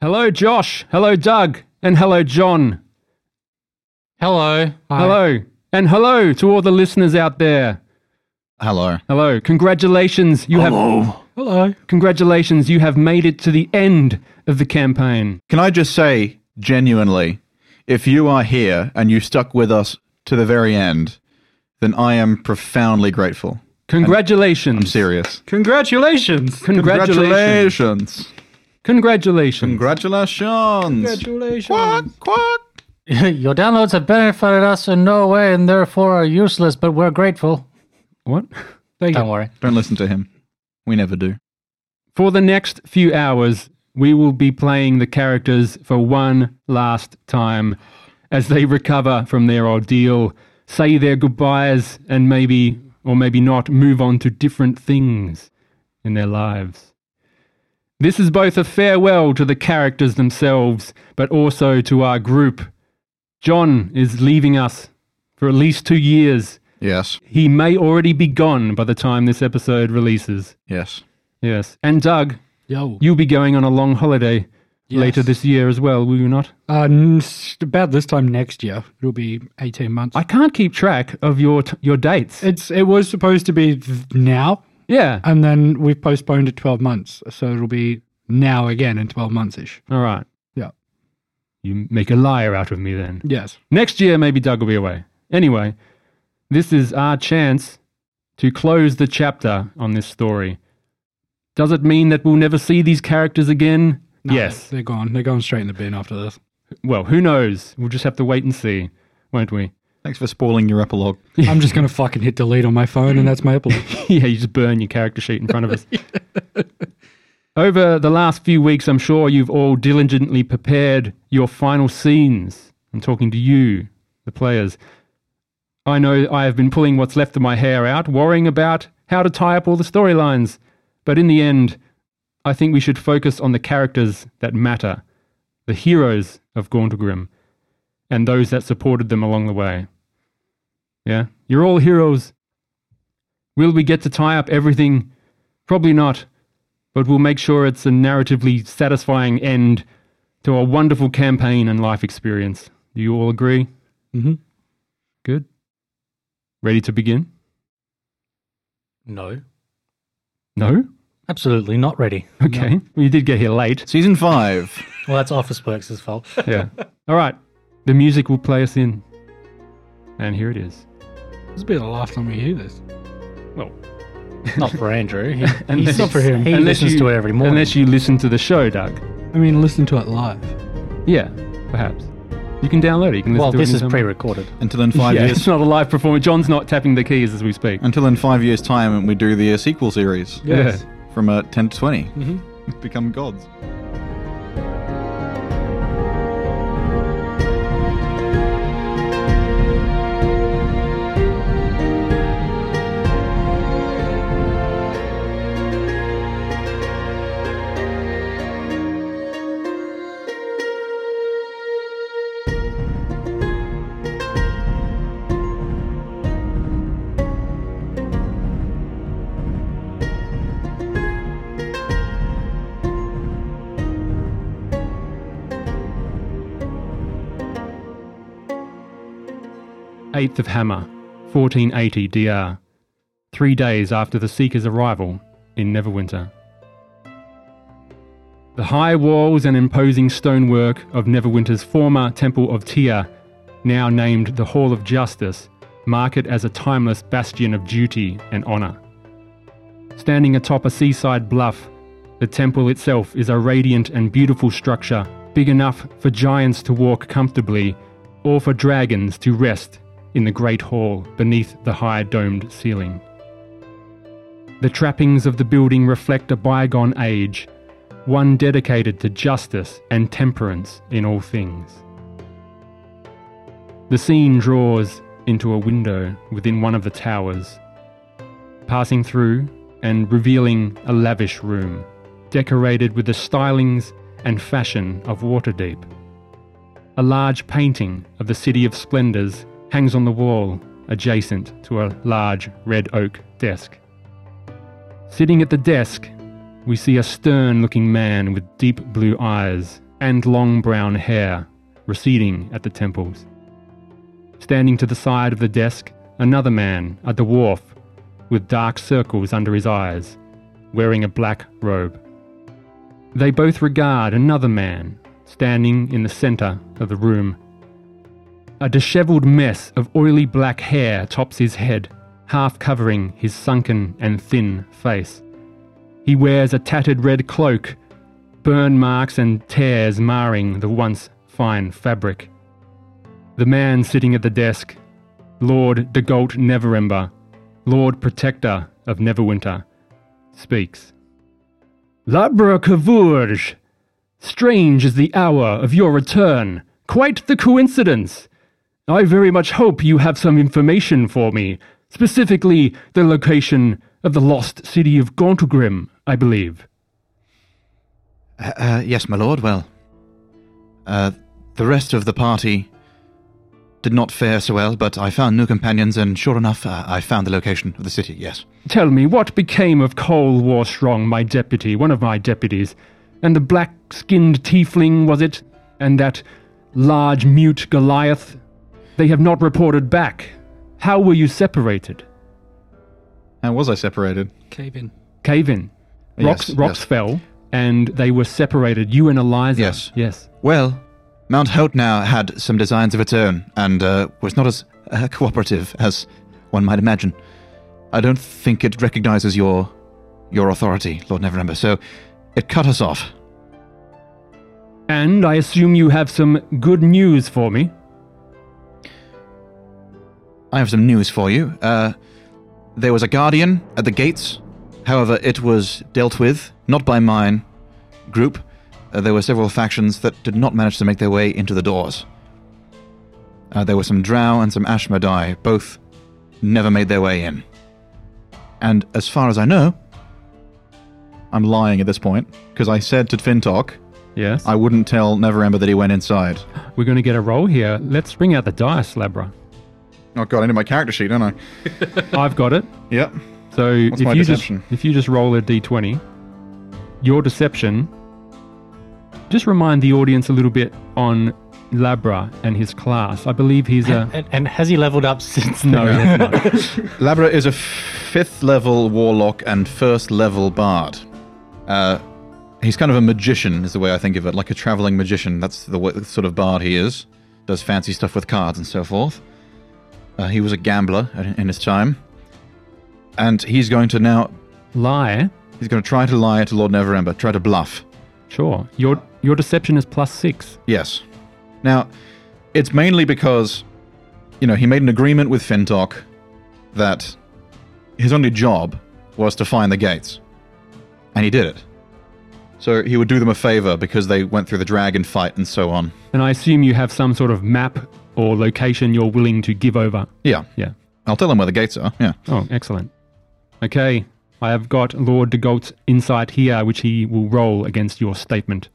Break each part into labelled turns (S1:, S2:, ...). S1: Hello, Josh. Hello, Doug. And hello, John.
S2: Hello. Hi.
S1: Hello. And hello to all the listeners out there.
S3: Hello.
S1: Hello. Congratulations. You have
S2: Hello.
S1: congratulations. You have made it to the end of the campaign.
S3: Can I just say, genuinely, if you are here and you stuck with us to the very end, then I am profoundly grateful.
S1: Congratulations.
S3: I'm serious.
S2: Congratulations.
S1: Congratulations.
S3: Congratulations.
S1: Congratulations.
S3: Congratulations.
S2: Congratulations.
S3: Quack, quack.
S4: Your downloads have benefited us in no way and therefore are useless, but we're grateful.
S1: what? Thank
S4: Don't
S1: you.
S4: worry.
S3: Don't listen to him. We never do.
S1: For the next few hours, we will be playing the characters for one last time as they recover from their ordeal, say their goodbyes, and maybe, or maybe not, move on to different things in their lives. This is both a farewell to the characters themselves, but also to our group. John is leaving us for at least two years.
S3: Yes.
S1: He may already be gone by the time this episode releases.
S3: Yes.
S1: Yes. And Doug,
S2: Yo.
S1: You'll be going on a long holiday
S2: Yes.
S1: later this year as well, will you not?
S2: Uh, n- s- about this time next year. It'll be 18 months.
S1: I can't keep track of your t- your dates.
S2: it's It was supposed to be th- now,
S1: yeah.
S2: and then we've postponed it 12 months. So it'll be now again in 12 months ish.
S1: All right.
S2: Yeah.
S1: You make a liar out of me then.
S2: Yes.
S1: Next year, maybe Doug will be away. Anyway, this is our chance to close the chapter on this story. Does it mean that we'll never see these characters again?
S2: No,
S1: yes.
S2: They're gone. They're going straight in the bin after this.
S1: Well, who knows? We'll just have to wait and see, won't we?
S3: Thanks for spoiling your epilogue.
S2: I'm just going to fucking hit delete on my phone, and that's my epilogue.
S1: yeah, you just burn your character sheet in front of us. Over the last few weeks, I'm sure you've all diligently prepared your final scenes. I'm talking to you, the players. I know I have been pulling what's left of my hair out, worrying about how to tie up all the storylines. But in the end, I think we should focus on the characters that matter, the heroes of Gauntlegrim, and those that supported them along the way. Yeah? You're all heroes. Will we get to tie up everything? Probably not, but we'll make sure it's a narratively satisfying end to a wonderful campaign and life experience. Do you all agree?
S4: Mm-hmm.
S2: Mhm.
S1: Good. Ready to begin?
S4: No.
S1: No?
S4: Absolutely not ready.
S1: Okay. Well, you did get here late.
S3: Season five.
S4: Well, that's Officeworks' fault.
S1: Yeah. all right. The music will play us in. And here it is.
S2: This will be the last time we hear this.
S1: Well,
S4: Not for Andrew. He,
S1: Unless-
S4: he's not for him. He
S1: unless
S4: listens
S1: you-
S4: to it every morning.
S1: Unless you listen to the show, Doug.
S2: I mean, listen to it live.
S1: Yeah, perhaps. You can download it. You can listen
S4: well,
S1: to it
S4: this is
S1: anytime.
S4: pre-recorded.
S3: Until in five
S1: Yeah,
S3: years.
S1: it's not a live performance. John's not tapping the keys as we speak.
S3: Until in five years' time, and we do the uh, sequel series
S1: Yes.
S3: from uh, ten to 20 Become gods.
S1: Eighth of Hammer, 1480 DR. Three days after the Seeker's arrival in Neverwinter. The high walls and imposing stonework of Neverwinter's former Temple of Tyr, now named the Hall of Justice, mark it as a timeless bastion of duty and honour. Standing atop a seaside bluff, the temple itself is a radiant and beautiful structure, big enough for giants to walk comfortably or for dragons to rest in the great hall beneath the high domed ceiling. The trappings of the building reflect a bygone age, one dedicated to justice and temperance in all things. The scene draws into a window within one of the towers, passing through and revealing a lavish room, decorated with the stylings and fashion of Waterdeep. A large painting of the City of Splendors hangs on the wall adjacent to a large red oak desk. Sitting at the desk, we see a stern looking man with deep blue eyes and long brown hair, receding at the temples. Standing to the side of the desk, another man, a dwarf, with dark circles under his eyes, wearing a black robe. They both regard another man standing in the center of the room. A disheveled mess of oily black hair tops his head, half covering his sunken and thin face. He wears a tattered red cloak, burn marks and tears marring the once fine fabric. The man sitting at the desk, Lord de Gault Neverember, Lord Protector of Neverwinter, speaks. Labra Cavourge! Strange is the hour of your return. Quite the coincidence! I very much hope you have some information for me, specifically the location of the lost city of Gauntlegrim, I believe.
S5: Uh, uh, yes, my lord. Well, uh, the rest of the party did not fare so well, but I found new companions, and sure enough, uh, I found the location of the city. Yes.
S1: Tell me, what became of Cole Warstrong, my deputy, one of my deputies, and the black skinned tiefling, was it? And that large mute Goliath? They have not reported back. How were you separated?
S5: How was I separated?
S2: Cave in.
S1: Cave in. Rocks,
S5: Yes,
S1: rocks
S5: yes.
S1: fell, and they were separated, you and Eliza.
S5: Yes.
S1: Yes.
S5: Well, Mount Hope now had some designs of its own and uh, was not as uh, cooperative as one might imagine. I don't think it recognizes your your authority, Lord Neverember, so it cut us off.
S1: And I assume you have some good news for me.
S5: I have some news for you. Uh, there was a guardian at the gates. However, it was dealt with not by mine group. Uh, there were several factions that did not manage to make their way into the doors. Uh, there were some Drow and some Ashmedai, both never made their way in. And as far as I know, I'm lying at this point because I said to Fintok
S1: Yes.
S5: I wouldn't tell Neverember that he went inside.
S1: We're going to get a roll here. Let's bring out the dice, Labra.
S5: Oh god, I need my character sheet, don't I?
S1: I've got it.
S5: Yep.
S1: So if
S5: my
S1: you
S5: deception?
S1: just if you just roll a d20, your deception. Just remind the audience a little bit on Labra and his class. I believe he's a
S3: And, and has he leveled up since?
S1: no. he has not.
S5: Labra is a fifth level warlock and first level bard. Uh, he's kind of a magician, is the way I think of it, like a traveling magician. That's the, way, the sort of bard he is. Does fancy stuff with cards and so forth. Uh, he was a gambler in, in his time, and he's going to now
S1: Lie.
S5: he's going to try to lie to Lord Neverember, try to bluff.
S1: Sure. Your your deception is plus six.
S5: Yes. Now, it's mainly because, you know, he made an agreement with Fintok that his only job was to find the gates. And he did it. So he would do them a favor because they went through the dragon fight and so on.
S1: And I assume you have some sort of map or location you're willing to give over.
S5: Yeah.
S1: Yeah.
S5: I'll tell him where the gates are. Yeah.
S1: Oh, excellent. Okay, I have got Lord de Gault's insight here, which he will roll against your statement.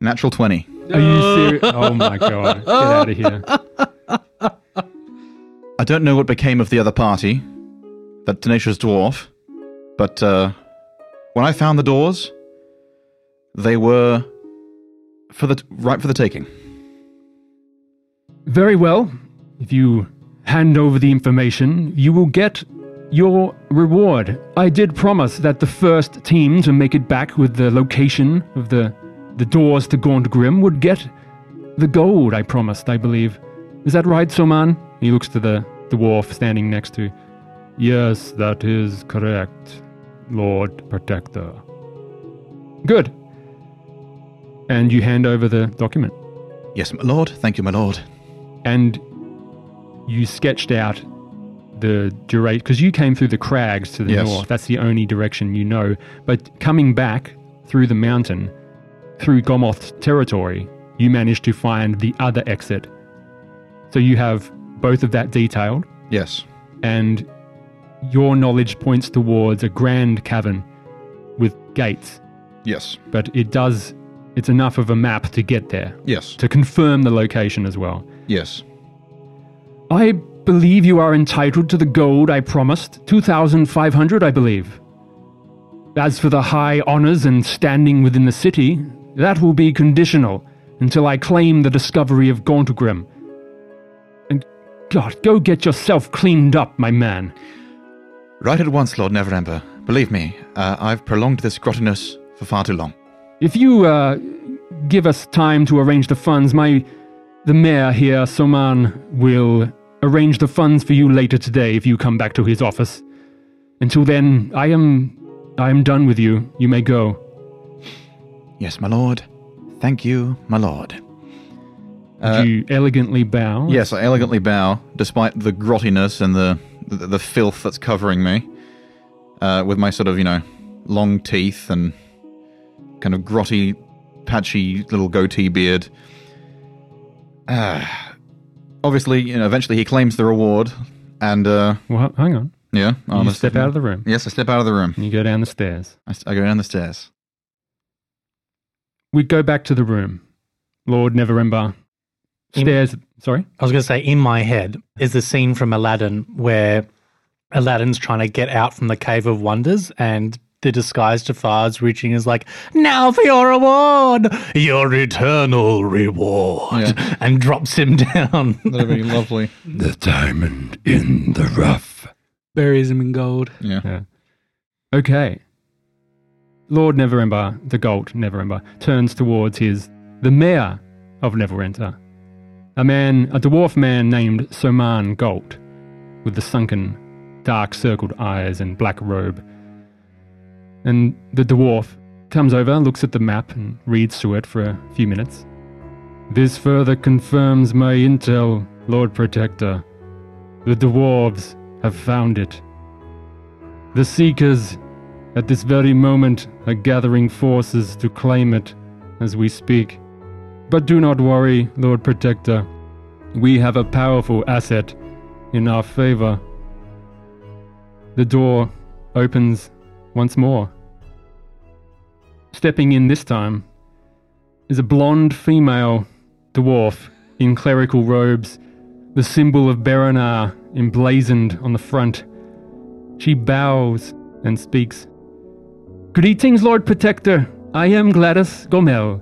S5: Natural 20.
S1: Are you serious? Oh my god, get out of here.
S5: I don't know what became of the other party, that tenacious dwarf, but uh, when I found the doors, they were for the right for the taking.
S1: Very well. If you hand over the information, you will get your reward. I did promise that the first team to make it back with the location of the the doors to Gaunt Grim would get the gold I promised, I believe. Is that right, Soman? He looks to the dwarf standing next to. Yes, that is correct, Lord Protector. Good. And you hand over the document
S5: Yes, my lord. Thank you, my lord.
S1: and you sketched out the duration because you came through the crags to the
S5: Yes.
S1: north. That's the only direction you know. But coming back through the mountain, through Gomoth's territory, you managed to find the other exit. So you have both of that detailed,
S5: Yes.
S1: and your knowledge points towards a grand cavern with gates.
S5: Yes.
S1: But it does, it's enough of a map to get there,
S5: Yes.
S1: to confirm the location as well.
S5: Yes.
S1: I believe you are entitled to the gold I promised. 2,500, I believe. As for the high honors and standing within the city, that will be conditional until I claim the discovery of Gauntlegrim. And God, go get yourself cleaned up, my man.
S5: Right at once, Lord Neverember. Believe me, uh, I've prolonged this grottiness for far too long.
S1: If you uh, give us time to arrange the funds, my the mayor here, Soman, will arrange the funds for you later today if you come back to his office. Until then, I am I am done with you. You may go.
S5: Yes, my lord. Thank you, my lord. Uh,
S1: you elegantly bow.
S5: Yes, I elegantly bow, despite the grottiness and the the, the filth that's covering me, uh, with my sort of you know long teeth and kind of grotty, patchy little goatee beard. Ah, obviously, you know, eventually he claims the reward, and uh,
S1: Well, hang on.
S5: yeah,
S1: you step out of the room
S5: Yes, I step out of the room.
S1: and you go down the stairs.
S5: I, st- I go down the stairs.
S1: We go back to the room. Lord Neverember. Stairs. Sorry?
S3: I was going to say, in my head, is the scene from Aladdin where Aladdin's trying to get out from the Cave of Wonders and the disguised Jafar's reaching is like, now for your reward, your eternal reward,
S5: Yeah.
S3: and drops him down.
S5: That'd be lovely.
S1: The diamond in the rough.
S2: Buries him in gold.
S5: Yeah.
S1: Okay. Lord Neverember, the Galt Neverember, turns towards his the mayor of Neverenter, a man, a dwarf man named Soman Galt, with the sunken, dark circled eyes and black robe. And the dwarf comes over, looks at the map, and reads through it for a few minutes. This further confirms my intel, Lord Protector. The dwarves have found it. The Seekers, at this very moment, are gathering forces to claim it as we speak. But do not worry, Lord Protector. We have a powerful asset in our favor. The door opens once more. Stepping in this time is a blonde female dwarf in clerical robes, the symbol of Berenar emblazoned on the front. She bows and speaks. Greetings, Lord Protector. I am Gladys Gomel.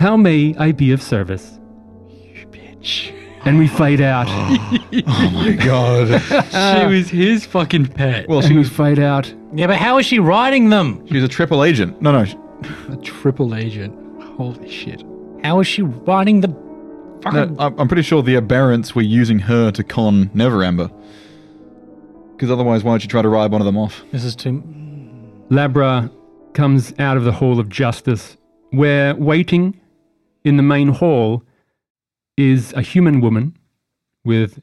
S1: How may I be of service? You bitch. Oh. And we fight out. Ah.
S2: she was his fucking pet.
S1: well, she was fight out.
S3: yeah, but how is she riding them?
S5: She's a triple agent. No, no. sh-
S2: A triple agent. Holy shit.
S3: How is she riding the
S5: no I'm I'm pretty sure the aberrants were using her to con Neverember. Because otherwise, why would you try to ride one of them off?
S3: This is too.
S1: Labra comes out of the Hall of Justice, where waiting in the main hall is a human woman with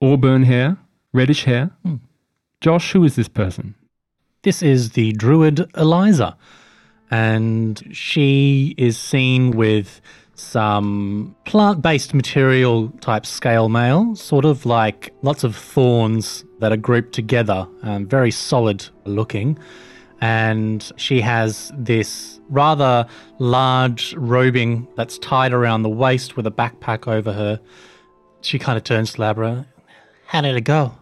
S1: auburn hair, reddish hair. Josh, who is this person?
S3: This is the druid Eliza, and she is seen with some plant based material type scale mail, sort of like lots of thorns that are grouped together, um, very solid looking. And she has this rather large robing that's tied around the waist with a backpack over her. She kind of turns to Labra. How did it go?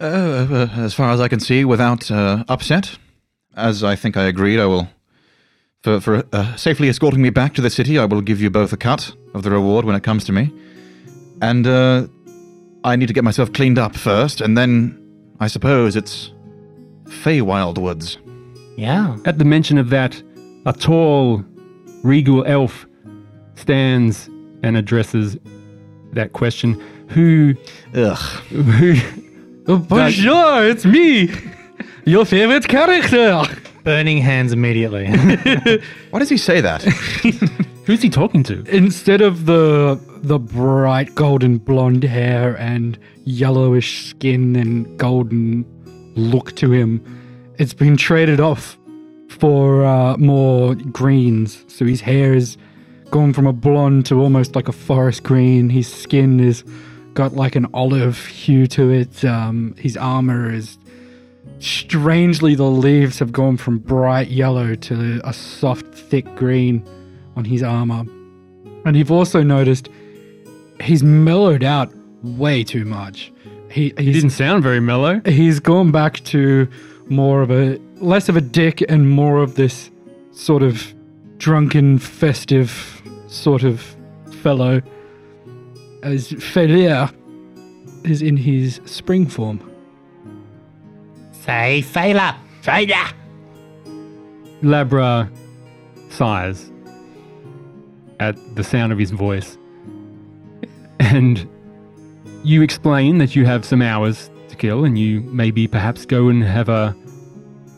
S5: Uh, uh, as far as I can see, without uh, upset, as I think I agreed, I will. For, for uh, safely escorting me back to the city, I will give you both a cut of the reward when it comes to me. And uh, I need to get myself cleaned up first, and then I suppose it's Feywild Woods.
S3: Yeah.
S1: At the mention of that, a tall, regal elf stands and addresses that question. Who,
S5: Ugh.
S1: who,
S2: Oh, Bonjour, it's me, your favorite character.
S3: Burning hands immediately.
S5: Why does he say that?
S1: who's he talking to?
S2: Instead of the the bright golden blonde hair and yellowish skin and golden look to him, it's been traded off for uh, more greens. So his hair is gone from a blonde to almost like a forest green. His skin is got like an olive hue to it. Um, his armor is strangely the leaves have gone from bright yellow to a soft thick green on his armor. And you've also noticed he's mellowed out way too much. He,
S1: He
S2: he's,
S1: didn't sound very mellow.
S2: he's gone back to more of a less of a dick and more of this sort of drunken, festive sort of fellow as Felia is in his spring form.
S3: Say failure. Failure.
S1: Labra sighs at the sound of his voice. And you explain that you have some hours to kill and you maybe perhaps go and have a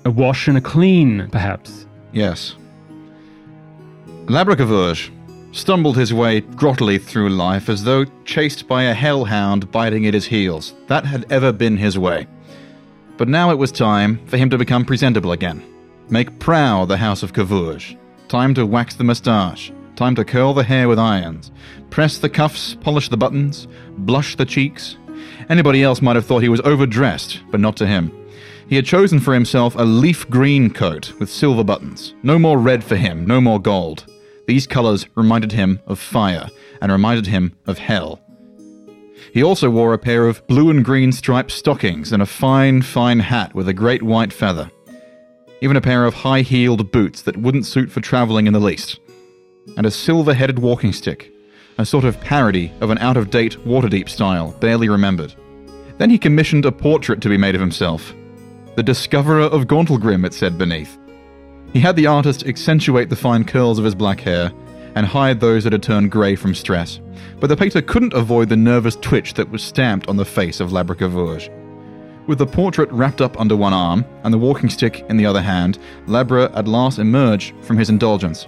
S1: a wash and a clean, perhaps.
S5: Yes. Labracavurge stumbled his way grottily through life as though chased by a hellhound biting at his heels. That had ever been his way. But now it was time for him to become presentable again. Make proud the house of Cavourge. Time to wax the moustache. Time to curl the hair with irons. Press the cuffs, polish the buttons, blush the cheeks. Anybody else might have thought he was overdressed, but not to him. He had chosen for himself a leaf green coat with silver buttons. No more red for him, no more gold. These colors reminded him of fire and reminded him of hell. He also wore a pair of blue and green striped stockings and a fine, fine hat with a great white feather. Even a pair of high heeled boots that wouldn't suit for traveling in the least. And a silver headed walking stick, a sort of parody of an out of date Waterdeep style, barely remembered. Then he commissioned a portrait to be made of himself. The discoverer of Gauntlegrim, it said beneath. He had the artist accentuate the fine curls of his black hair and hide those that had turned grey from stress, but the painter couldn't avoid the nervous twitch that was stamped on the face of Labracavourge. With the portrait wrapped up under one arm and the walking stick in the other hand, Labra at last emerged from his indulgence.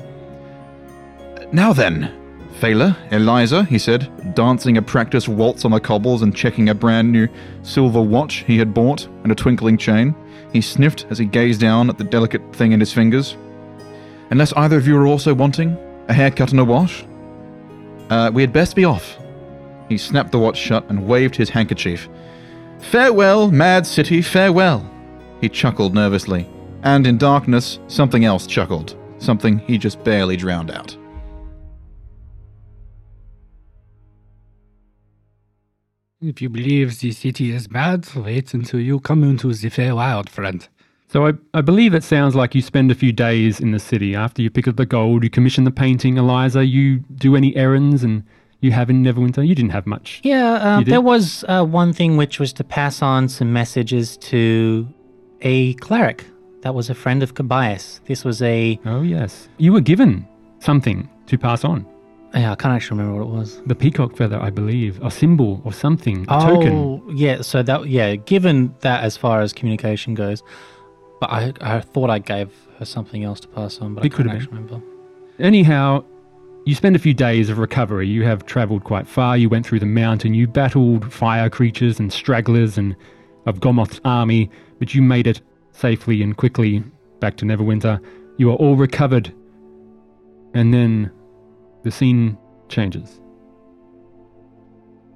S5: Now then, Fela, Eliza, he said, dancing a practice waltz on the cobbles and checking a brand new silver watch he had bought and a twinkling chain. He sniffed as he gazed down at the delicate thing in his fingers. Unless either of you are also wanting a haircut and a wash, uh, we had best be off. He snapped the watch shut and waved his handkerchief. Farewell, mad city, farewell. He chuckled nervously, and in darkness, something else chuckled, something he just barely drowned out.
S2: If you believe the city is mad, wait until you come into the fair wild, friend.
S1: So I, I believe it sounds like you spend a few days in the city. After you pick up the gold, you commission the painting, Eliza, you do any errands and you have in Neverwinter. You didn't have much.
S3: Yeah, uh,
S1: You did?
S3: there was uh, one thing which was to pass on some messages to a cleric that was a friend of Cobias. This was a.
S1: Oh yes. You were given something to pass on.
S3: Yeah, I can't actually remember what it was.
S1: The peacock feather, I believe, a symbol or something, a token.
S3: Oh, yeah. So that, yeah, given that as far as communication goes, but I, I thought I gave her something else to pass on, but
S1: It
S3: I
S1: could
S3: couldn't
S1: have
S3: actually remember.
S1: Anyhow, you spend a few days of recovery. You have traveled quite far. You went through the mountain. You battled fire creatures and stragglers and of Gomoth's army, but you made it safely and quickly back to Neverwinter. You are all recovered. And then the scene changes.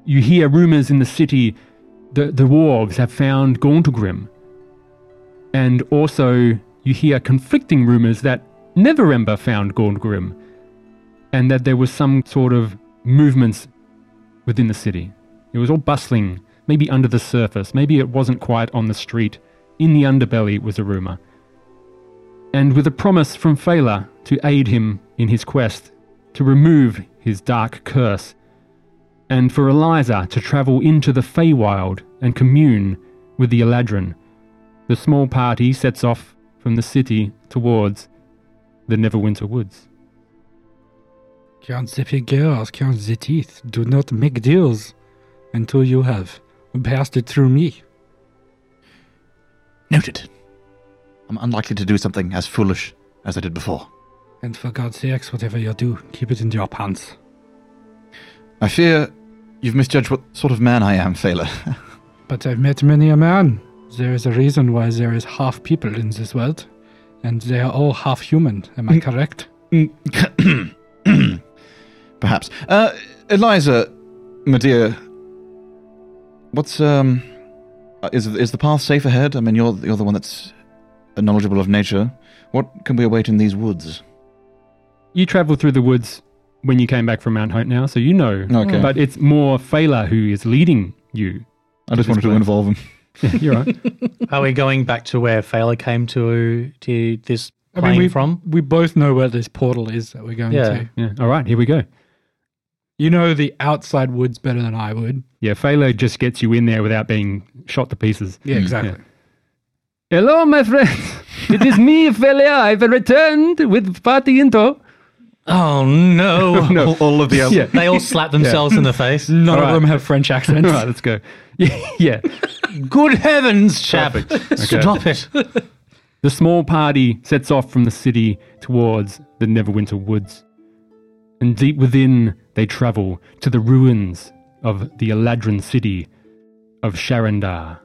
S1: You hear rumors in the city that the dwarves have found Gauntlegrim. And also, you hear conflicting rumors that Neverember found Gauntgrim, and that there was some sort of movements within the city. It was all bustling, maybe under the surface, maybe it wasn't quite on the street. In the underbelly was a rumor. And with a promise from Fela to aid him in his quest to remove his dark curse, and for Eliza to travel into the Feywild and commune with the Eladrin, the small party sets off from the city towards the Neverwinter Woods.
S2: Count the figures, count the teeth. Do not make deals until you have passed it through me.
S5: Noted. I'm unlikely to do something as foolish as I did before.
S2: And for God's sakes, whatever you do, keep it in your pants.
S5: I fear you've misjudged what sort of man I am, Fela.
S2: But I've met many a man. There is a reason why there is half people in this world, and they are all half human. Am I correct?
S5: Perhaps. Uh, Eliza, my dear, what's um, uh, is is the path safe ahead? I mean, you're you're the one that's knowledgeable of nature. What can we await in these woods?
S1: You travelled through the woods when you came back from Mount Hope now, so you know.
S5: Okay,
S1: But it's more Fela who is leading you.
S5: I just wanted to involve him.
S1: You're right.
S3: Are we going back to where Fela came to to this plane
S2: we,
S3: from?
S2: we both know where this portal is that we're going
S3: Yeah.
S2: to.
S1: Yeah. All right. Here we go.
S2: You know the outside woods better than I would.
S1: Yeah. Phalo just gets you in there without being shot to pieces.
S2: Yeah, exactly.
S1: Hello, my friends. It is me, Phalo. I've returned with party into.
S3: Oh no!
S1: No.
S5: All of the
S1: Yeah.
S3: They all slap themselves in the face.
S2: None
S1: All
S2: of
S1: right.
S2: them have French accents.
S1: All right. Let's go. yeah.
S3: Good heavens, chap! Stop it!
S1: The small party sets off from the city towards the Neverwinter Woods. And deep within, they travel to the ruins of the Eladrin city of Sharandar.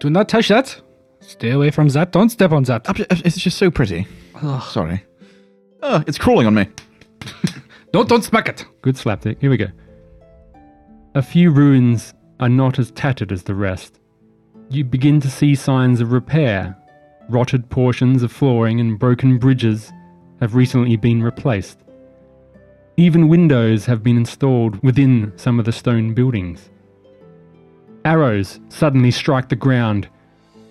S2: Do not touch that. Stay away from that. Don't step on that.
S5: It's just so pretty. Sorry. Ah, it's crawling on me.
S2: Don't don't smack it.
S1: Good slapstick. Here we go. A few ruins are not as tattered as the rest. You begin to see signs of repair. Rotted portions of flooring and broken bridges have recently been replaced. Even windows have been installed within some of the stone buildings. Arrows suddenly strike the ground.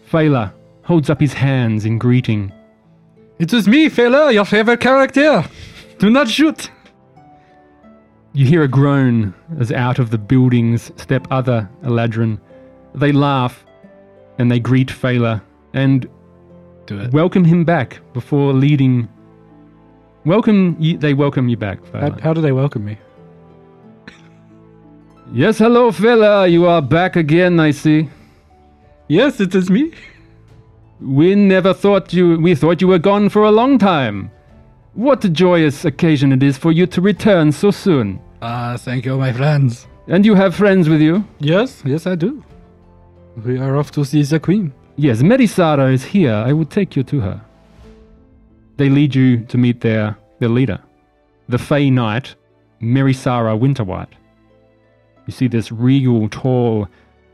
S1: Fela holds up his hands in greeting.
S2: It is me, fella, your favorite character. Do not shoot.
S1: You hear a groan as out of the buildings step other Eladrin. They laugh and they greet Fela and
S2: Do it.
S1: welcome him back before leading. Welcome, you, they welcome you back.
S2: How,
S1: Fela.
S2: how do they welcome me?
S1: Yes, hello, Fela. You are back again, I see.
S2: Yes, it is me.
S1: We never thought you. We thought you were gone for a long time. What a joyous occasion it is for you to return so soon.
S2: Ah, thank you, my friends.
S1: And you have friends with you.
S2: Yes, yes, I do. We are off to see the queen.
S1: Yes, Merisara is here. I will take you to her. They lead you to meet their, their leader, the Fey Knight, Merisara Winterwhite. You see this regal, tall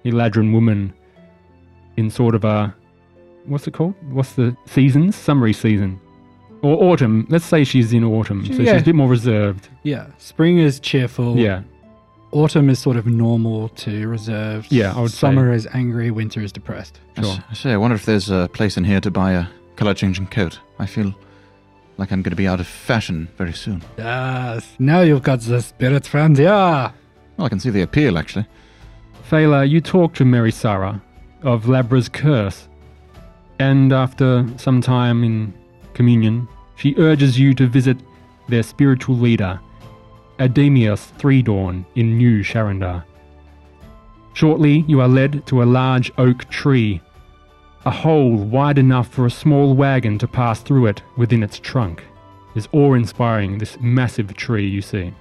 S1: Eladrin woman in sort of a. What's it called? What's the seasons? Summary season. Or autumn. Let's say she's in autumn. So
S2: Yeah. Oh.
S1: she's a bit more reserved.
S2: Yeah, spring is cheerful.
S1: Yeah.
S2: autumn is sort of normal to reserved.
S1: Yeah, I would say.
S2: summer is angry, winter is depressed.
S5: I s-
S1: Sure.
S5: I say, I wonder if there's a place in here to buy a color changing coat. I feel like I'm going to be out of fashion very soon.
S2: Yes, now you've got the spirit friend. Yeah,
S5: Well, I can see the appeal, actually.
S1: Fela, you talk to Merisara of Labra's curse, and after some time in communion, she urges you to visit their spiritual leader, Ademius Threedorn in New Sharandar. Shortly, you are led to a large oak tree, a hole wide enough for a small wagon to pass through it within its trunk. It's awe-inspiring, this massive tree you see.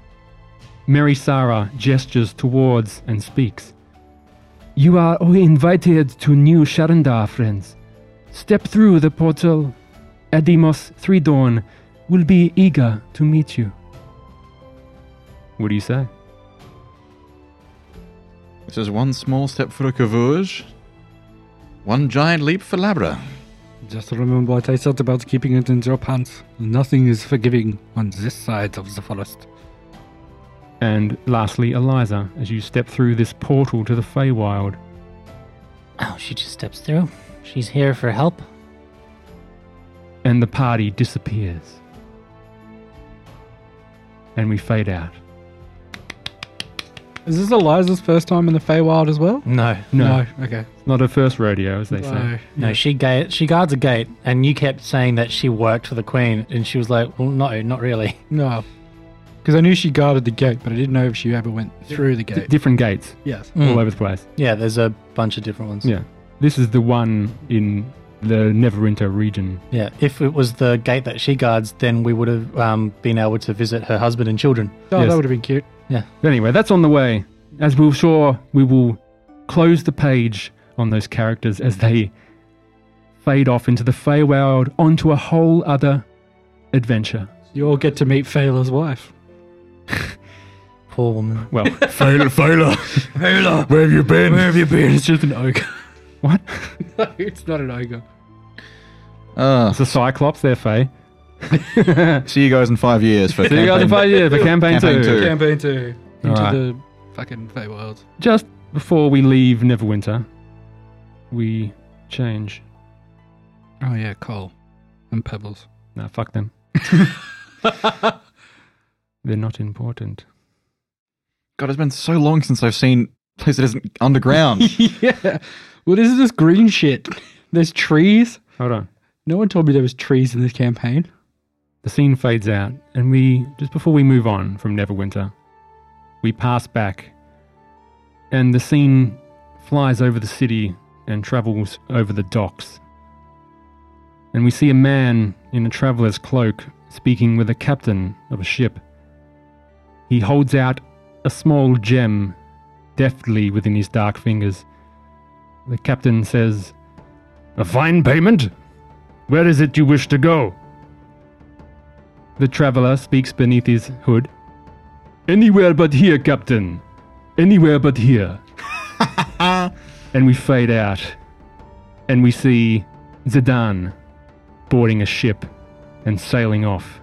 S1: Merisara gestures towards and speaks. You are all invited to New Sharandar, friends. Step through the portal. Adimos Three Dawn will be eager to meet you. What do you say?
S5: This is one small step for Cavourge, one giant leap for Labra.
S2: just remember what I said about keeping it in your pants. Nothing is forgiving on this side of the forest.
S1: And lastly, Eliza, as you step through this portal to the Feywild.
S3: Oh, she just steps through. She's here for help.
S1: and the party disappears. And we fade out.
S2: Is this Eliza's first time in the Feywild as well?
S3: No,
S1: No,
S2: Okay.
S1: it's not her first rodeo, as they
S2: No.
S1: say.
S3: no. She gate. She guards a gate, and you kept saying that she worked for the queen, and she was like, "Well, no, not really."
S2: No. Because I knew she guarded the gate, but I didn't know if she ever went through the
S1: D-
S2: gate.
S1: different gates
S2: yes.
S1: all
S3: Mm.
S1: over the place.
S3: Yeah, there's a bunch of different ones.
S1: Yeah. This is the one in the Neverwinter region.
S3: Yeah, if it was the gate that she guards, then we would have um, been able to visit her husband and children.
S2: Oh,
S1: Yes.
S2: that would have been cute.
S1: But anyway, that's on the way. As we're sure, we will close the page on those characters as they fade off into the Feywild onto a whole other adventure.
S2: You all get to meet Fela's wife.
S3: Poor woman.
S1: Well,
S2: Fela, Fela, Fela. Where have you been? Where have you been? It's just an ogre.
S1: what?
S2: no, it's not an ogre.
S5: Ah,
S1: It's a Cyclops there, Fey.
S5: see you guys in five years for
S1: See you guys in
S5: campaign-
S1: five years for campaign, two.
S5: Campaign two.
S2: Campaign two into
S1: Alright.
S2: the fucking Feywild.
S1: Just before we leave Neverwinter, we change.
S2: Oh yeah, coal and pebbles.
S1: Nah, fuck them. They're not important.
S3: God, it's been so long since I've seen a place that isn't underground.
S2: yeah. What is this green shit? There's trees.
S1: Hold on.
S2: No one told me there was trees in this campaign.
S1: The scene fades out, and we, just before we move on from Neverwinter, we pass back, and the scene flies over the city and travels over the docks. And we see a man in a traveller's cloak speaking with a captain of a ship. He holds out a small gem deftly within his dark fingers. The captain says, A fine payment? Where is it you wish to go? The traveller speaks beneath his hood. Anywhere but here, Captain. Anywhere but here. and we fade out. And we see Zidane boarding a ship and sailing off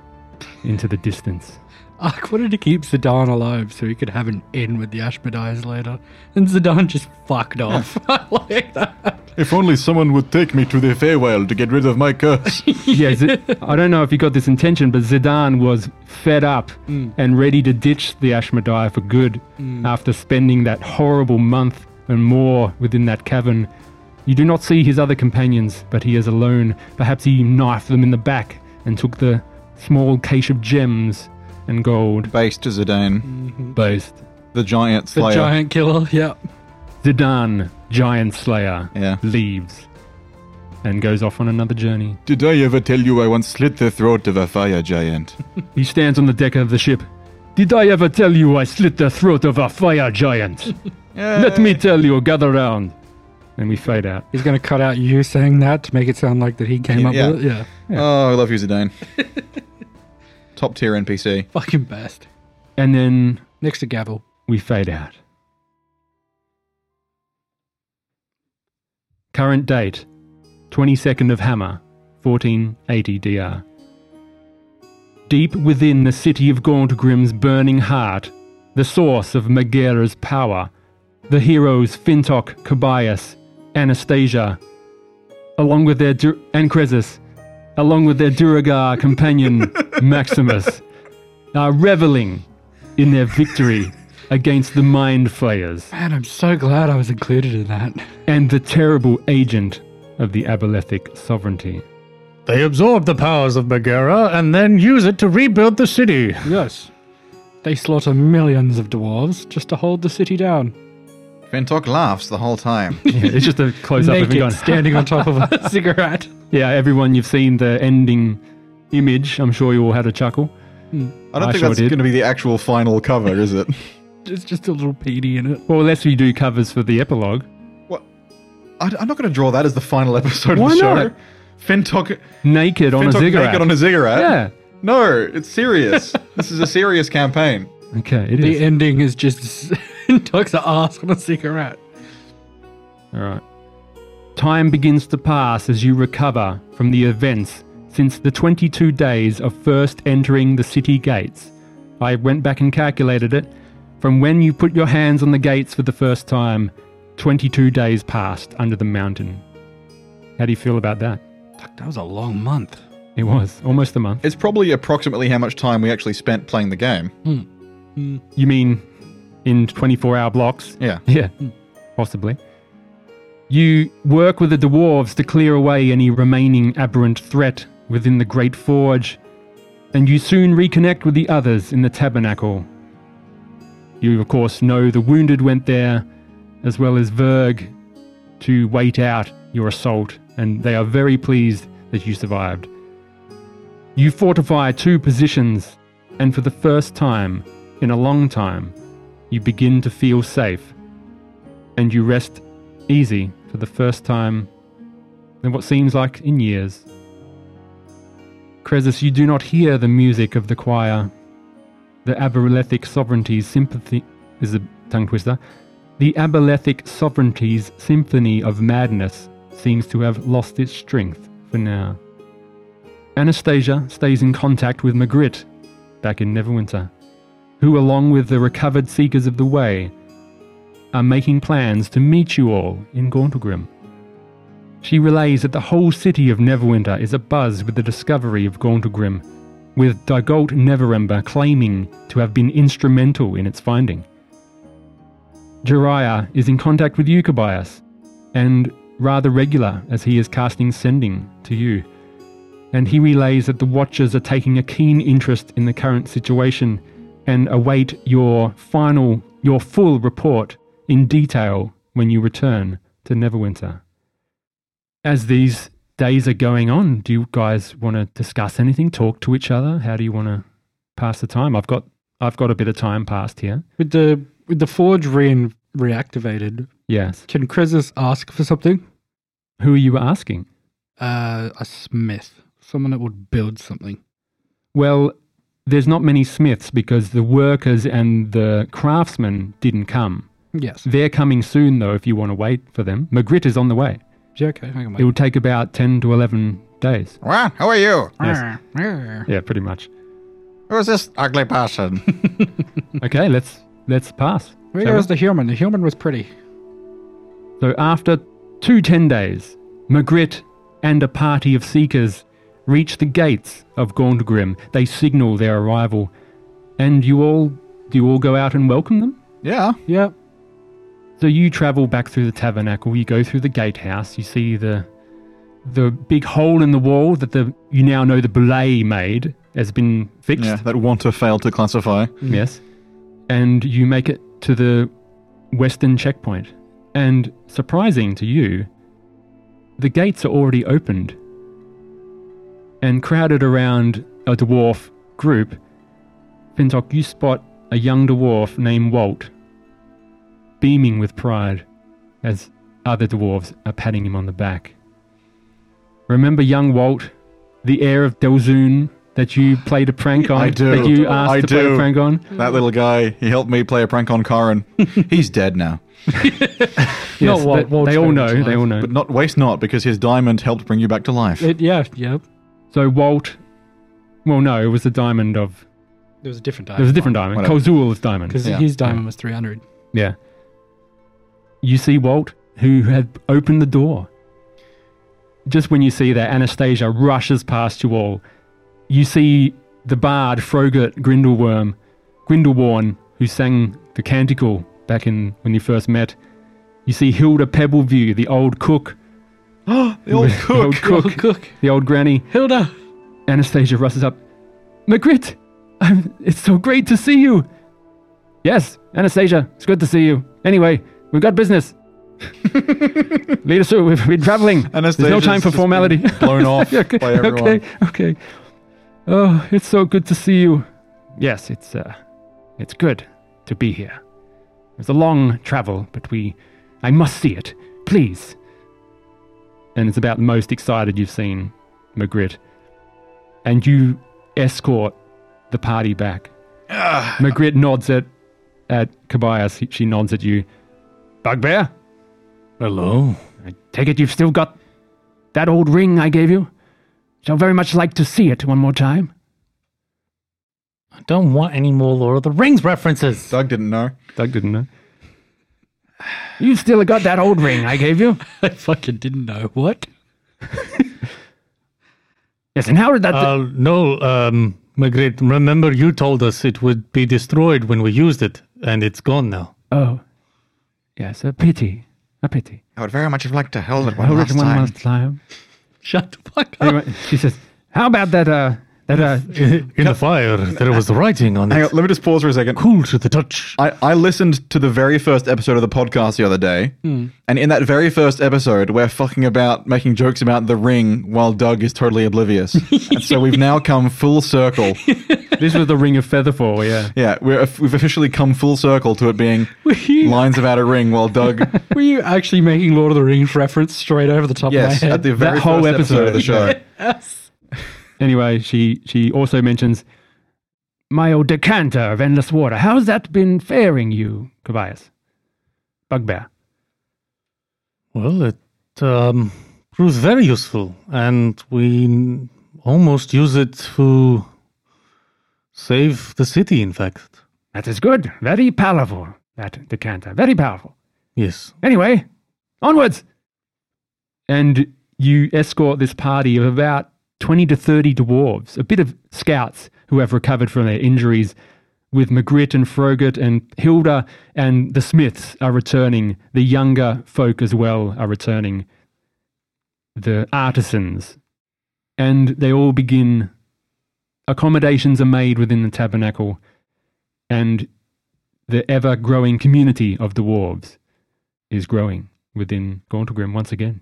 S1: into the distance.
S2: I wanted to keep Zidane alive so he could have an in with the Ashmadias later. And Zidane just fucked off. I like that.
S5: If only someone would take me to the Feywild to get rid of my curse.
S1: yeah, Z- I don't know if you got this intention, but Zidane was fed up and ready to ditch the Ashmadiah for good
S2: Mm.
S1: after spending that horrible month and more within that cavern. You do not see his other companions, but he is alone. Perhaps he knifed them in the back and took the small cache of gems and gold.
S3: Based to Zidane,
S1: Based.
S3: the giant
S2: Mm-hmm. The
S3: slayer.
S2: giant killer. Yeah.
S1: Zidane, Giant Slayer,
S3: Yeah.
S1: leaves and goes off on another journey.
S5: Did I ever tell you I once slit the throat of a fire giant?
S1: He stands on the deck of the ship. Did I ever tell you I slit the throat of a fire giant? Let me tell you, gather round. And we fade out.
S2: He's going to cut out you saying that to make it sound like that he came up
S3: Yeah.
S2: with it. Yeah.
S3: Oh, I love you, Zidane. Top tier NPC.
S2: Fucking best.
S1: And then
S2: Next to Gavel.
S1: we fade out. Current date 22nd of Hammer, 1480 DR. Deep within the city of Gauntgrim's burning heart, the source of Megara's power, the heroes Fintok, Cobias, Anastasia, along with their Dur- and Cresus, along with their Duragar companion Maximus, are reveling in their victory against the Mind Flayers
S2: Man, I'm so glad I was included in that.
S1: and the terrible agent of the Abelethic sovereignty.
S4: They absorb the powers of Bagheera and then use it to rebuild the city.
S2: Yes. They slaughter millions of dwarves just to hold the city down.
S3: Fintok laughs the whole time.
S1: Yeah, it's just a close up of it
S2: Naked,
S1: going,
S2: standing on top of a cigarette.
S1: Yeah, everyone, you've seen the ending image. I'm sure you all had a chuckle.
S3: I don't
S1: I
S3: think
S1: sure
S3: that's
S1: did.
S3: going to be the actual final cover, is it?
S2: It's just a little peedy in it.
S1: Well, unless we do covers for the epilogue.
S3: what? I, am not going to draw that as the final episode
S1: Why
S3: of the show.
S1: not?
S3: Fintok,
S1: Naked on a
S3: Fintok
S1: ziggurat.
S3: naked on a ziggurat.
S1: yeah.
S3: No, it's serious. this is a serious campaign.
S1: Okay, it
S2: The
S1: is.
S2: ending is just tucks her ass on a cigarette.
S1: All right. Time begins to pass as you recover from the events since the 22 days of first entering the city gates. I went back and calculated it. From when you put your hands on the gates for the first time, 22 days passed under the mountain. How do you feel about that?
S2: Fuck, that was a long month.
S1: It was almost a month.
S3: It's probably approximately how much time we actually spent playing the game.
S1: You mean in 24 hour blocks?
S3: Yeah.
S1: Yeah, possibly. You work with the dwarves to clear away any remaining aberrant threat within the Great Forge, and you soon reconnect with the others in the tabernacle. You, of course, know the wounded went there, as well as Verg, to wait out your assault, and they are very pleased that you survived. You fortify two positions, and for the first time in a long time, you begin to feel safe and you rest easy for the first time in what seems like in years. Cresus, you do not hear the music of the choir. The Abelethic Sovereignty's sympathy is a tongue twister. The Abelethic Sovereignty's symphony of madness seems to have lost its strength for now. Anastasia stays in contact with Magritte back in Neverwinter, who, along with the recovered Seekers of the Way, are making plans to meet you all in Gauntlegrim. She relays that the whole city of Neverwinter is abuzz with the discovery of Gauntlegrim, with Digolt Neverember claiming to have been instrumental in its finding. Jiraiya is in contact with you, Kobayas, and rather regular as he is casting sending to you. And he relays that the Watchers are taking a keen interest in the current situation and await your final, your full report in detail when you return to Neverwinter. As these days are going on, do you guys want to discuss anything? Talk to each other? How do you want to pass the time? I've got, I've got a bit of time passed here.
S2: With the with the forge re- reactivated,
S1: Yes.
S2: can Krezus ask for something?
S1: Who are you asking?
S2: Uh, a smith, someone that would build something.
S1: Well, there's not many smiths because the workers and the craftsmen didn't come.
S2: Yes.
S1: They're coming soon, though, if you want to wait for them. Magritte is on the way.
S2: Yeah, okay. I can
S1: It will take about 10 to 11 days.
S6: What? Who are you?
S2: wait.
S1: Yeah, pretty much.
S6: Who's this ugly person?
S1: Okay, let's let's pass.
S2: Where
S1: Shall we?
S2: goes the human? The human was pretty.
S1: So after two ten days, Magritte and a party of seekers reach the gates of Gauntgrim. They signal their arrival, and you all do you all go out and welcome them?
S3: Yeah.
S2: Yeah.
S1: So you travel back through the tabernacle, you go through the gatehouse, you see the the big hole in the wall that the you now know the belay made has been fixed.
S3: Yeah.
S5: That wanter failed to classify.
S1: Yes. And you make it to the western checkpoint. And surprising to you, the gates are already opened. And crowded around a dwarf group, Fintok, you spot a young dwarf named Walt, beaming with pride as other dwarves are patting him on the back. Remember young Walt, the heir of Delzoon that you played a prank on?
S5: I do.
S1: That you asked
S5: I
S1: to play a
S5: do.
S1: prank on?
S5: That little guy, he helped me play a prank on Karen.
S3: He's dead now.
S1: Yes,
S2: Not Walt-
S1: they-
S2: Walt's
S1: they all
S2: very
S1: know.
S2: much
S1: They all know.
S5: But not waste not, because his diamond helped bring you back to life.
S2: It, yeah. Yeah.
S1: so Walt, well, no, it was the diamond of.
S2: There was a different diamond.
S1: There was a different diamond,
S5: Whatever.
S1: Kozul's diamond.
S2: Because
S5: Yeah.
S2: his diamond was 300.
S1: Yeah. You see Walt, who had opened the door. Just when you see that, Anastasia rushes past you all. You see the bard Frogert Grindelworm, Grindelworn, who sang the canticle back in when you first met. You see Hilda Pebbleview, the old cook,
S5: The old
S1: the old
S5: cook.
S1: cook,
S2: Cook.
S1: the old granny.
S2: Hilda.
S1: Anastasia rushes up. Magritte, I'm, it's so great to see you. Yes, Anastasia, it's good to see you. Anyway, we've got business. Lead us through. We've been traveling. There's no
S5: Anastasia's
S1: time for
S5: just been
S1: formality.
S5: blown off by everyone.
S1: okay, okay. Oh, it's so good to see you. Yes, it's uh, it's good to be here. It was a long travel, but we, I must see it, please. And it's about the most excited you've seen, Magritte and you escort the party back.
S5: Ah.
S1: Magritte nods at at Kobayas. She nods at you. Bugbear,
S4: Hello.
S1: I take it you've still got that old ring I gave you. Shall very much like to see it one more time.
S4: I don't want any more Lord of the Rings references.
S5: Doug didn't know.
S1: Doug didn't know. You've still got that old ring I gave you.
S2: I fucking didn't know. What?
S1: Yes, and how did that?
S4: Uh, no, um, Margaret, remember you told us it would be destroyed when we used it, and it's gone now.
S1: oh, yes, a pity, a pity.
S6: I would very much have liked to hold it one
S1: Hold it
S6: last
S1: one
S6: time.
S1: last time.
S4: Shut the fuck up.
S1: Anyway, she says, "How about that? Uh, that uh,
S4: In the fire, there was writing on
S5: Hang on,
S4: it.
S5: let me just pause for a second.
S4: Cool to the touch.
S5: I, I listened to the very first episode of the podcast the other day,
S1: Hmm.
S5: and in that very first episode, we're fucking about making jokes about the ring while Doug is totally oblivious. and so we've now come full circle.
S1: this was the ring of Featherfall, yeah."
S5: Yeah, we're, we've officially come full circle to it being lines about a ring while Doug.
S2: Were you actually making Lord of the Rings reference straight over the top
S5: yes,
S2: of my head?
S5: at the very
S1: That whole
S5: first episode, of the show.
S1: episode. Anyway, she she also mentions my old decanter of endless water. How's that been faring you, Kobayas? Bugbear.
S4: Well, it um, proves very useful, and we n- almost use it to save the city, in fact.
S1: That is good. Very powerful, that decanter. Very powerful.
S4: Yes.
S1: Anyway, onwards. And you escort this party of about 20 to 30 dwarves, a bit of scouts who have recovered from their injuries, with McGrit and Frogert and Hilda and the Smiths are returning. The younger folk as well are returning. The artisans. And they all begin. Accommodations are made within the tabernacle and the ever growing community of dwarves is growing within Gauntlegrim once again.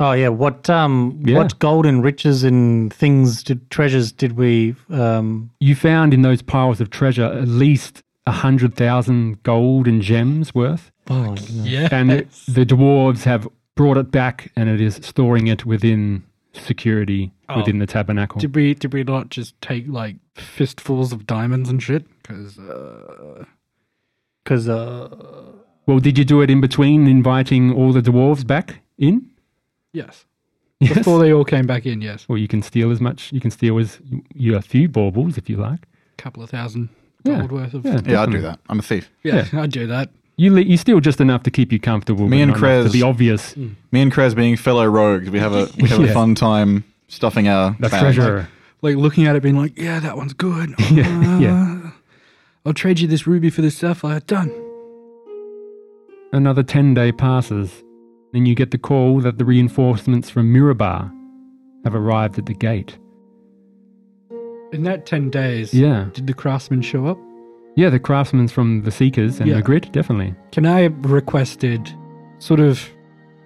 S4: Oh yeah. What um
S1: Yeah.
S4: what gold and riches and things did treasures did we um
S1: You found in those piles of treasure at least a hundred thousand gold and gems worth,
S4: oh,
S2: Yeah.
S1: and the dwarves have brought it back, and it is storing it within security
S2: Oh.
S1: within the tabernacle.
S2: Did we did we not just take like fistfuls of diamonds and shit? Because uh,
S4: because uh
S1: well, did you do it in between inviting all the dwarves back in?
S2: yes,
S1: Yes.
S2: before they all came back in, yes,
S1: well, you can steal as much. You can steal as you, you a few baubles if you like.
S2: a couple of thousand
S1: Yeah.
S2: gold worth of.
S1: Yeah,
S2: Yeah,
S5: Yeah, I'd
S1: definitely.
S5: do that. I'm a thief.
S2: I'd do that.
S1: You le- you steal just enough to keep you comfortable.
S5: Me
S1: but
S5: and
S1: not enough
S5: Krez-
S1: to be obvious.
S5: Me and Krez being fellow rogues, we have a we have
S1: Yeah.
S5: a fun time stuffing our
S1: The
S5: bags.
S1: treasurer.
S2: Like looking at it, being like, "Yeah, that one's good."
S1: Yeah, yeah.
S2: Uh, I'll trade you this ruby for this sapphire. Done.
S1: Another 10 day passes, and you get the call that the reinforcements from Mirabar have arrived at the gate.
S2: In that ten days,
S1: Yeah.
S2: Did the craftsman show up?
S1: Yeah, the craftsmen from the Seekers and
S2: Yeah.
S1: the Grid, definitely.
S2: Can I requested sort of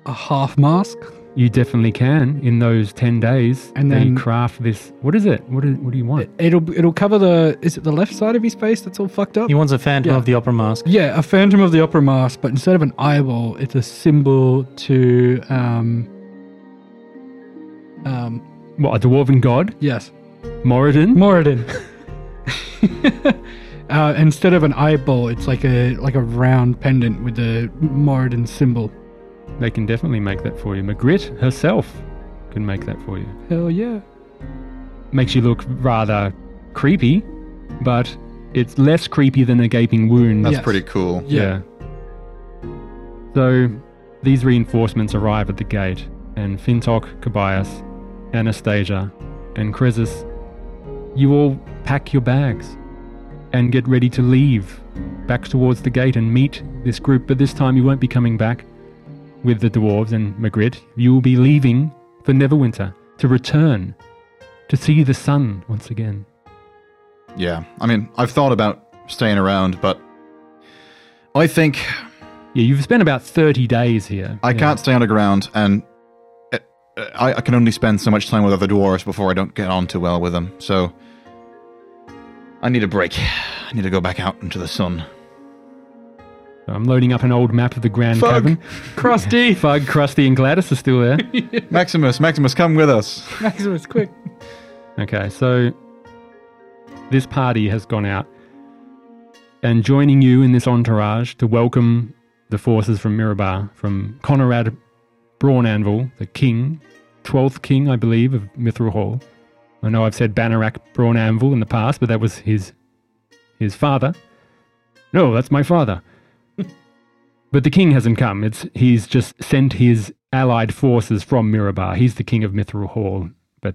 S2: a half mask?
S1: You definitely can in those 10 days.
S2: And
S1: they
S2: then-
S1: craft this. What is it? What do, what do you want?
S2: It'll it'll cover the is it the left side of his face that's all fucked up?
S4: he wants a phantom
S2: Yeah.
S4: of the opera mask.
S2: Yeah, a Phantom of the Opera mask, but instead of an eyeball, it's a symbol to um um
S1: What, a dwarven god?
S2: yes,
S1: Moradin?
S2: Moradin. uh, instead of an eyeball, it's like a like a round pendant with the Moradin symbol.
S1: They can definitely make that for you. Magritte herself can make that for you.
S2: Hell yeah!
S1: makes you look rather creepy, but it's less creepy than a gaping wound.
S5: That's
S2: Yes.
S5: pretty cool.
S2: Yeah.
S1: So these reinforcements arrive at the gate, and Fintok, Kobayas, Anastasia, and Cresus, you all pack your bags and get ready to leave back towards the gate and meet this group, but this time you won't be coming back with the dwarves and Magritte. You will be leaving for Neverwinter to return to see the sun once again.
S5: Yeah. I mean, I've thought about staying around, but I think
S1: Yeah, you've spent about 30 days here.
S5: I
S1: Yeah.
S5: can't stay underground, and it, I, I can only spend so much time with other dwarves before I don't get on too well with them. So I need a break. I need to go back out into the sun.
S1: I'm loading up an old map of the Grand
S5: Fug.
S1: Cavern.
S2: Krusty,
S1: Fug, Krusty, and Gladys are still there.
S5: Maximus, Maximus, come with us.
S2: Maximus, quick!
S1: Okay, so this party has gone out and joining you in this entourage to welcome the forces from Mirabar, from Conrad Braunanvil, the king, 12th king, I believe, of Mithril Hall. I know I've said Bannerac Braunanvil in the past, but that was his his father. No, that's my father. but the king hasn't come. It's he's just sent his allied forces from Mirabar. He's the king of Mithril Hall, but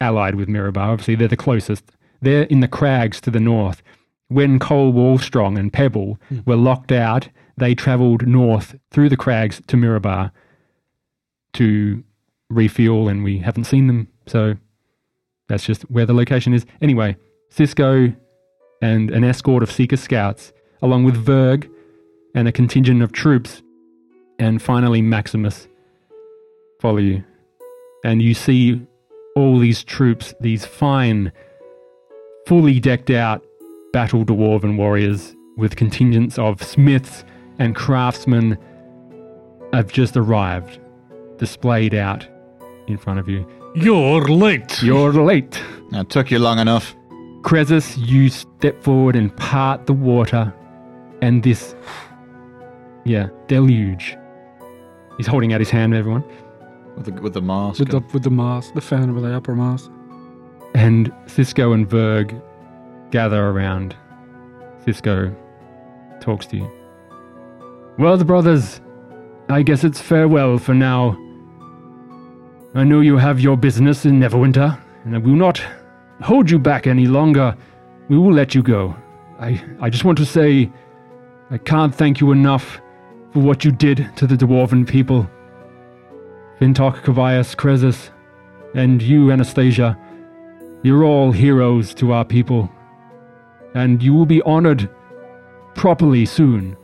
S1: allied with Mirabar. Obviously, they're the closest. They're in the crags to the north. When Cole Wallstrong and Pebble were locked out, they travelled north through the crags to Mirabar to refuel, and we haven't seen them. So that's just where the location is. Anyway, Cisco and an escort of Seeker scouts, along with Verg and a contingent of troops, and finally Maximus, follow you. And you see all these troops, these fine, fully decked out battle dwarven warriors with contingents of smiths and craftsmen have just arrived, displayed out in front of you.
S4: You're late.
S1: You're late.
S5: It took you long enough.
S1: Cresus, you step forward and part the water, and this, yeah, deluge. He's holding out his hand, everyone.
S5: With the, with the mask.
S2: With the with the mask, the Phantom of the Opera mask.
S1: And Cisco and Verg gather around. Cisco talks to you. Well, the brothers, I guess it's farewell for now. I know you have your business in Neverwinter, and I will not hold you back any longer. We will let you go. I, I just want to say I can't thank you enough for what you did to the dwarven people. Vintok, Kavias, Krezus, and you, Anastasia. You're all heroes to our people, and you will be honored properly soon.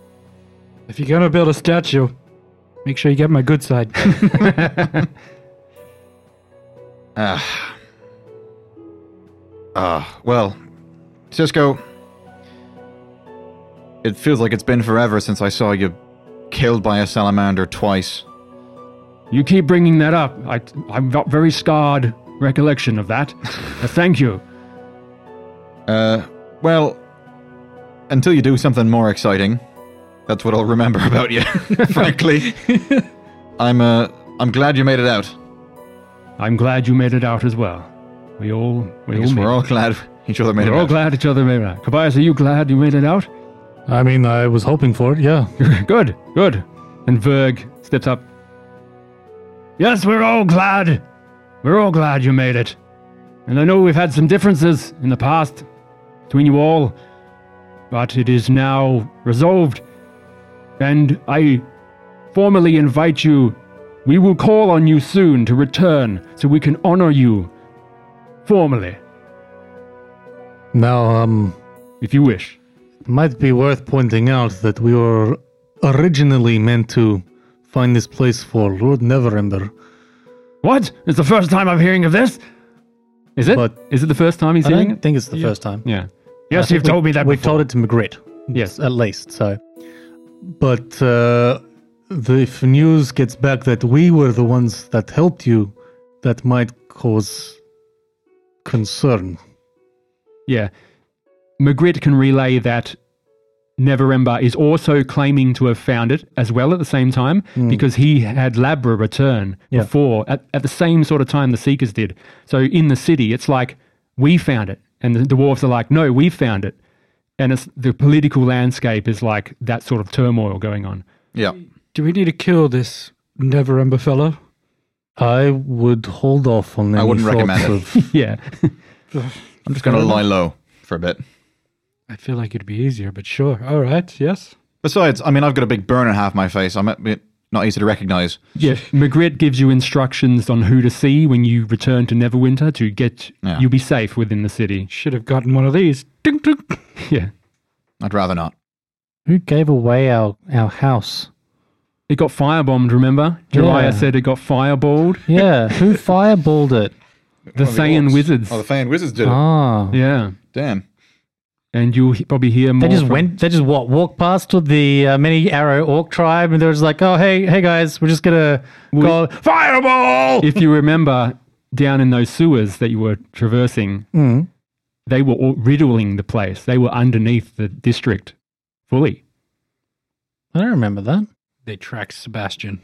S2: If you're gonna build a statue, make sure you get my good side.
S3: Ah,
S5: Ah, well, Cisco, it feels like it's been forever since I saw you killed by a salamander twice.
S1: You keep bringing that up. I, I've got very scarred recollection of that. Uh, thank you.
S5: Uh, well, until you do something more exciting, that's what I'll remember about you. frankly, I'm uh, I'm glad you made it out.
S1: I'm glad you made it out as well. We all, we
S5: I
S1: all,
S5: guess
S1: made,
S5: we're all glad each other made
S1: we're
S5: it
S1: all
S5: out.
S1: glad each other made it out. Kobayas, are you glad you made it out?
S4: I mean, I was hoping for it, yeah.
S1: good, good. And Verg steps up. Yes, we're all glad. We're all glad you made it. And I know we've had some differences in the past between you all, but it is now resolved. And I formally invite you. We will call on you soon to return so we can honor you formally,
S4: Now, um,
S1: if you wish.
S4: might be worth pointing out that we were originally meant to find this place for Lord Neverember.
S1: What? It's the first time I'm hearing of this. Is it? Is
S4: But-
S1: it the first time he's
S4: I
S1: hearing
S4: don't
S1: it?
S4: think it's the first time.
S1: Yeah.
S4: I
S1: Yes,
S4: think
S1: you've
S4: we-
S1: told me that
S4: We
S1: before.
S4: told it to McGrit.
S1: Yes.
S4: at least. So, but uh, the, if news gets back that we were the ones that helped you, that might cause concern.
S1: Yeah. Magritte can relay that Neverember is also claiming to have found it as well at the same time because he had Labra return
S4: Hmm. Yeah.
S1: before at, at the same sort of time the Seekers did. So in the city, it's like, we found it. And the dwarves are like, no, we found it. And it's the political landscape is like that sort of turmoil going on.
S5: Yeah.
S2: Do we need to kill this never ember fellow?
S4: I would hold off on. Any
S5: wouldn't
S4: thoughts
S5: recommend it.
S4: of,
S1: Yeah.
S5: I'm just gonna lie low for a bit.
S2: I feel like it'd be easier, but sure. All right. Yes.
S5: Besides, I mean, I've got a big burn on half my face. I'm a bit not easy to recognize.
S1: Yeah, Magritte gives you instructions on who to see when you return to Neverwinter to get
S5: Yeah.
S1: you'll be safe within the city.
S2: Should have gotten one of these. Ding, ding.
S1: Yeah,
S5: I'd rather not.
S4: who gave away our our house?
S1: it got firebombed. Remember, Jiraiya
S4: Yeah.
S1: said it got fireballed.
S4: Yeah, who fireballed it?
S1: The Thayan wizards.
S5: Oh, the Thayan Wizards did it.
S4: Ah,
S1: yeah,
S5: Damn.
S1: and you'll he- probably hear more.
S4: they just
S1: from-
S4: went. They just what walked past with the uh, many arrow orc tribe, and they're just like, "Oh, hey, hey guys, we're just gonna go fireball."
S1: If you remember, down in those sewers that you were traversing,
S4: Mm.
S1: they were all riddling the place. They were underneath the district fully.
S4: I don't remember that.
S2: They tracked Sebastian.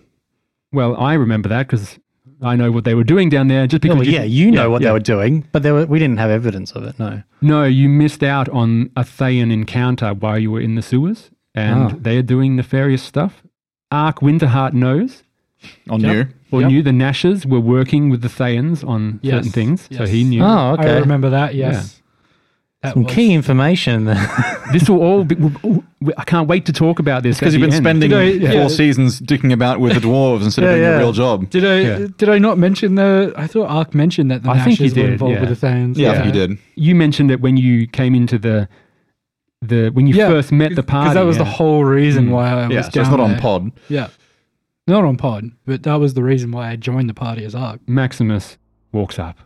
S1: Well, I remember that because I know what they were doing down there. Just because,
S4: Yeah, well,
S1: you-
S4: yeah, you know what
S1: yeah.
S4: they were doing, but they were, we didn't have evidence of it. No.
S1: No, you missed out on a Thayan encounter while you were in the sewers, and
S4: Ah.
S1: they're doing nefarious stuff. Ark Winterheart knows,
S5: On you.
S1: or
S2: Yep.
S1: knew the Nashes were working with the Thayans on
S2: Yes,
S1: certain things, so
S2: yes. Ah.
S1: he knew.
S4: Oh,
S2: I
S4: okay.
S2: remember that. Yes. That
S4: Some
S2: was-
S4: key information.
S1: This will all be. w- w- w- I can't wait to talk about this
S5: Because
S1: at
S5: you've been
S1: the end.
S5: spending
S2: Did I- yeah.
S5: four seasons dicking about with the dwarves instead
S4: Yeah,
S5: of doing
S4: yeah.
S5: your real job.
S2: Did I
S1: Yeah.
S2: did I not mention the? I thought Ark mentioned that the
S1: I think
S2: Nashes
S1: he
S2: were
S1: did,
S2: involved
S1: yeah.
S2: with the Thans.
S5: Yeah, you did.
S1: You mentioned it when you came into the the when you
S2: Yeah,
S1: first met the party.
S2: Because that was the
S1: yeah.
S2: whole reason why I was
S5: Yeah,
S2: down
S5: so it's not on
S2: there.
S5: pod.
S2: Yeah, not on pod, but that was the reason why I joined the party as Ark.
S1: Maximus walks up,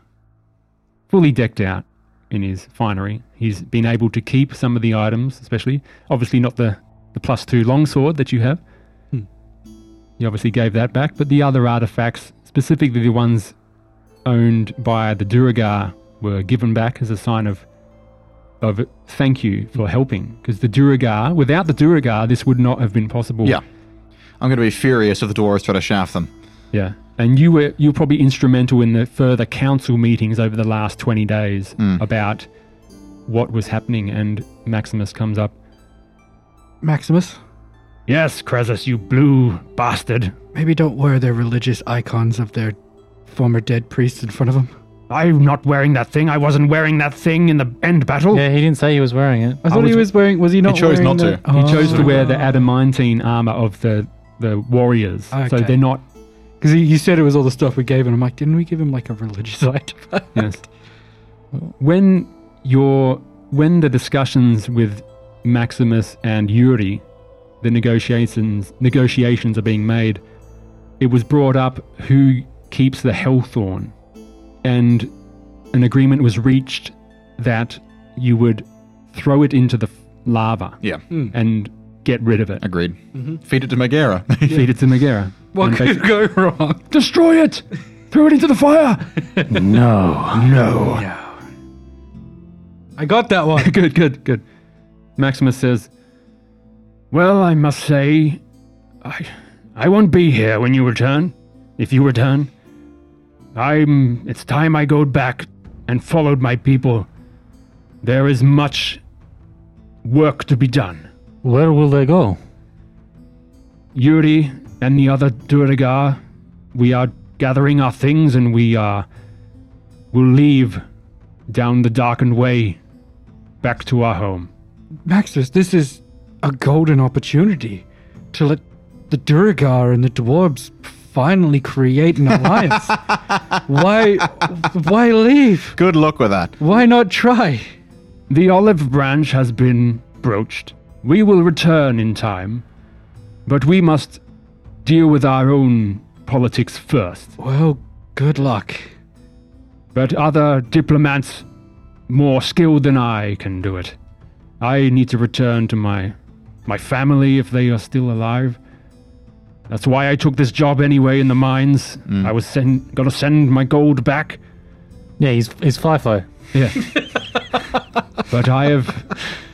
S1: fully decked out in his finery. He's been able to keep some of the items, especially obviously not the, the plus two longsword that you have. You obviously gave that back, but the other artifacts, specifically the ones owned by the Duragar, were given back as a sign of of thank you for helping. Because the Duragar, without the Duragar, this would not have been possible.
S5: Yeah. I'm going to be furious if the dwarves try to shaft them.
S1: Yeah. And you were you were probably instrumental in the further council meetings over the last 20 days about what was happening and Maximus comes up.
S2: Maximus,
S1: Yes, Krezus, you blue bastard.
S2: Maybe don't wear their religious icons of their former dead priest in front of them.
S1: I'm not wearing that thing. I wasn't wearing that thing in the end battle.
S4: Yeah, he didn't say he was wearing it.
S2: I thought he was wearing. Was he not?
S5: chose
S2: wearing
S5: not
S2: the-
S5: to.
S1: He chose to wear the
S2: Oh.
S1: adamantine armor of the the warriors, so
S2: Okay.
S1: they're not.
S2: Because he, he said it was all the stuff we gave him. I'm like, didn't we give him like a religious item?
S1: Yes. When your when the discussions with Maximus and Yuri, the negotiations negotiations are being made, it was brought up who keeps the Hellthorn, and an agreement was reached that you would throw it into the f- lava
S5: Yeah.
S1: and get rid of it.
S5: Agreed. Feed it to Megara.
S1: Feed it to Megara.
S2: what
S1: And
S2: could
S1: basi-
S2: go wrong?
S1: Destroy it! Throw it into the fire! no. No.
S2: I got that one.
S1: good, good, good. Maximus says, Well, I must say, I, I won't be here when you return. If you return, I'm. It's time I go back and followed my people. There is much work to be done.
S4: Where will they go?
S1: Yuri and the other Duragar, we are gathering our things and we are will leave down the darkened way back to our home.
S2: Maxus, this is a golden opportunity to let the Duragar and the dwarves finally create an alliance. why, why leave?
S5: Good luck with that.
S2: Why not try?
S1: The olive branch has been broached. We will return in time, but we must deal with our own politics first.
S2: Well, good luck.
S1: But other diplomats more skilled than I can do it. I need to return to my my family if they are still alive. That's why I took this job anyway in the mines. I was send, gotta send my gold back.
S4: Yeah, he's he's FIFO.
S1: Yeah. but I have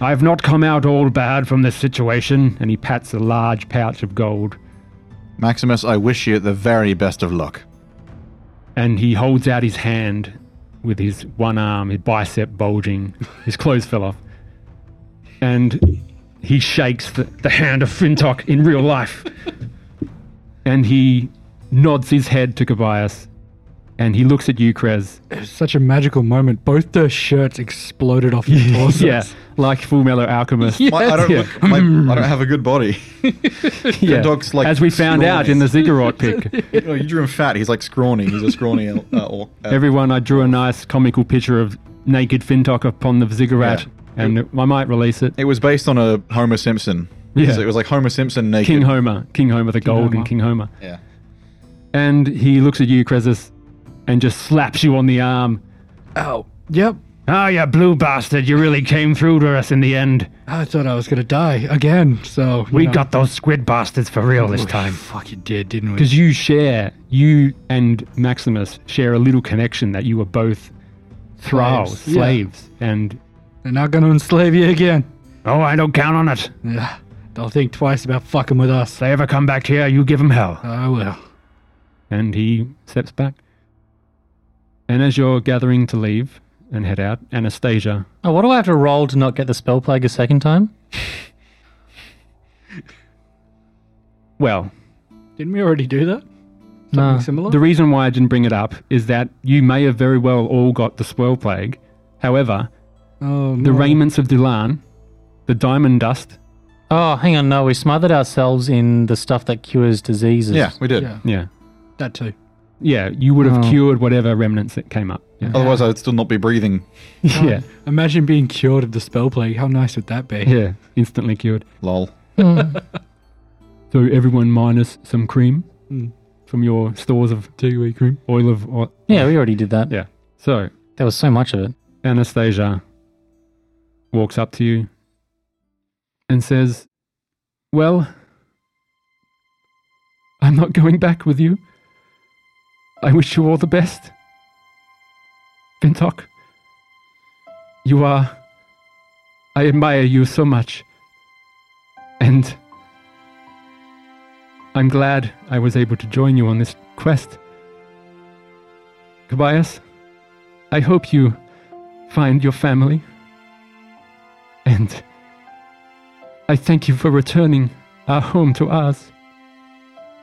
S1: I have not come out all bad from this situation, and he pats a large pouch of gold
S5: Maximus, I wish you the very best of luck.
S1: and he holds out his hand with his one arm, his bicep bulging. His clothes fell off. And he shakes the, the hand of Fintok in real life. and he nods his head to Kobayas and he looks at you, Krez.
S2: Such a magical moment. Both their shirts exploded off their torsos.
S1: Yeah, like Full Mellow Alchemist.
S5: My- I, don't
S1: yeah.
S5: look- my- I don't have a good body.
S1: Yeah.
S5: dog's, like,
S1: As we found out in the ziggurat pic.
S5: you, know, Oh, you drew him fat. He's like scrawny. He's a scrawny uh, orc. Uh,
S1: Everyone, I drew a nice comical picture of naked Fintok upon the ziggurat, and I might release it.
S5: it was based on a Homer Simpson.
S1: Yeah.
S5: So it was like Homer Simpson naked.
S1: King Homer, King Homer the golden
S2: Homer.
S1: King Homer.
S5: Yeah.
S1: And he looks at you, Cresus, and just slaps you on the arm. Oh.
S2: Ow. Yep.
S1: Ah, you blue bastard, you really came through to us in the end.
S2: I thought I was gonna die again. So you
S1: We
S2: know.
S1: got those squid bastards for real this time.
S2: Fuck, you did, didn't we?
S1: Because you share, you and Maximus share a little connection that you were both thralls,
S2: Slaves, yeah.
S1: slaves. And,
S2: They're not gonna enslave you again.
S1: oh, I don't count on it.
S2: Yeah. Don't think twice about fucking with
S1: If
S2: us. Oh,
S1: they ever come back here, you give them hell.
S2: I will.
S1: And he steps back. And as you're gathering to leave and head out, Anastasia
S4: Oh, what do I have to roll to not get the spell plague a second time?
S1: Well,
S2: Didn't we already do that?
S4: No.
S2: Similar.
S1: the reason why I didn't bring it up is that you may have very well all got the swirl plague. However,
S2: oh,
S1: the
S2: no.
S1: raiments of Dilan, the diamond dust,
S4: Oh, hang on. No, we smothered ourselves in the stuff that cures diseases.
S5: Yeah, we did.
S2: Yeah,
S1: yeah,
S2: that too.
S1: yeah, you would have
S4: Oh.
S1: cured whatever remnants that came up. Yeah,
S5: Otherwise, I'd still not be breathing.
S1: yeah,
S2: Imagine being cured of the spell plague. How nice would that be?
S1: yeah, instantly cured.
S5: Lol.
S1: So everyone minus some cream
S2: Mm.
S1: from your stores of
S2: Takeaway cream.
S1: oil of. o-
S4: Yeah, we already did that.
S1: Yeah. So
S4: There was so much of it.
S1: Anastasia walks up to you and says, Well, I'm not going back with you. I wish you all the best. Vintok, you are. I admire you so much. And I'm glad I was able to join you on this quest. Kobayas, I hope you find your family. And I thank you for returning. are home to us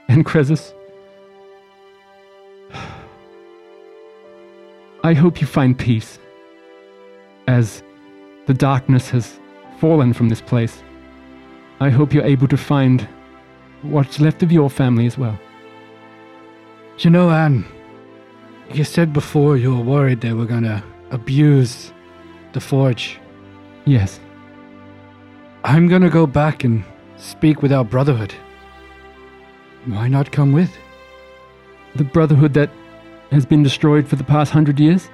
S1: and Cresus. I hope you find peace as the darkness has fallen from this place. I hope you're able to find what's left of your family as well.
S2: You know, Anne, you said before you were worried they were gonna abuse the forge.
S1: Yes.
S2: I'm gonna go back and speak with our brotherhood. Why not come with?
S1: The brotherhood that has been destroyed for the past hundred years.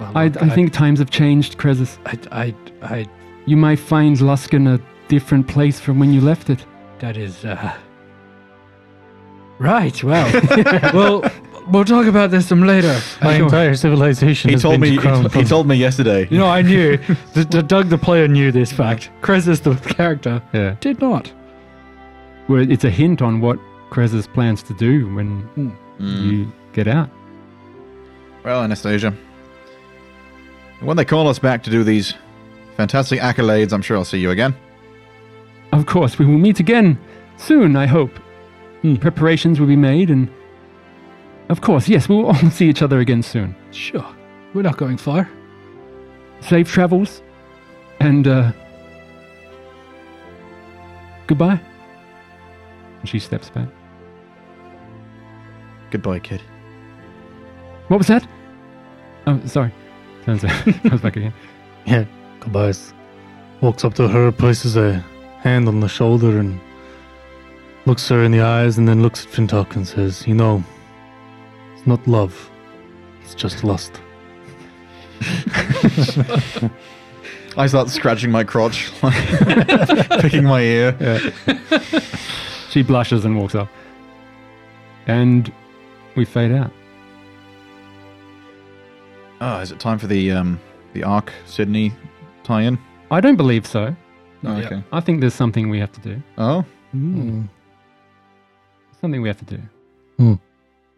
S2: Well,
S1: I,
S2: look,
S1: I think times have changed, Cresus.
S2: I, I, I,
S1: You might find Luskin a different place from when you left it.
S2: that is, uh. Right, well. well, we'll talk about this some later.
S4: My entire civilization
S5: He
S4: has
S5: told
S4: been
S5: me. He,
S4: dethroned
S5: he
S4: from-
S5: told me yesterday.
S2: You know, I knew. the, the Doug the player knew this fact. Krezus the character
S1: Yeah.
S2: did not.
S1: Well, it's a hint on what Krezus plans to do when you get out.
S5: Well, Anastasia, when they call us back to do these fantastic accolades, I'm sure I'll see you again.
S1: Of course, we will meet again soon, I hope. Preparations will be made, and of course, yes, we'll all see each other again soon.
S2: Sure, we're not going far.
S1: Safe travels, and uh, goodbye. And she steps back.
S5: Goodbye, kid.
S1: What was that? Oh, sorry. Turns out, comes back again.
S4: Yeah, goodbyes. Walks up to her, places a hand on the shoulder, and looks her in the eyes, and then looks at Fintok and says, "You know, it's not love; it's just lust."
S5: I start scratching my crotch, like, picking my ear.
S1: She blushes and walks up. And we fade out.
S5: Ah, is it time for the um, the Arc Sydney tie-in?
S1: I don't believe so.
S5: Oh,
S2: yet.
S5: okay.
S1: I think there's something we have to do.
S5: Oh,
S1: Something we have to do.
S4: Hmm.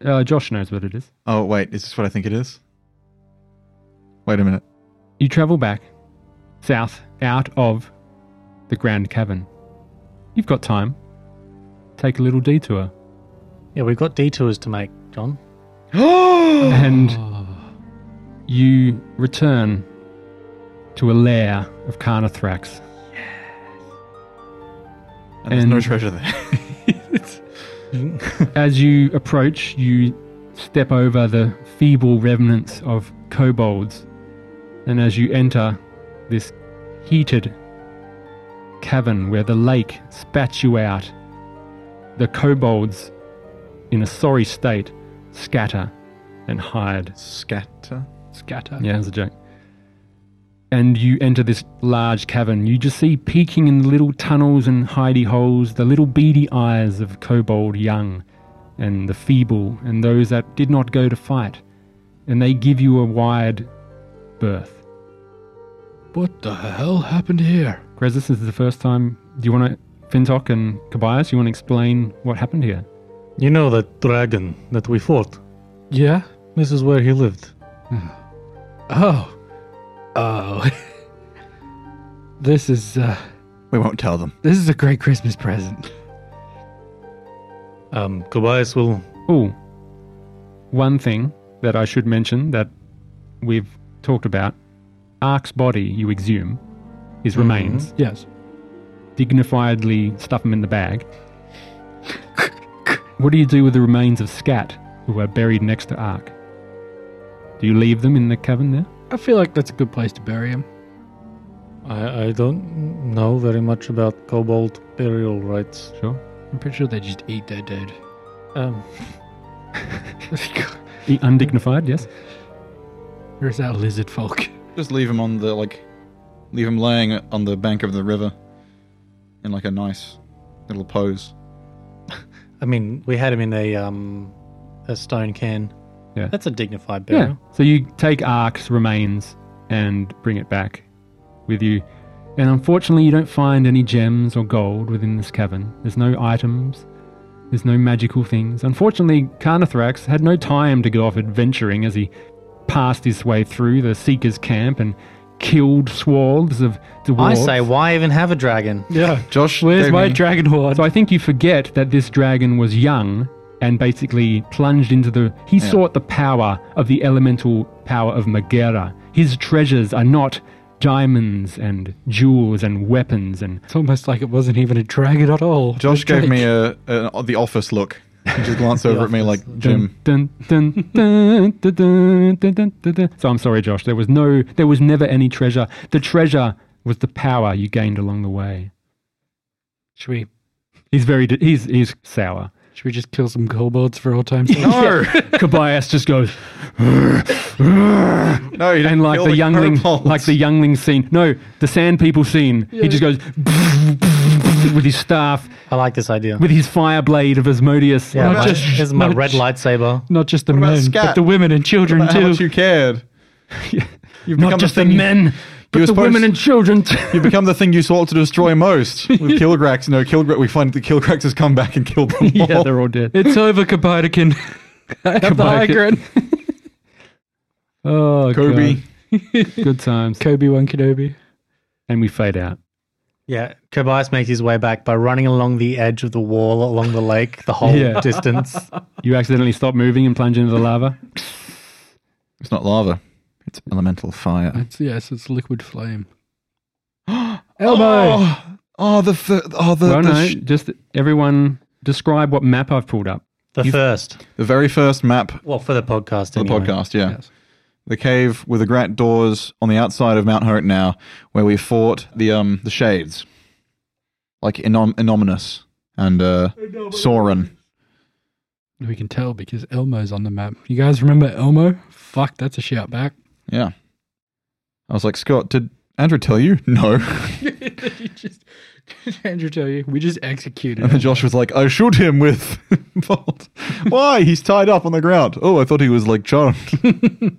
S1: Uh, Josh knows what it is.
S5: oh, wait. Is this what I think it is? Wait a minute.
S1: You travel back south out of the Grand Cavern. You've got time. Take a little detour.
S4: Yeah, we've got detours to make, John.
S1: And you return to a lair of Carnathrax.
S5: And there's no
S1: And-
S5: treasure there.
S1: As you approach, you step over the feeble remnants of kobolds, and as you enter this heated cavern where the lake spats you out, the kobolds, in a sorry state, scatter and hide.
S5: Scatter.
S2: Scatter.
S1: Yeah, it was a joke. And you enter this large cavern. You just see peeking in little tunnels and hidey holes the little beady eyes of kobold young and the feeble and those that did not go to fight. And they give you a wide berth.
S2: What the hell happened here?
S1: Grez, this is the first time. Do you want to, Fintok and Kobayas, you want to explain what happened here?
S4: You know that dragon that we fought.
S2: Yeah.
S4: This is where he lived.
S2: Oh. Oh. this is uh,
S5: We won't tell them.
S2: this is a great Christmas present.
S4: Um, Kobayas will.
S1: Oh, one thing that I should mention that we've talked about Ark's body, you exhume, his remains,
S2: Yes.
S1: dignifiedly stuff him in the bag. what do you do with the remains of Scat, who are buried next to Ark? Do you leave them in the cavern there?
S2: I feel like that's a good place to bury him.
S4: I, I don't know very much about kobold burial rites.
S1: Sure.
S2: I'm pretty sure they just eat their dead.
S4: Um,
S1: E- Undignified, yes?
S2: or is that lizard folk?
S5: Just leave him on the like, leave him laying on the bank of the river, in like a nice little pose.
S4: I mean, we had him in a um, a stone can.
S1: Yeah.
S4: That's a dignified
S1: Yeah.
S4: burial.
S1: So you take Ark's remains and bring it back with you. And unfortunately, you don't find any gems or gold within this cavern. There's no items. There's no magical things. Unfortunately, Carnathrax had no time to go off adventuring as he passed his way through the Seeker's camp and killed swaths of
S4: I
S1: dwarves.
S4: say, why even have a dragon?
S2: Yeah.
S5: Josh,
S2: Where's
S5: gave
S2: my
S5: me-
S2: dragon horde?
S1: So I think you forget that this dragon was young and basically plunged into the. He sought the power of the elemental power of Megara. His treasures are not diamonds and jewels and weapons and
S2: It's almost like it wasn't even a dragon at all.
S5: Josh gave me a, a the office look. He just glanced over at me like Jim.
S1: Dun, dun, dun, dun, dun, dun, dun, dun, dun. So I'm sorry, Josh. There was no, there was never any treasure. The treasure was the power you gained along the way.
S2: Should we
S1: He's very, di- he's he's sour.
S2: should we just kill some kobolds for all time's sake?
S1: No, Kobayas just goes
S5: No, you
S1: and like the youngling, like the youngling scene. No, the sand people scene. He just goes with his staff,
S4: I like this idea.
S1: with his fire blade of Asmodeus.
S4: yeah,
S2: not
S4: my,
S2: just-
S4: here's my
S2: not
S4: red
S2: just-
S4: lightsaber.
S2: Not just the
S5: about
S2: men,
S5: Scat?
S2: but the women and children
S5: How much
S2: too.
S5: you cared. You've become
S1: Not just the
S5: thing you-
S1: men,
S5: were
S1: but the women
S5: supposed-
S1: and children. too.
S5: You've become the thing you sought to destroy most with Kilgrax. No, Kilgrax. We find that Kilgrax has come back and killed them all.
S1: yeah, they're all dead.
S2: It's over, Kabaidakin. I have the
S1: Kabaidakin.
S2: high ground.
S1: Oh,
S5: Kobe.
S1: God. good times.
S2: Kobe One Kenobi.
S1: And we fade out.
S4: Yeah, Kobayas makes his way back by running along the edge of the wall along the lake the whole
S1: Yeah.
S4: distance.
S1: You accidentally stop moving and plunge into the lava.
S5: It's not lava. It's elemental fire.
S2: It's, yes, it's liquid flame. Elmo!
S5: Oh, oh, the fir- oh the
S1: well,
S5: the,
S1: no,
S5: sh-
S1: just everyone describe what map I've pulled up.
S4: The first.
S5: the very first map
S4: Well, for the podcast.
S5: of the
S4: anyway.
S5: podcast. Yeah,
S2: Yes.
S5: the cave with the great doors on the outside of Mount Hope now, where we fought the um the shades, like Inom- Innominus and uh, Sauron.
S2: We can tell because Elmo's on the map. You guys remember Elmo? Fuck, that's a shout back.
S5: Yeah, I was like Scott. Did Andrew tell you? No.
S2: you just, Andrew tell you, we just executed
S5: And then Josh was like, I shoot him with bolt. Why? He's tied up on the ground. Oh, I thought he was like charmed.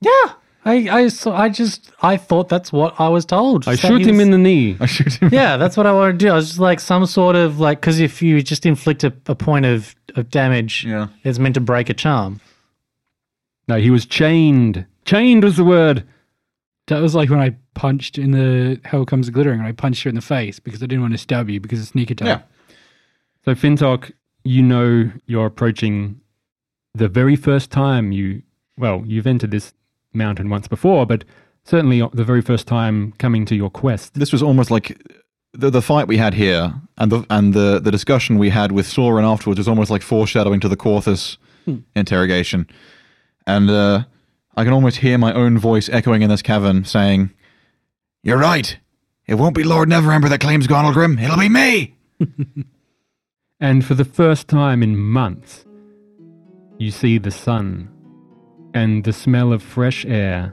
S4: Yeah. I, I, saw, I just, I thought that's what I was told.
S1: I shoot him in the knee.
S5: I shoot him.
S4: Yeah, that's what I want to do. I was just like some sort of like, because if you just inflict a, a point of, of damage,
S5: Yeah.
S4: it's meant to break a charm.
S1: No, he was chained. Chained was the word.
S2: That was like when I punched in the Hell Comes the Glittering and I punched you in the face because I didn't want to stab you because it's sneak attack.
S5: Yeah.
S1: So, Fintok, you know you're approaching the very first time you, well, you've entered this mountain once before, but certainly the very first time coming to your quest.
S5: This was almost like the, the fight we had here and the and the, the discussion we had with Sauron afterwards was almost like foreshadowing to the Corthus interrogation. And uh, I can almost hear my own voice echoing in this cavern saying,
S6: You're right. It won't be Lord Neverember that claims Gronalgrim. It'll be me.
S1: And for the first time in months, you see the sun and the smell of fresh air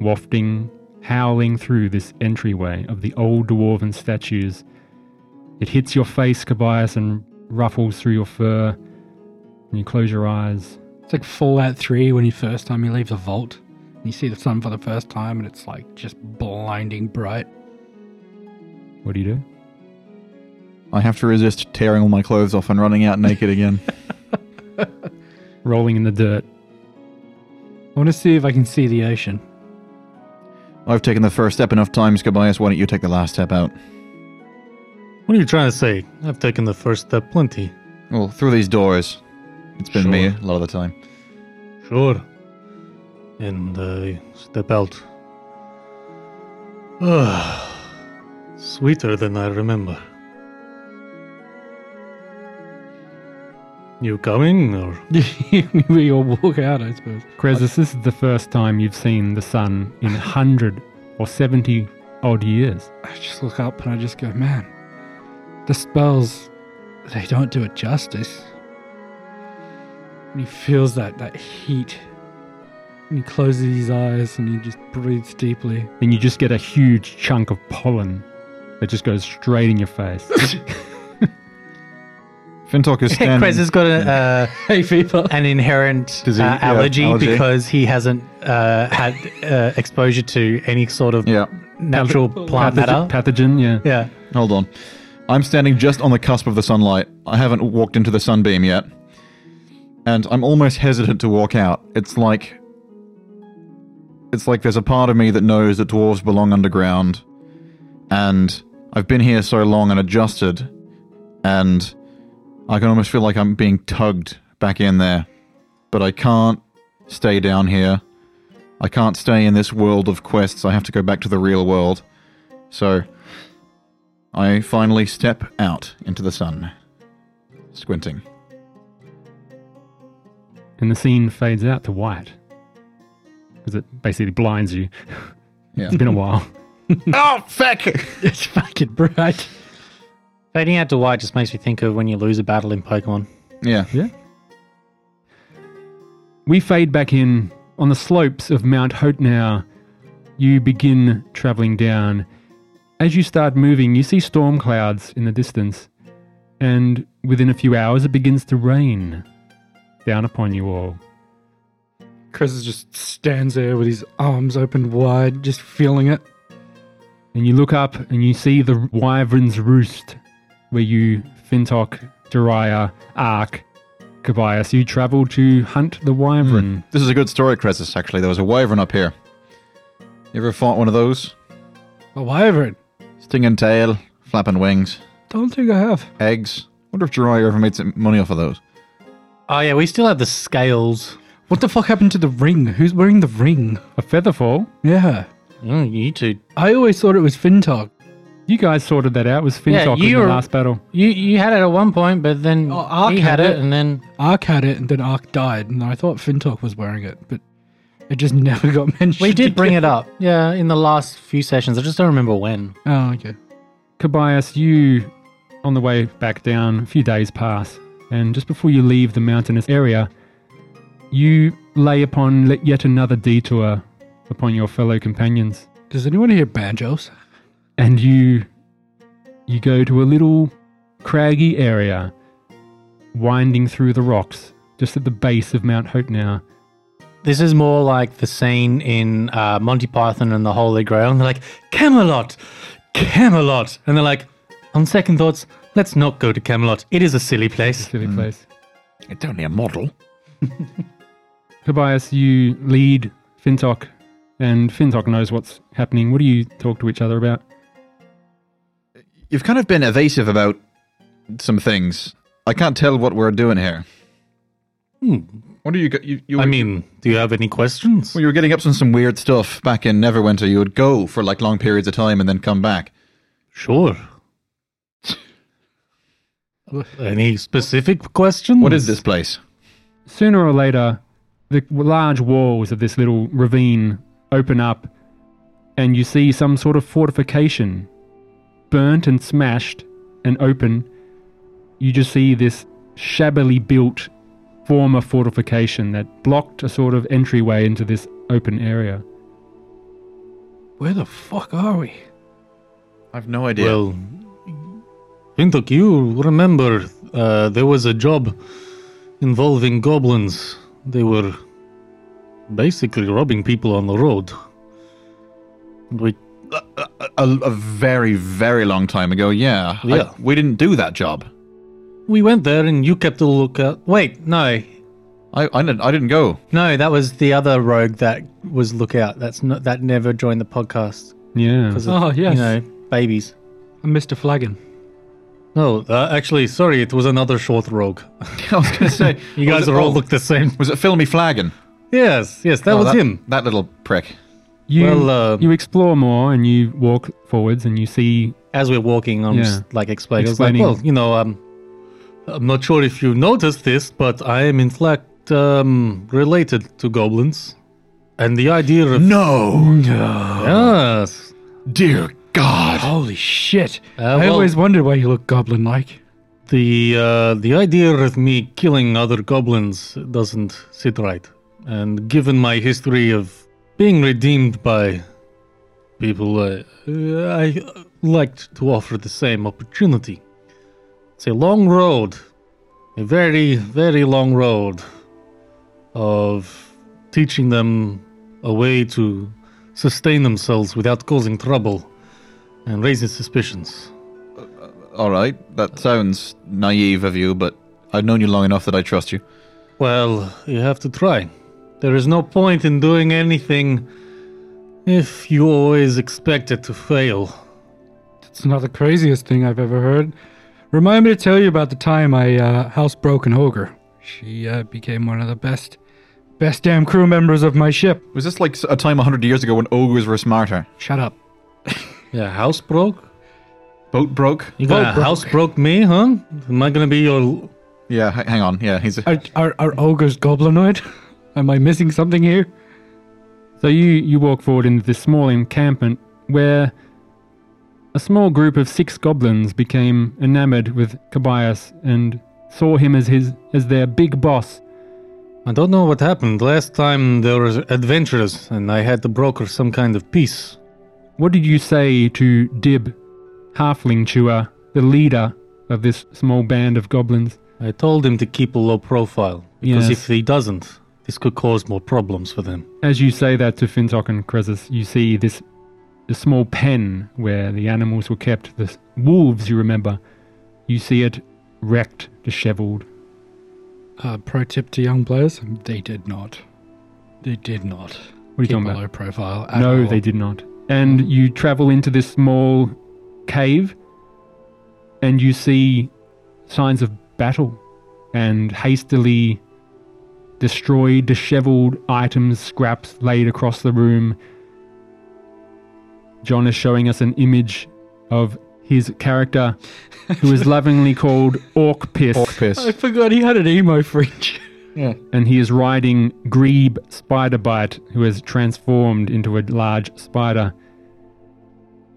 S1: wafting, howling through this entryway of the old dwarven statues. It hits your face, Cobias, and ruffles through your fur. And you close your eyes.
S2: It's like Fallout 3 when you first time you leave the vault and you see the sun for the first time and it's like just blinding bright.
S1: What do you do?
S5: I have to resist tearing all my clothes off and running out naked again.
S1: Rolling in the dirt.
S2: I want to see if I can see the ocean.
S5: I've taken the first step enough times, Gobias. Why don't you take the last step out?
S4: What are you trying to say? I've taken the first step plenty.
S5: Well, through these doors. It's been me
S4: Sure.
S5: a lot of the time.
S4: Sure. And uh, step out. Ah, sweeter than I remember. You coming or
S2: we all walk out, I suppose.
S1: Krezus, this is the first time you've seen the sun in 100 or 70 odd years.
S2: I just look up and I just go, man, the spells, they don't do it justice. And he feels that, that heat. And he closes his eyes and he just breathes deeply.
S1: then you just get a huge chunk of pollen that just goes straight in your face.
S5: Fintok is standing.
S4: Chris has got a, uh,
S2: Hey, fever.
S4: an inherent
S5: Disease,
S4: uh,
S5: yeah,
S4: allergy,
S5: allergy.
S4: because he hasn't uh, had uh, exposure to any sort of
S5: yeah,
S4: natural
S1: pathogen,
S4: plant matter.
S1: pathogen, yeah.
S4: Yeah.
S5: hold on. I'm standing just on the cusp of the sunlight. I haven't walked into the sunbeam yet. And I'm almost hesitant to walk out. It's like it's like there's a part of me that knows that dwarves belong underground, and I've been here so long and adjusted, and I can almost feel like I'm being tugged back in there, but I can't stay down here. I can't stay in this world of quests. I have to go back to the real world. So I finally step out into the sun, squinting.
S1: and the scene fades out to white because it basically blinds you.
S5: Yeah.
S1: It's been a while.
S5: oh, fuck!
S2: It's fucking bright.
S4: Fading out to white just makes me think of when you lose a battle in Pokemon.
S5: Yeah.
S1: We fade back in on the slopes of Mount Hotnau. You begin traveling down. As you start moving, you see storm clouds in the distance, and within a few hours, it begins to rain down upon you all.
S2: Chris just stands there with his arms open wide, just feeling it.
S1: And you look up and you see the Wyvern's Roost, where you, Fintok, Daria, Ark, Kabias, you travel to hunt the Wyvern.
S5: Hmm. This is a good story, Cresus, actually. There was a wyvern up here. You ever fought one of those?
S2: A wyvern.
S5: Stinging tail, flapping wings,
S2: Don't think I have.
S5: eggs. Wonder if Jiraiya ever made some money off of those.
S4: Oh yeah, we still have the scales.
S2: What the fuck happened to the ring? Who's wearing the ring?
S4: Hmm.
S1: A Featherfall?
S2: Yeah.
S4: Mm, you two,
S2: I always thought it was Fintok.
S1: You guys sorted that out. It was
S4: Yeah,
S1: Fintok in
S4: you
S1: the
S4: were-
S1: last battle.
S4: you you had it at one point, but then
S2: Oh, Ark
S4: he had
S2: had it.
S4: it, and then
S2: Ark had it, and then Ark died, and I thought Fintok was wearing it, but it just never got mentioned.
S4: we did bring it up. Yeah, in the last few sessions, I just don't remember when.
S2: Oh, okay.
S1: Kobayas, you, on the way back down, a few days pass, and just before you leave the mountainous area, you lay upon le- yet another detour upon your fellow companions,
S2: Does anyone hear banjos?
S1: and you you go to a little craggy area, winding through the rocks, just at the base of Mount Hope now.
S4: This is more like the scene in uh, Monty Python and the Holy Grail. And they're like, Camelot, Camelot. And they're like, on second thoughts, let's not go to Camelot. It is a silly place.
S1: Silly place.
S6: It's only a model.
S1: Kobayas, you lead Fintok, and Fintok knows what's happening. What do you talk to each other about?
S5: You've kind of been evasive about some things. I can't tell what we're doing here.
S6: Hmm.
S5: What are you, go- you, you
S4: I mean, do you have any questions?
S5: Well, you were getting up to some weird stuff back in Neverwinter. You would go for like long periods of time and then come back.
S4: Sure. any specific questions?
S6: Hmm.
S5: What is this place?
S1: sooner or later, the large walls of this little ravine open up, and you see some sort of fortification, burnt and smashed and open. You just see this shabbily built former fortification that blocked a sort of entryway into this open area.
S2: Where the fuck are we?
S5: I've no idea.
S4: Well, Vintok, you remember uh, there was a job involving goblins. They were basically robbing people on the road. We,
S5: a, a very, very long time ago, yeah. I-
S4: Yeah.
S5: we didn't do that job.
S4: we went there and you kept a lookout. Wait, no.
S5: I, I, didn't, I didn't go.
S4: No, that was the other rogue that was lookout. That's not that never joined the podcast
S1: Yeah.
S4: because of
S2: Oh, yes.
S4: you know babies.
S2: I'm Mr. Flagon.
S4: No, uh, actually, sorry, it was another short rogue.
S5: I was going to say.
S4: You guys
S5: was it-
S4: are all
S5: oh,
S4: look the same.
S5: Was it Filmy Flagon?
S4: Yes, yes, that
S5: Oh,
S4: was
S5: that,
S4: him.
S5: That little prick.
S1: You,
S4: Well, uh,
S1: you explore more and you walk forwards and you see
S4: as we're walking, I'm
S1: Yeah.
S4: just like explaining. It's like,
S1: Explaining.
S4: well, you know, um, I'm not sure if you noticed this, but I am in fact um, related to goblins, and the idea of
S6: No,
S4: yes,
S6: dear God.
S2: Holy shit.
S4: Uh,
S2: I
S4: well-
S2: always wondered why you look goblin like.
S4: the uh, the idea of me killing other goblins doesn't sit right, and given my history of being redeemed by people, I, I liked to offer the same opportunity. It's a long road, a very very long road of teaching them a way to sustain themselves without causing trouble and raising suspicions.
S5: All right. That sounds naive of you, but I've known you long enough that I trust you.
S4: Well, you have to try. There is no point in doing anything If you always expect it to fail,
S2: It's not the craziest thing I've ever heard. Remind me to tell you about the time I uh, housebroke an ogre. She uh, became one of the best, best damn crew members of my ship.
S5: Was this like a time 100 years ago when ogres were smarter?
S2: Shut up.
S4: your house broke?
S5: Boat broke?
S4: You gonna
S2: broke.
S4: house broke me, huh? Am I gonna be your
S5: Yeah, h- hang on. Yeah, he's.
S2: Are, are, are ogres goblinoid? Am I missing something here?
S1: So you, you walk forward into this small encampment where a small group of six goblins became enamored with Cobias and saw him as his as their big boss.
S4: I don't know what happened. Last time there were adventures, and I had to broker some kind of peace.
S1: What did you say to Dib, halfling chewer, the leader of this small band of goblins?
S4: I told him to keep a low profile, because
S1: Yes.
S4: if he doesn't, this could cause more problems for them.
S1: As you say that to Fintok and Krezus, you see this the small pen where the animals were kept, the s- wolves you remember. You see it wrecked, disheveled.
S2: Uh, pro tip to young players: they did not. They did not
S1: What are you
S2: keep a
S1: talking about?
S2: low profile. At
S1: No,
S2: all.
S1: they did not. And you travel into this small cave and you see signs of battle and hastily destroyed, disheveled items, scraps laid across the room. John is showing us an image of his character who is lovingly called Orc Piss
S5: Orc piss.
S2: I forgot he had an emo fringe.
S1: and he is riding Grebe Spiderbite, who has transformed into a large spider.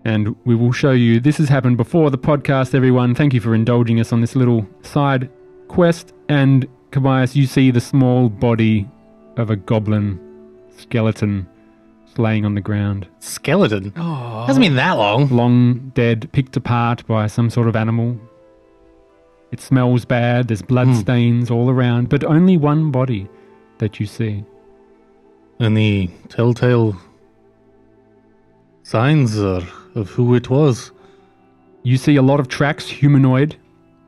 S1: And we will show you this has happened before the podcast, everyone. Thank you for indulging us on this little side quest. And Kobayas, you see the small body of a goblin skeleton laying on the ground,
S4: Skeleton? Hasn't been that long.
S1: long dead, picked apart by some sort of animal. It smells bad, there's blood stains all around, but only one body that you see.
S4: Any telltale signs or of who it was?
S1: You see a lot of tracks, humanoid,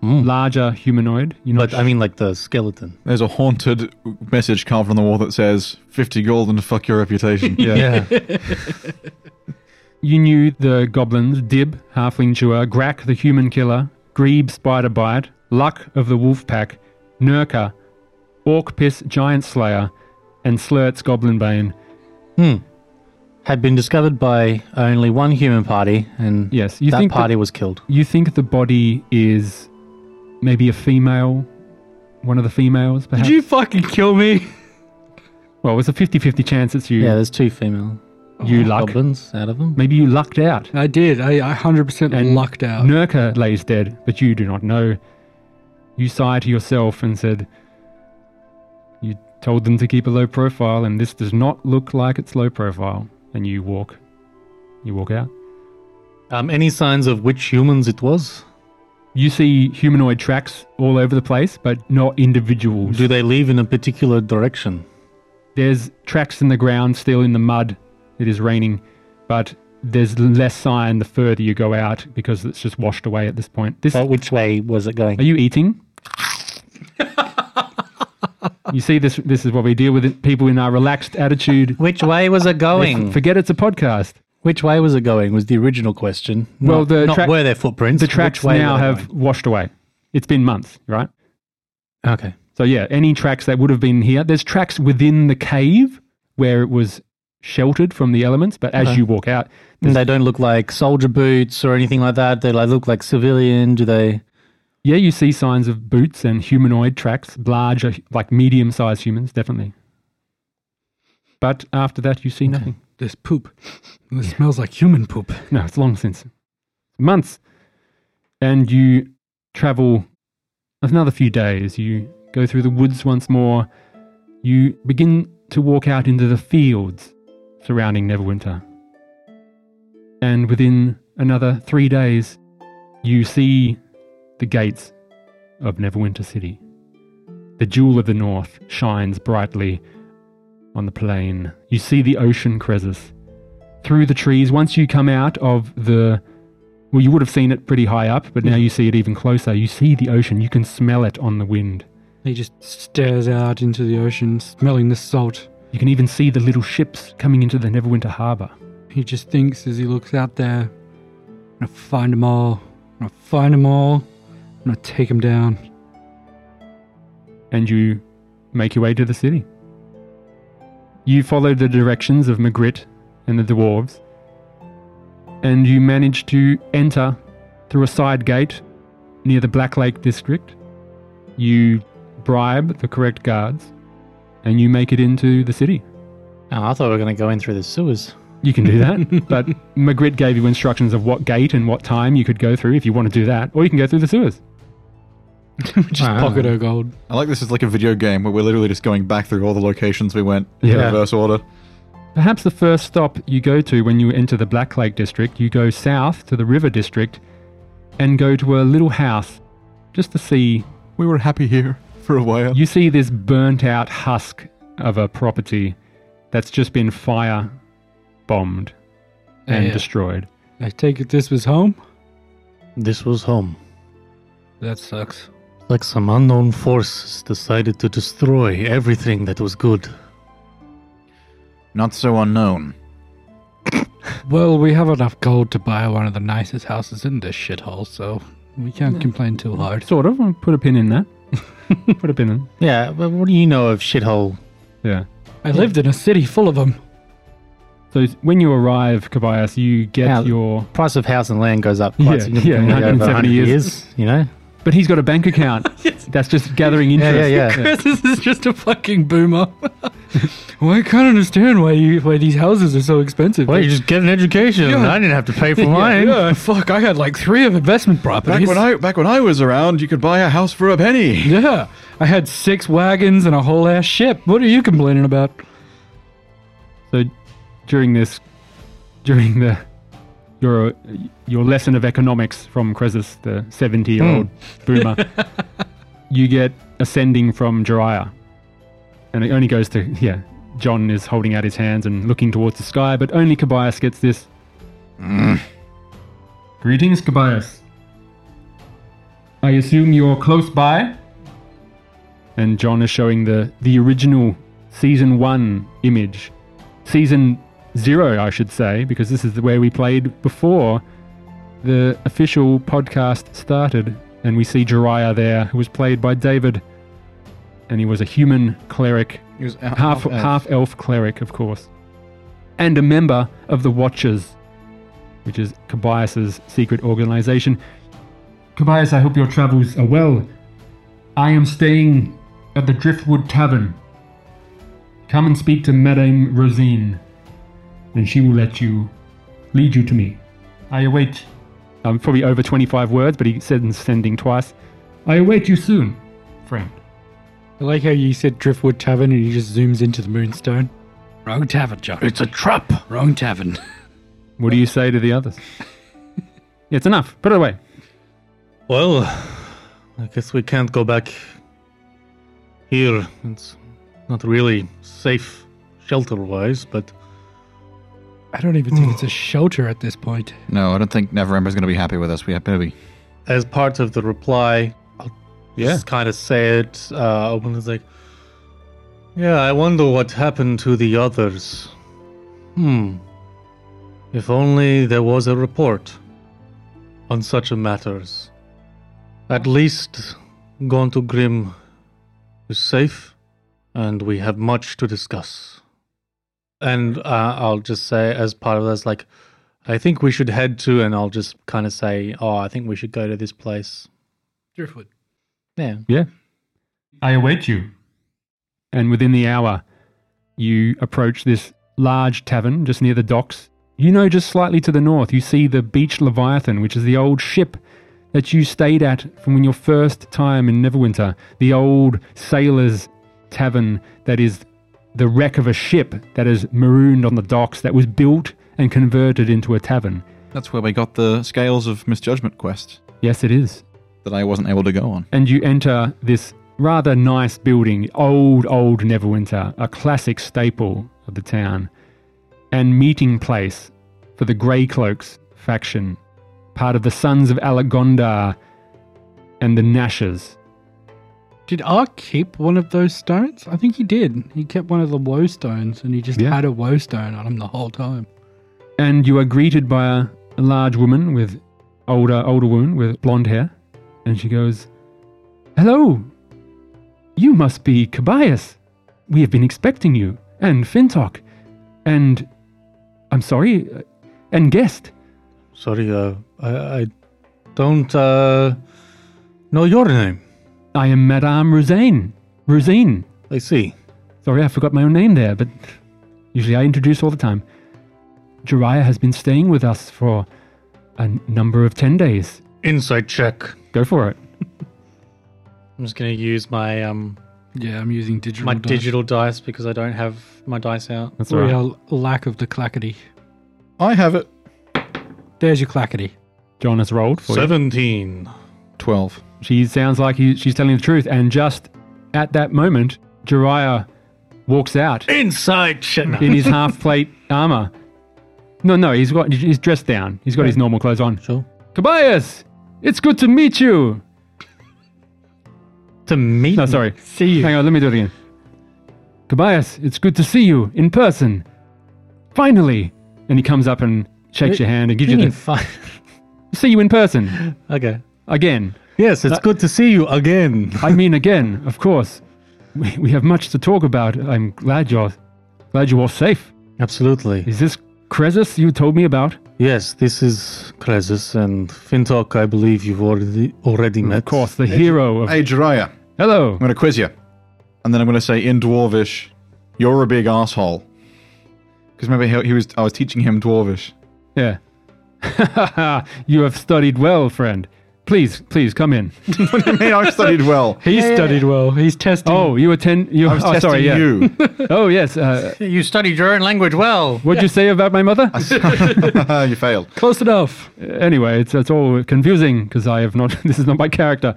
S1: larger humanoid. You know,
S4: Mm. But I mean, like the skeleton.
S5: There's a haunted message carved on the wall that says 50 gold and fuck your reputation.
S4: yeah.
S1: you knew the goblins: Dib, halfling chewer, Grak, the human killer, Grebe, spider bite, Luck of the wolf pack, Nurka, Orc piss, giant slayer, and Slurt's goblin bane.
S4: Had been discovered by only one human party, and
S1: Yes, you
S4: that
S1: think that-
S4: party was killed.
S1: You think the body is maybe a female, one of the females, perhaps.
S2: Did you fucking kill me?
S1: Well, it was a 50-50 chance it's you.
S4: Yeah, Oh, there's two female
S1: you luck.
S4: goblins out of them.
S1: Maybe you lucked out.
S2: I did. I, I 100%
S1: And
S2: lucked out.
S1: Nurka lays dead, but you do not know. You sigh to yourself and said, You told them to keep a low profile, and this does not look like it's low profile. And you walk. You walk out.
S4: Um, any signs of which humans it was?
S1: You see humanoid tracks all over the place, but not individuals.
S4: Do they leave in a particular direction?
S1: There's tracks in the ground, still in the mud. It is raining, but there's less sign the further you go out because it's just washed away at this point. This
S4: which way was it
S1: Are
S4: going?
S1: you eating? you see, this this is what we deal with it, people in our relaxed attitude.
S4: Which way was it going?
S1: Forget it's a podcast.
S4: which way was it going? Was the original question.
S1: Well,
S4: not,
S1: the
S4: not
S1: track-
S4: were there footprints.
S1: The
S4: which
S1: tracks
S4: way
S1: now
S4: were they
S1: have washed away. It's been months, right?
S4: going? Okay.
S1: So yeah, any tracks that would have been here. There's tracks within the cave where it was sheltered from the elements, but
S4: Uh-huh.
S1: as you walk out,
S4: And they don't look like soldier boots or anything like that. They like, look like civilian. Do they?
S1: yeah, you see signs of boots and humanoid tracks, larger, like medium-sized humans, definitely. But after that, you see nothing.
S2: This poop. This smells like human poop.
S1: No, it's long since. Months. And you travel another few days. You go through the woods once more. You begin to walk out into the fields surrounding Neverwinter. And within another three days, you see the gates of Neverwinter City. The jewel of the north shines brightly on the plain. You see the ocean, Cresus through the trees. Once you come out of the, well, you would have seen it pretty high up, but now you see it even closer. You see the ocean. You can smell it on the wind.
S2: He just stares out into the ocean, smelling the salt.
S1: You can even see the little ships coming into the Neverwinter Harbor.
S2: he just thinks as he looks out there, I'm gonna find them all. I'm gonna find them all. I'm gonna take them down.
S1: and you make your way to the city. You follow the directions of Magritte and the dwarves, and you manage to enter through a side gate near the Black Lake district. You bribe the correct guards, and you make it into the city.
S4: Oh, I thought we were going to go in through the sewers.
S1: You can do that, but Magritte gave you instructions of what gate and what time you could go through if you want to do that, or you can go through the sewers.
S2: Just
S4: Wow.
S2: pocket her gold.
S5: I like this is like a video game where we're literally just going back through all the locations we went in
S1: Yeah.
S5: reverse order.
S1: Perhaps the first stop you go to when you enter the Black Lake district, you go south to the River district and go to a little house just to see.
S5: We were happy here for a while.
S1: You see this burnt out husk of a property that's just been fire bombed and
S2: Oh, Yeah.
S1: destroyed.
S2: I take it this was home.
S4: This was home.
S2: That sucks.
S4: Like some unknown forces decided to destroy everything that was good.
S3: Not so unknown.
S2: Well, we have enough gold to buy one of the nicest houses in this shithole, so we can't complain too hard.
S1: Sort of. I'll put a pin in that. put a pin in.
S4: Yeah, but what do you know of shithole?
S1: Yeah.
S2: I lived in a city full of them.
S1: So when you arrive, Kobayas, you get
S4: Now-
S1: your.
S4: Price of house and land goes up
S1: Yeah,
S4: quite significantly
S1: yeah,
S4: over
S1: 170
S4: 100 years.
S1: years.
S4: you know?
S1: But he's got a bank account that's just gathering
S4: Yeah,
S1: interest.
S4: yeah, yeah.
S2: Chris this is just a fucking boomer. well, I can't understand why you why these houses are so expensive.
S4: Well, you just get an education.
S2: Yeah.
S4: I didn't have to pay for
S2: yeah,
S4: mine.
S2: yeah, fuck, I had like three of investment
S5: Back
S2: properties.
S5: when I back when I was around, you could buy a house for a penny.
S2: yeah, I had six wagons and a whole ass ship. What are you complaining about?
S1: So during this, during the your your lesson of economics from Cresus, the seventy-year-old boomer, you get ascending from Jariah, and it only goes to yeah. John is holding out his hands and looking towards the sky, but only Kobayas gets this. Greetings, Kobayas. I assume you're close by. And John is showing the the original season one image season zero, I should say, because this is the way we played before the official podcast started. And we see Jiraiya there, who was played by David, and he was a human cleric,
S5: He was out-
S1: half
S5: out- out.
S1: half elf cleric, of course, and a member of the Watchers, which is Kobayas's secret organization. Kobayas, I hope your travels are well. I am staying at the Driftwood Tavern. Come and speak to Madame Rosine, and she will let you lead you to me. I await. I'm Um, probably over 25 words, but he said in sending twice. I await you soon, friend.
S2: I like how you said Driftwood Tavern and he just zooms into the moonstone. Wrong tavern, John. It's a trap. Wrong tavern.
S1: What do you say to the others? it's enough. Put it away.
S4: Well, I guess we can't go back here. It's not really safe shelter wise, but
S2: I don't even think it's a shelter at this point.
S3: No, I don't think Neverember's going to be happy with us. We have to be.
S4: as part of the reply, I'll just kind of say it uh, openly. It's like, yeah, I wonder what happened to the others. Hmm. If only there was a report on such a matters. At least Gontu Grim is safe, and we have much to discuss. And uh, I'll just say, as part of this, like, I think we should head to, and I'll just kind of say, oh, I think we should go to this place.
S2: Driftwood.
S4: Yeah.
S1: Yeah. I await you. And within the hour, you approach this large tavern just near the docks. You know, just slightly to the north, you see the Beach Leviathan, which is the old ship that you stayed at from when your first time in Neverwinter. The old sailors' tavern that is the wreck of a ship that is marooned on the docks that was built and converted into a tavern.
S5: That's where we got the scales of misjudgment quest
S1: Yes, it is.
S5: that I wasn't able to go on.
S1: and you enter this rather nice building, old, old Neverwinter, a classic staple of the town, and meeting place for the Greycloaks faction, part of the Sons of Alagondar and the Nashers.
S2: Did Ark keep one of those stones? I think he did. He kept one of the woe stones and he just
S1: Yeah.
S2: had a woe stone on him the whole time.
S1: and you are greeted by a, a large woman with older older woman with blonde hair, and she goes, "Hello, you must be Kobayas. We have been expecting you, and Fintok, and I'm sorry, uh, and guest.
S4: Sorry, uh, I, I don't uh, know your name.
S1: I am Madame Rosine. Rosine.
S4: I see.
S1: Sorry, I forgot my own name there, but usually I introduce all the time. Jiraiya has been staying with us for a n- number of 10 days.
S4: Insight check. I'm
S1: Go for it.
S4: just gonna use my um
S2: Yeah, I'm using digital.
S4: my
S2: dice.
S4: digital dice because I don't have my dice out.
S1: That's all
S2: Sorry,
S1: right.
S2: our lack of the clackety.
S5: I have it.
S2: There's your clackety.
S1: John has rolled for you.
S4: Seventeen.
S5: 12.
S1: She sounds like he, she's telling the truth, and just at that moment, Jiraiya walks out
S4: Inside check.
S1: in his half plate armor. No, no, he's got he's dressed down. He's got his normal clothes on.
S4: Sure.
S1: Kobayas, it's good to meet you.
S4: To meet.
S1: No,
S4: me.
S1: sorry.
S2: See
S1: Hang on, let me do it again. Tobias, it's good to see you in person. Finally. And he comes up and shakes
S4: Wait,
S1: your hand and
S4: What
S1: gives
S4: do you
S1: you
S4: mean
S1: the
S4: fi-
S1: see you in person
S4: okay.
S1: again.
S4: Yes, it's good to see you again.
S1: I mean again, of course. We, we have much to talk about. I'm glad you're glad you're all safe.
S4: Absolutely.
S1: Is this Cresus you told me about?
S4: Yes, this is Krezus and Fintok. I believe you've already already met.
S1: Mm, Of course, the hero of
S5: Hey, Jiraiya, I'm
S1: Hello.
S5: going to quiz you. And then I'm going to say in Dwarvish, you're a big asshole. Because remember, he, he was, I was teaching him Dwarvish.
S1: Yeah. you have studied well, friend. Please, please come in.
S5: hey, I studied well.
S2: He studied well. He's testing.
S1: Oh, you attend you
S5: I was
S1: oh,
S5: testing
S1: sorry, yeah.
S5: you.
S1: Oh, yes. Uh,
S4: You studied your own language well.
S1: What'd you say about my mother?
S5: you failed.
S2: Close enough.
S1: Uh, anyway, it's, it's all confusing because I have not. This is not my character.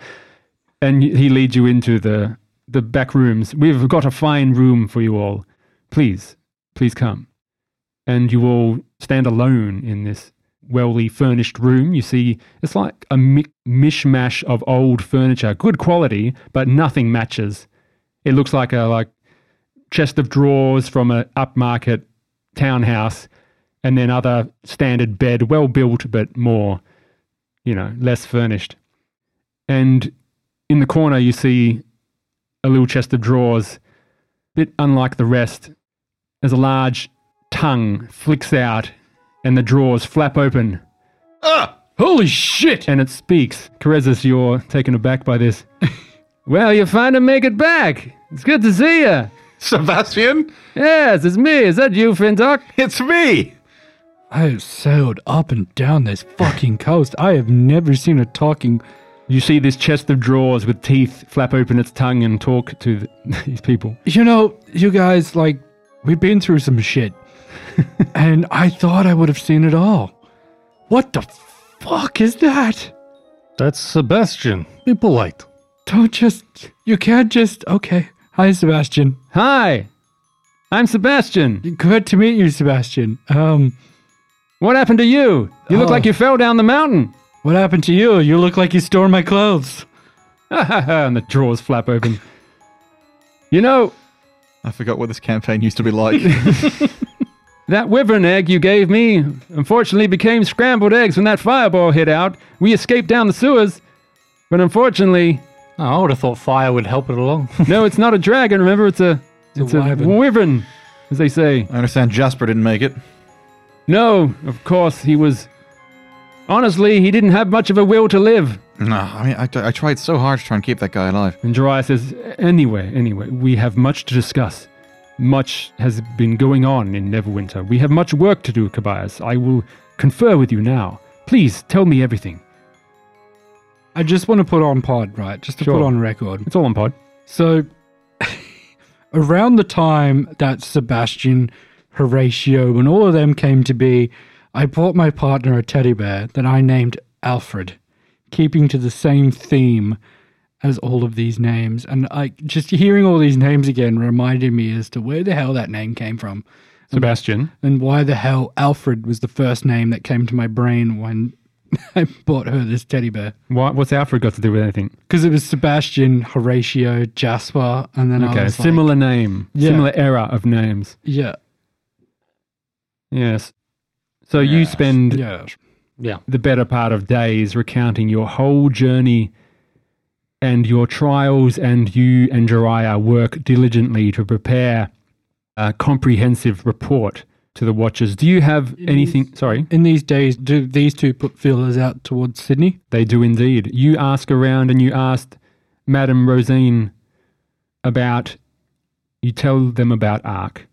S1: And he leads you into the the back rooms. We've got a fine room for you all. Please, please come. And you all stand alone in this wellly furnished room. You see, it's like a mi- mishmash of old furniture, good quality, but nothing matches. It looks like a like chest of drawers from an upmarket townhouse and then other standard bed, well built but more, you know, less furnished. And in the corner, you see a little chest of drawers, bit unlike the rest. There's a large tongue flicks out, and the drawers flap open,
S2: Holy shit!
S1: and it speaks. Carezas, you're taken aback by this. well, you finally make it back. It's good to see you.
S5: Sebastian,
S1: Yes, it's me. Is that you, Fintok?
S5: it's me.
S2: I have sailed up and down this fucking coast. I have never seen a talking.
S1: You see this chest of drawers with teeth flap open its tongue and talk to the, these people.
S2: You know, you guys, like, we've been through some shit. and I thought I would have seen it all. What the fuck is that?
S4: That's Sebastian. Be polite.
S2: Don't just. You can't just. Okay. Hi, Sebastian.
S1: Hi, I'm Sebastian.
S2: Good to meet you, Sebastian. Um,
S1: What happened to you? You look
S2: Oh.
S1: like you fell down the mountain.
S2: what happened to you? You look like you stole my clothes.
S1: and the drawers flap open. you know,
S5: I forgot what this campaign used to be like.
S1: that wyvern egg you gave me unfortunately became scrambled eggs when that fireball hit out. We escaped down the sewers, but unfortunately,
S4: Oh, I would have thought fire would help it along.
S1: no, it's not a dragon. Remember, it's a it's, a,
S2: wyvern.
S1: wyvern, as they say.
S5: I understand Jasper didn't make it.
S1: No, of course he was. Honestly, he didn't have much of a will to live.
S5: No, I mean, I, I tried so hard to try and keep that guy alive.
S1: And Jiraiya says, Anyway, anyway, we have much to discuss. Much has been going on in Neverwinter. We have much work to do, Kobayas. I will confer with you now. Please tell me everything.
S2: I just want to put on pod, right? Just to
S1: Sure.
S2: put on record.
S1: It's all on pod.
S2: So, around the time that Sebastian, Horatio, and all of them came to be, I bought my partner a teddy bear that I named Alfred, keeping to the same theme as all of these names. And I just hearing all these names again reminded me as to where the hell that name came from
S1: Sebastian.
S2: and why the hell Alfred was the first name that came to my brain when I bought her this teddy bear.
S1: What, what's Alfred got to do with anything?
S2: Because it was Sebastian, Horatio, Jasper, and then I
S1: Okay,
S2: was Oh, like,
S1: similar name,
S2: Yeah.
S1: similar era of names.
S2: yeah.
S1: Yes. So you spend
S2: Yes.
S4: Yeah.
S1: the better part of days recounting your whole journey and your trials, and you and Jariah work diligently to prepare a comprehensive report to the Watchers. Do you have anything? Sorry,
S2: In these days, do these two put feelers out towards Sydney?
S1: they do indeed. You ask around and you asked Madame Rosine about, you tell them about Ark,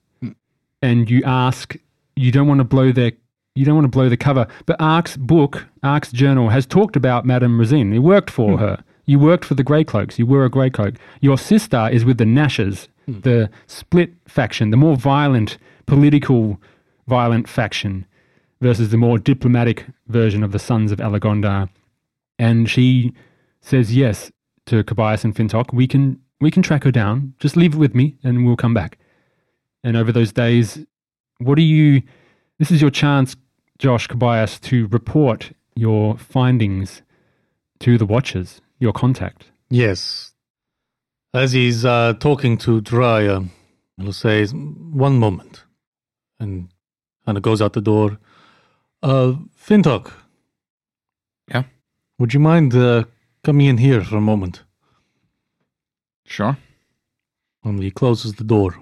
S1: and you ask, you don't want to blow their you don't want to blow the cover. But Ark's book, Ark's journal, has talked about Madame Rosine. It worked for her. You worked for the Grey Cloaks. You were a Grey Cloak. Your sister is with the Nashes, the split faction, the more violent, political, violent faction, versus the more diplomatic version of the Sons of Alagondar. And she says yes to Kobayas and Fintok. We can we can track her down. Just leave it with me, and we'll come back. And over those days, what are you? This is your chance, Josh Kobayas, to report your findings to the Watchers, your contact.
S4: Yes. As he's uh, talking to Drya, he'll say, one moment, and kind of goes out the door. Uh, Fintok.
S5: Yeah?
S4: Would you mind uh, coming in here for a moment?
S5: Sure.
S4: And he closes the door.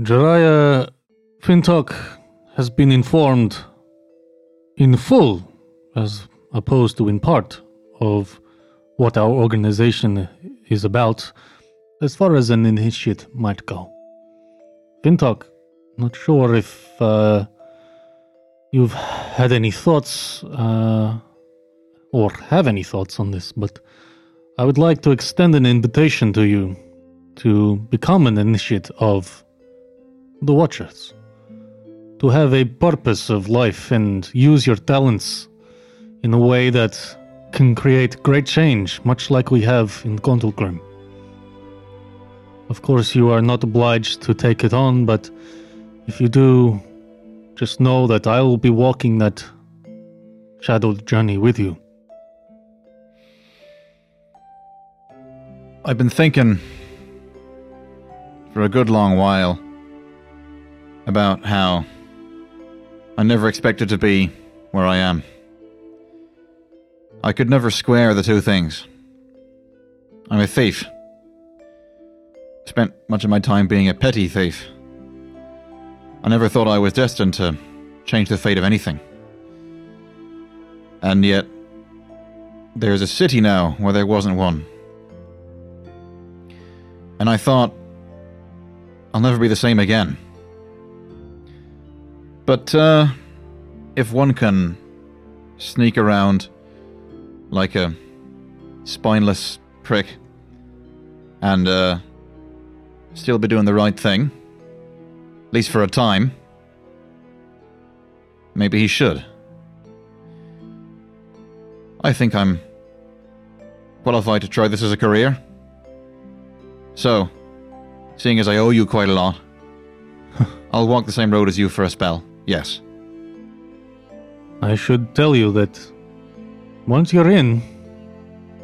S4: Jiraiya Fintok has been informed in full, as opposed to in part, of what our organization is about, as far as an initiate might go. Fintok, not sure if uh, you've had any thoughts, uh, or have any thoughts on this, but I would like to extend an invitation to you to become an initiate of the Watchers, to have a purpose of life and use your talents in a way that can create great change, much like we have in Gondelgrim. Of course, you are not obliged to take it on, but if you do, just know that I will be walking that shadowed journey with you.
S5: I've been thinking for a good long while about how I never expected to be where I am. I could never square the two things. I'm a thief. Spent much of my time being a petty thief. I never thought I was destined to change the fate of anything. And yet, there's a city now where there wasn't one. And I thought, I'll never be the same again. But uh, if one can sneak around like a spineless prick and uh, still be doing the right thing, at least for a time, maybe he should. I think I'm qualified to try this as a career. So, seeing as I owe you quite a lot, I'll walk the same road as you for a spell. Yes.
S4: I should tell you that once you're in,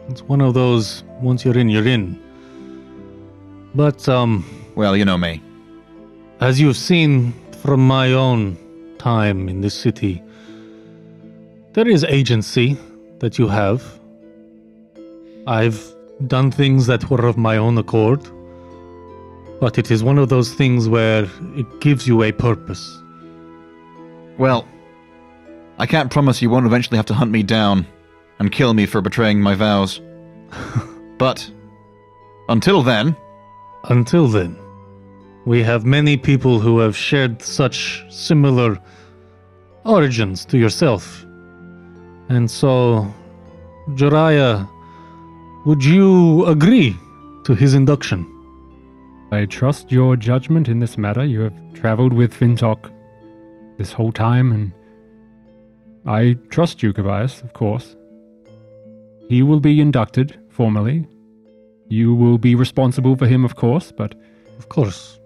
S4: it's one of those once you're in, you're in. But um,
S5: Well, you know me.
S4: as you've seen from my own time in this city, there is agency that you have. I've done things that were of my own accord, but it is one of those things where it gives you a purpose.
S5: Well, I can't promise you won't eventually have to hunt me down and kill me for betraying my vows. but until then,
S4: Until then, we have many people who have shared such similar origins to yourself. And so, Jariah, would you agree to his induction?
S1: I trust your judgment in this matter. You have travelled with Fintok this whole time, and I trust you, Kavias, of course. He will be inducted formally. You will be responsible for him, of course, but
S4: Of course.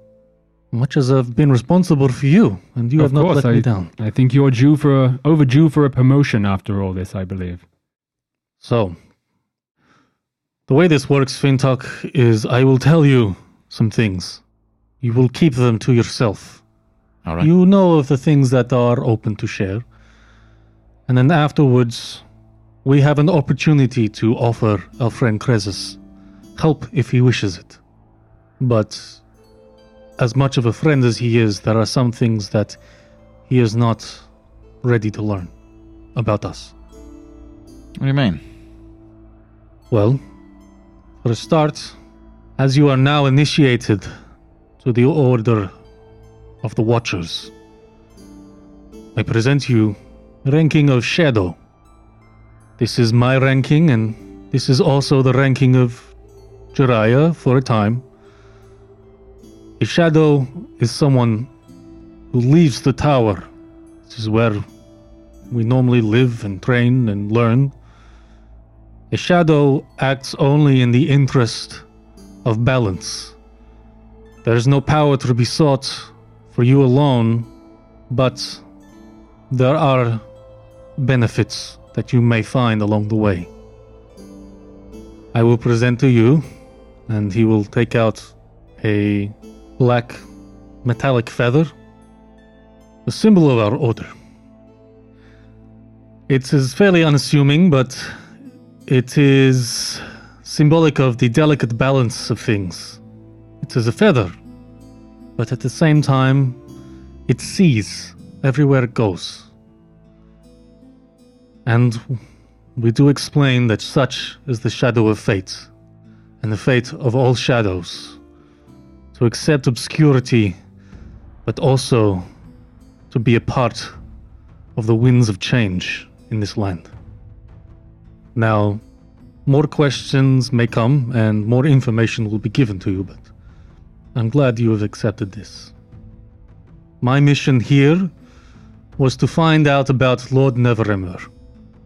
S4: Much as I've been responsible for you, and you
S1: of
S4: have not
S1: course,
S4: let
S1: I,
S4: me down.
S1: I think you're due for a, overdue for a promotion after all this. I believe.
S4: So, the way this works, Fintok, is I will tell you some things. You will keep them to yourself.
S3: All right.
S4: You know of the things that are open to share. And then afterwards, we have an opportunity to offer our friend Cresus help if he wishes it. But as much of a friend as he is, there are some things that he is not ready to learn about us.
S3: What do you mean?
S4: Well, for a start, as you are now initiated to the Order of the Watchers, I present you ranking of Shadow. This is my ranking, and this is also the ranking of Jiraiya for a time. A shadow is someone who leaves the tower. This is where we normally live and train and learn. A shadow acts only in the interest of balance. There is no power to be sought for you alone, but there are benefits that you may find along the way. I will present to you, and he will take out a black metallic feather, the symbol of our order. It is fairly unassuming, but it is symbolic of the delicate balance of things. It is a feather, but at the same time, it sees everywhere it goes. And we do explain that such is the shadow of fate, and the fate of all shadows, to accept obscurity, but also to be a part of the winds of change in this land. Now, more questions may come and more information will be given to you, but I'm glad you have accepted this. My mission here was to find out about Lord Neveremmer.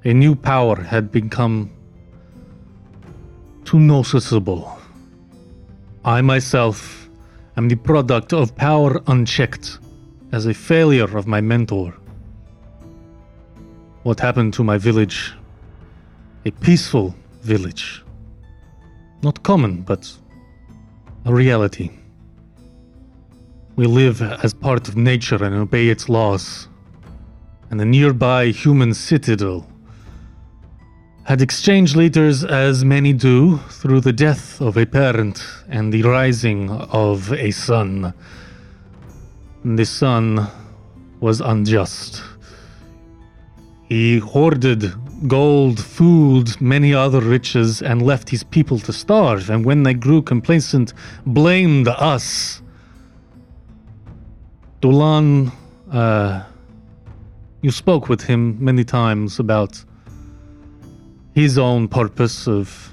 S4: A new power had become too noticeable. I myself am the product of power unchecked as a failure of my mentor. What happened to my village? A peaceful village. Not common, but a reality. We live as part of nature and obey its laws. And the nearby human citadel had exchanged leaders as many do through the death of a parent and the rising of a son. And this son was unjust. He hoarded gold, food, many other riches, and left his people to starve. And when they grew complacent, blamed us. Dulan, uh, you spoke with him many times about his own purpose of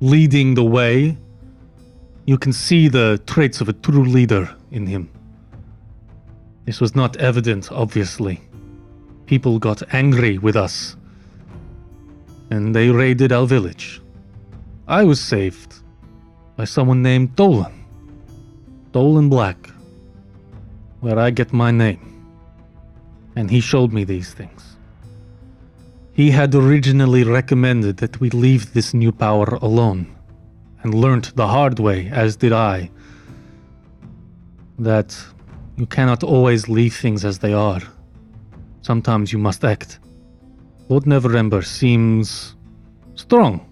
S4: leading the way. You can see the traits of a true leader in him. This was not evident, obviously. People got angry with us and they raided our village. I was saved by someone named Dolan. Dolan Black, where I get my name. And he showed me these things. He had originally recommended that we leave this new power alone, and learnt the hard way, as did I, that you cannot always leave things as they are. Sometimes you must act. Lord Neverember seems strong.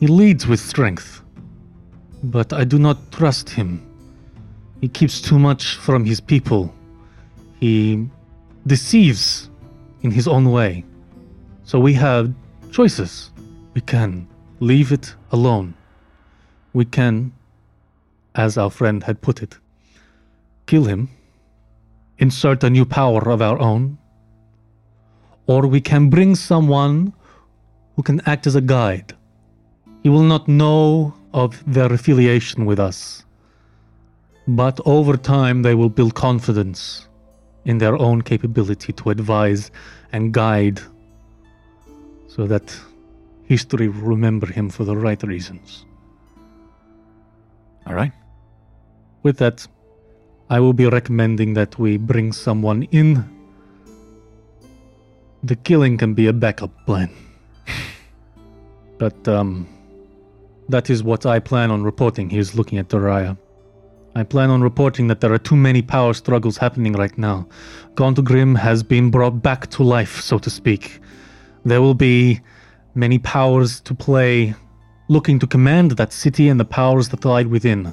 S4: He leads with strength. But I do not trust him. He keeps too much from his people. He deceives in his own way. So we have choices. We can leave it alone. We can, as our friend had put it, kill him, insert a new power of our own, or we can bring someone who can act as a guide. He will not know of their affiliation with us, but over time they will build confidence in their own capability to advise and guide so that history will remember him for the right reasons.
S3: All right.
S4: With that, I will be recommending that we bring someone in. The killing can be a backup plan. but um, that is what I plan on reporting. He is looking at Daria. I plan on reporting that there are too many power struggles happening right now. Gauntgrim has been brought back to life, so to speak. There will be many powers to play looking to command that city and the powers that lie within.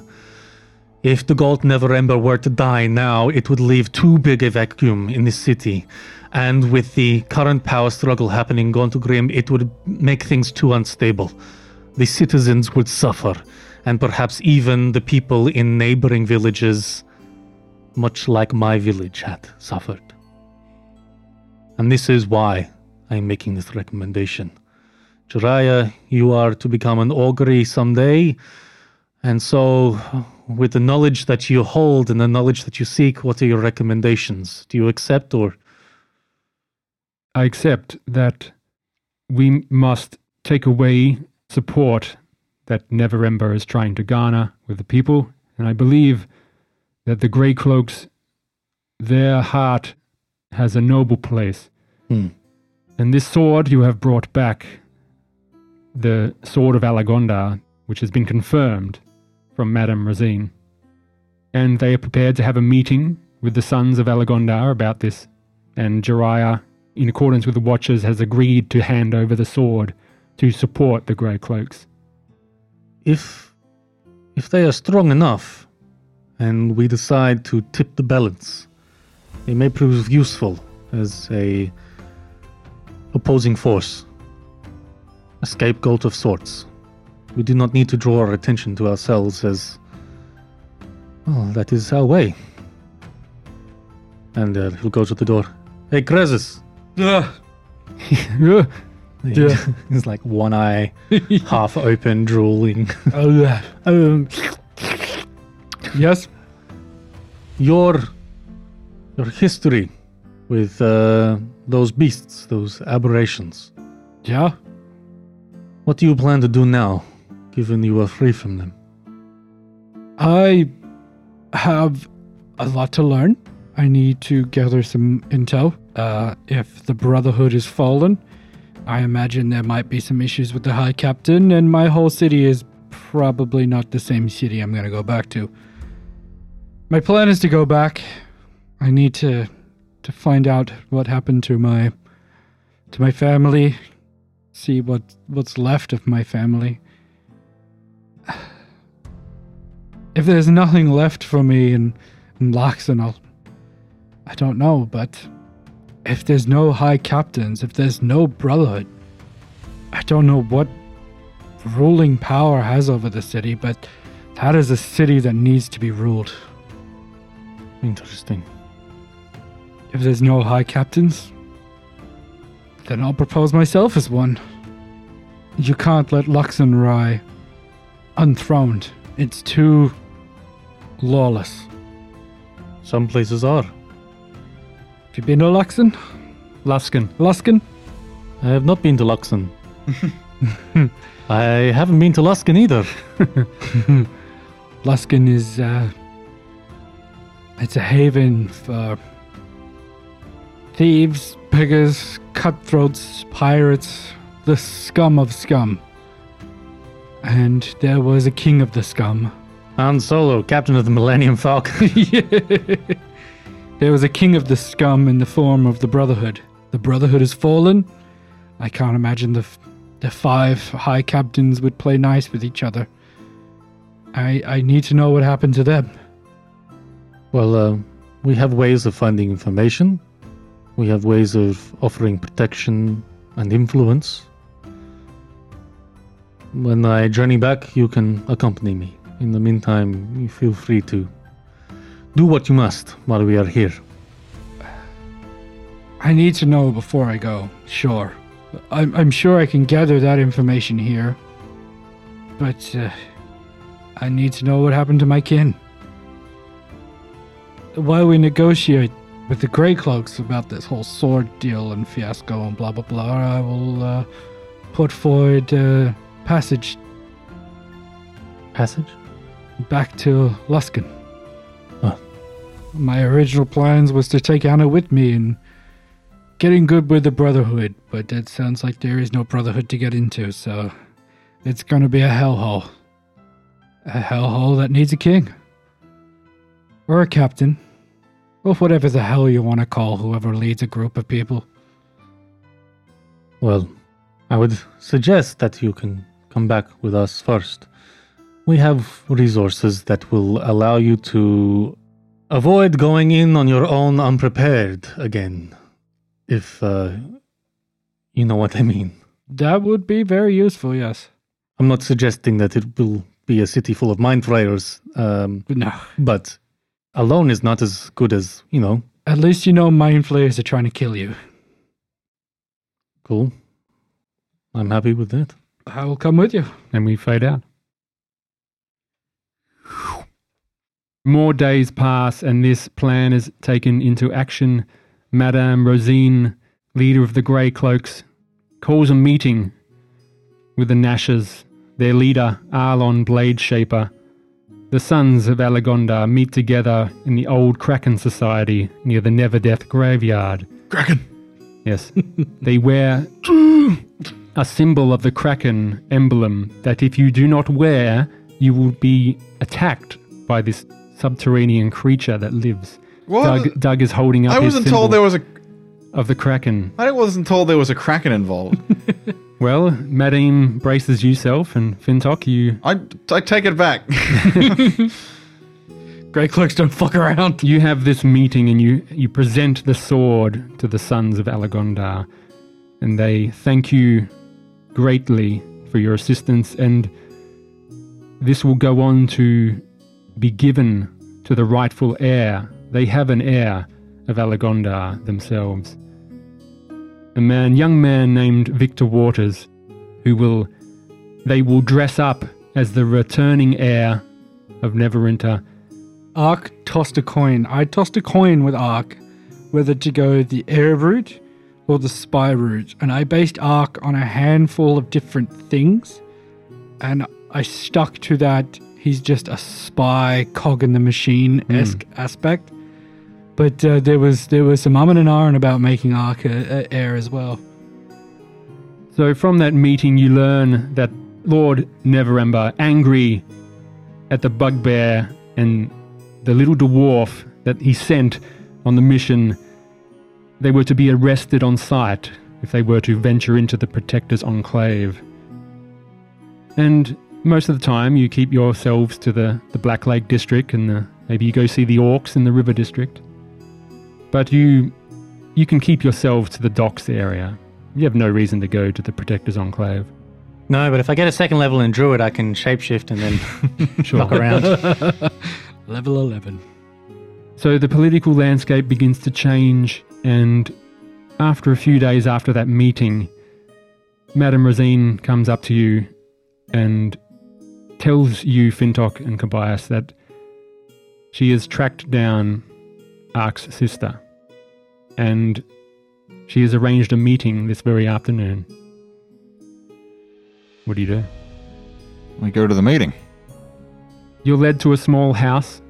S4: If the Gold Never Ember were to die now, it would leave too big a vacuum in the city. And with the current power struggle happening, Gontogrim, it would make things too unstable. The citizens would suffer, and perhaps even the people in neighboring villages, much like my village had suffered. And this is why I am making this recommendation. Jiraiya, you are to become an augury someday, and so with the knowledge that you hold and the knowledge that you seek, what are your recommendations? Do you accept or
S1: I accept that we must take away support that Neverember is trying to garner with the people. And I believe that the Grey Cloaks, their heart has a noble place.
S4: Hmm.
S1: And this sword you have brought back, the sword of Alagonda, which has been confirmed from Madame Rosine. And they are prepared to have a meeting with the sons of Alagondar about this. And Jiraiya, in accordance with the Watchers, has agreed to hand over the sword to support the Grey Cloaks.
S4: if if they are strong enough and we decide to tip the balance, they may prove useful as a opposing force. A scapegoat of sorts. We do not need to draw our attention to ourselves as well, that is our way. And uh, he'll go to the door. Hey, Krezus!
S1: Ugh.
S4: He's like one eye half open, drooling.
S2: um, yes.
S4: your your history with uh, those beasts, those aberrations.
S2: Yeah.
S4: What do you plan to do now, given you are free from them?
S2: I have a lot to learn. I need to gather some intel. Uh, if the Brotherhood is fallen, I imagine there might be some issues with the High Captain, and my whole city is probably not the same city I'm going to go back to. My plan is to go back. I need to to find out what happened to my to my family, see what what's left of my family. if there's nothing left for me in, in Laxon, I'll. I don't know, but if there's no high captains, if there's no brotherhood, I don't know what ruling power has over the city, but that is a city that needs to be ruled.
S4: Interesting.
S2: If there's no high captains, then I'll propose myself as one. You can't let Luxenrai unthroned. It's too lawless.
S4: Some places are.
S2: Have you been to Luxon?
S1: Luskin.
S2: Luskin?
S4: I have not been to Luxon. I haven't been to Luskin either.
S2: Luskin is uh, it's a haven for thieves, piggers, cutthroats, pirates, the scum of scum. And there was a king of the scum.
S4: Han Solo, captain of the Millennium Falcon.
S2: There was a king of the scum in the form of the Brotherhood. The Brotherhood has fallen. I can't imagine the f- the five high captains would play nice with each other. I I need to know what happened to them.
S4: well, uh, we have ways of finding information. We have ways of offering protection and influence. When I journey back, you can accompany me. In the meantime, you feel free to do what you must while we are here.
S2: I need to know before I go. Sure. I'm, I'm sure I can gather that information here. But uh, I need to know what happened to my kin. While we negotiate with the Grey Cloaks about this whole sword deal and fiasco and blah blah blah, I will uh, put forward uh, passage
S4: Passage?
S2: back to Luskin.
S4: Huh.
S2: My original plans was to take Anna with me and getting good with the Brotherhood, but that sounds like there is no Brotherhood to get into, so it's gonna be a hellhole. A hellhole that needs a king. or a captain, or whatever the hell you want to call whoever leads a group of people.
S4: Well, I would suggest that you can come back with us first. We have resources that will allow you to avoid going in on your own unprepared again, if uh, you know what I mean.
S2: That would be very useful, yes.
S4: I'm not suggesting that it will be a city full of mind flayers, um,
S2: No.
S4: but alone is not as good as, you know,
S2: At least you know mind flayers are trying to kill you.
S4: cool. I'm happy with that.
S2: I will come with you.
S1: and we fade out. More days pass, and this plan is taken into action. Madame Rosine, leader of the Grey Cloaks, calls a meeting with the Nashers. Their leader, Arlon Bladeshaper, the sons of Alagonda, meet together in the old Kraken Society near the Neverdeath graveyard.
S6: Kraken.
S1: Yes. they wear a symbol of the Kraken emblem that if you do not wear, you will be attacked by this subterranean creature that lives.
S5: What?
S1: Doug, Doug is holding up
S5: I
S1: his
S5: wasn't
S1: symbol
S5: told there was a.
S1: of the Kraken.
S5: I wasn't told there was a kraken involved.
S1: Well, Madim braces yourself, and Fintok, you
S5: I, I take it back.
S2: Grey clerks don't fuck around.
S1: you have this meeting and you, you present the sword to the sons of Alagondar, and they thank you greatly for your assistance, and this will go on to be given to the rightful heir. They have an heir of Alagondar themselves. A man, young man named Victor Waters, who will they will dress up as the returning heir of Neverwinter
S2: Ark tossed a coin. I tossed a coin with Ark whether to go the air route or the spy route. And I based Ark on a handful of different things. And I stuck to that he's just a spy cog in the machine esque aspect. But uh, there was there was some umming and ahhing about making Ark a, a air as well.
S1: So from that meeting, you learn that Lord Neverember, angry at the bugbear and the little dwarf that he sent on the mission, they were to be arrested on sight if they were to venture into the Protector's enclave. And most of the time, you keep yourselves to the, the Black Lake district, and the, maybe you go see the orcs in the River district. But you you can keep yourselves to the docks area. You have no reason to go to the Protector's Enclave.
S4: No, but if I get a second level in Druid, I can shapeshift and then fuck around.
S2: Level 11.
S1: So the political landscape begins to change, and after a few days after that meeting, Madame Rosine comes up to you and tells you, Fintok and Kobayas, that she has tracked down Ark's sister and she has arranged a meeting this very afternoon. What do you do?
S3: We go to the meeting.
S1: You're led to a small house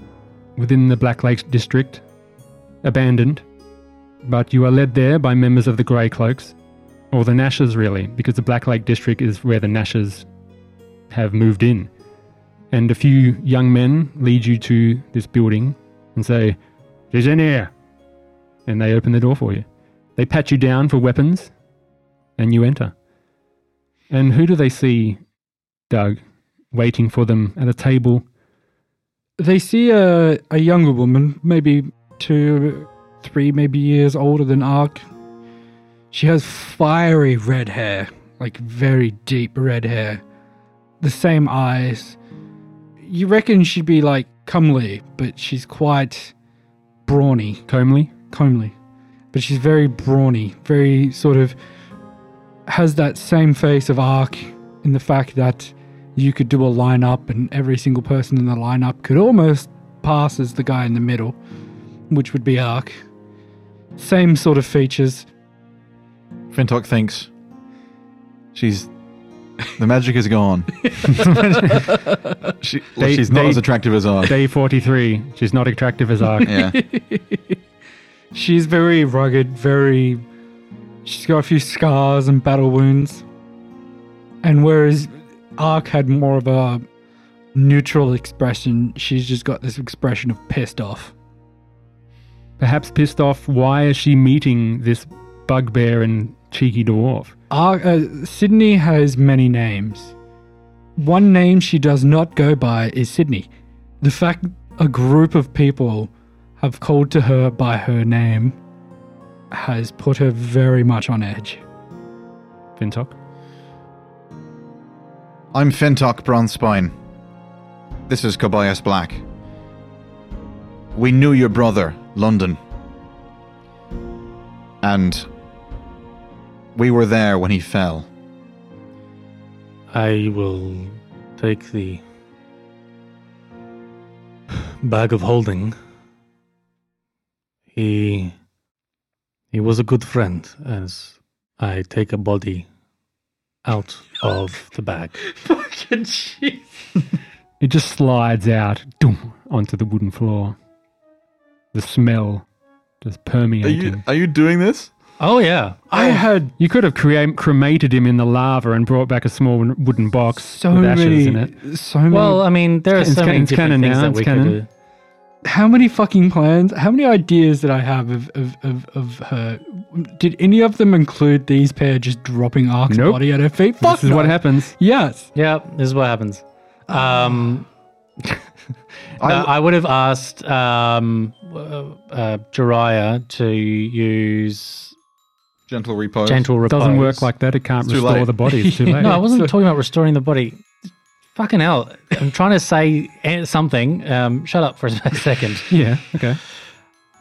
S1: within the Black Lakes district, abandoned, but you are led there by members of the Grey Cloaks, or the Nashers really, because the Black Lake district is where the Nashers have moved in. And a few young men lead you to this building and say, She's in here! And they open the door for you. They pat you down for weapons, and you enter. And who do they see, Doug, waiting for them at a table
S2: they see a, a younger woman, maybe two, three, maybe years older than Ark. She has fiery red hair, like very deep red hair. The same eyes. You reckon she'd be like comely, but she's quite brawny,
S1: Comely.
S2: comely. But she's very brawny, very sort of has that same face of Ark in the fact that you could do a lineup and every single person in the lineup could almost pass as the guy in the middle, which would be Ark. Same sort of features.
S5: Fintok thinks she's the magic is gone. she, well,
S1: They-
S5: she's not
S1: they-
S5: as attractive as I.
S1: Day 43. She's not attractive as Ark.
S5: yeah,
S2: She's very rugged, very. She's got a few scars and battle wounds. And whereas Ark had more of a neutral expression. She's just got this expression of pissed off.
S1: Perhaps pissed off, why is she meeting this bugbear and cheeky dwarf?
S2: Our, uh, Sydney has many names. One name she does not go by is Sydney. The fact a group of people have called to her by her name has put her very much on edge.
S1: Fintok?
S3: I'm Fintok Bronzespine. This is Cobias Black. We knew your brother, London. And we were there when he fell.
S4: I will take the bag of holding. He he was a good friend as I take a body out of the bag.
S1: It just slides out doom, onto the wooden floor. The smell just
S5: Are
S1: permeating.
S5: you
S1: You,
S5: are you doing this?
S4: Oh yeah.
S2: I had
S1: could have crea- cremated him in the lava and brought back a small wooden box
S2: so
S1: with ashes in it.
S2: many, so many.
S4: Well, I mean, there are
S1: It's
S4: so
S1: ca-
S4: many
S1: it's
S4: different
S1: canon
S4: things
S1: now,
S4: that
S1: it's
S4: we
S1: canon.
S4: could do.
S2: how many fucking plans? How many ideas did I have of of, of, of her? Did any of them include these pair just dropping Ark's
S1: Nope.
S2: body at her feet? Fuck
S1: This is
S2: no.
S1: what happens.
S2: Yes.
S4: Yeah, this is what happens. Um, I, I would have asked um, uh, uh, Jiraiya to use
S5: Gentle repo.
S4: gentle
S1: It
S4: repose.
S1: doesn't
S3: Oh,
S1: work like that. It can't
S5: too
S1: restore
S5: late.
S1: the body. It's too late.
S4: No, I wasn't talking about restoring the body. Fucking hell! I'm trying to say eh, something. Um, shut up for a second.
S1: Yeah, okay.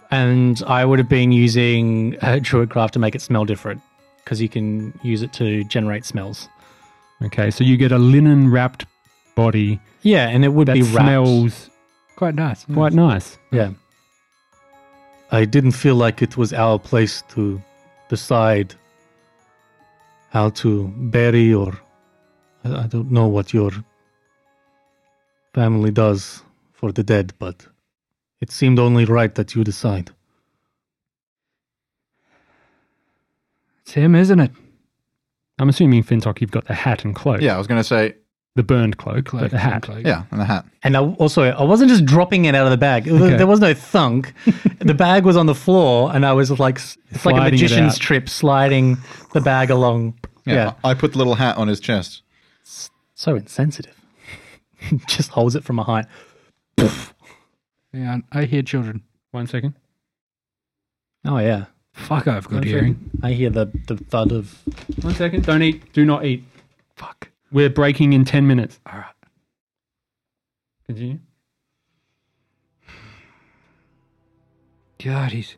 S4: And I would have been using uh, Druidcraft to make it smell different because you can use it to generate smells.
S1: Okay, so you get a linen wrapped body
S4: Yeah, and it would
S1: that
S4: be wrapped.
S1: smells
S2: Quite nice.
S1: quite nice.
S4: Yeah. I didn't feel like it was our place to decide how to bury or I I don't know what your family does for the dead, but it seemed only right that you decide.
S2: It's him, isn't it?
S1: I'm assuming Fintok, you've got the hat and cloak.
S5: Yeah, I was gonna say
S1: The burned cloak, but
S2: Cloak,
S1: the hat.
S2: cloak.
S3: Yeah, and the hat.
S4: And I, also, I wasn't just dropping it out of the bag. It was-
S1: Okay.
S4: There was no thunk. the bag was on the floor, and I was like, s- it's like a
S1: Sliding it
S4: magician's
S1: out.
S4: trip, sliding the bag along.
S5: yeah, I I put the little hat on his chest.
S4: So insensitive. just holds it from a height.
S2: Yeah, I hear children.
S1: One second.
S4: Oh yeah.
S2: Fuck, I've got
S1: One
S2: hearing.
S4: I hear the, the thud of.
S1: One second. Don't eat. Do not eat.
S2: Fuck.
S1: We're breaking in 10 minutes.
S2: All right.
S1: Continue.
S2: God, he's,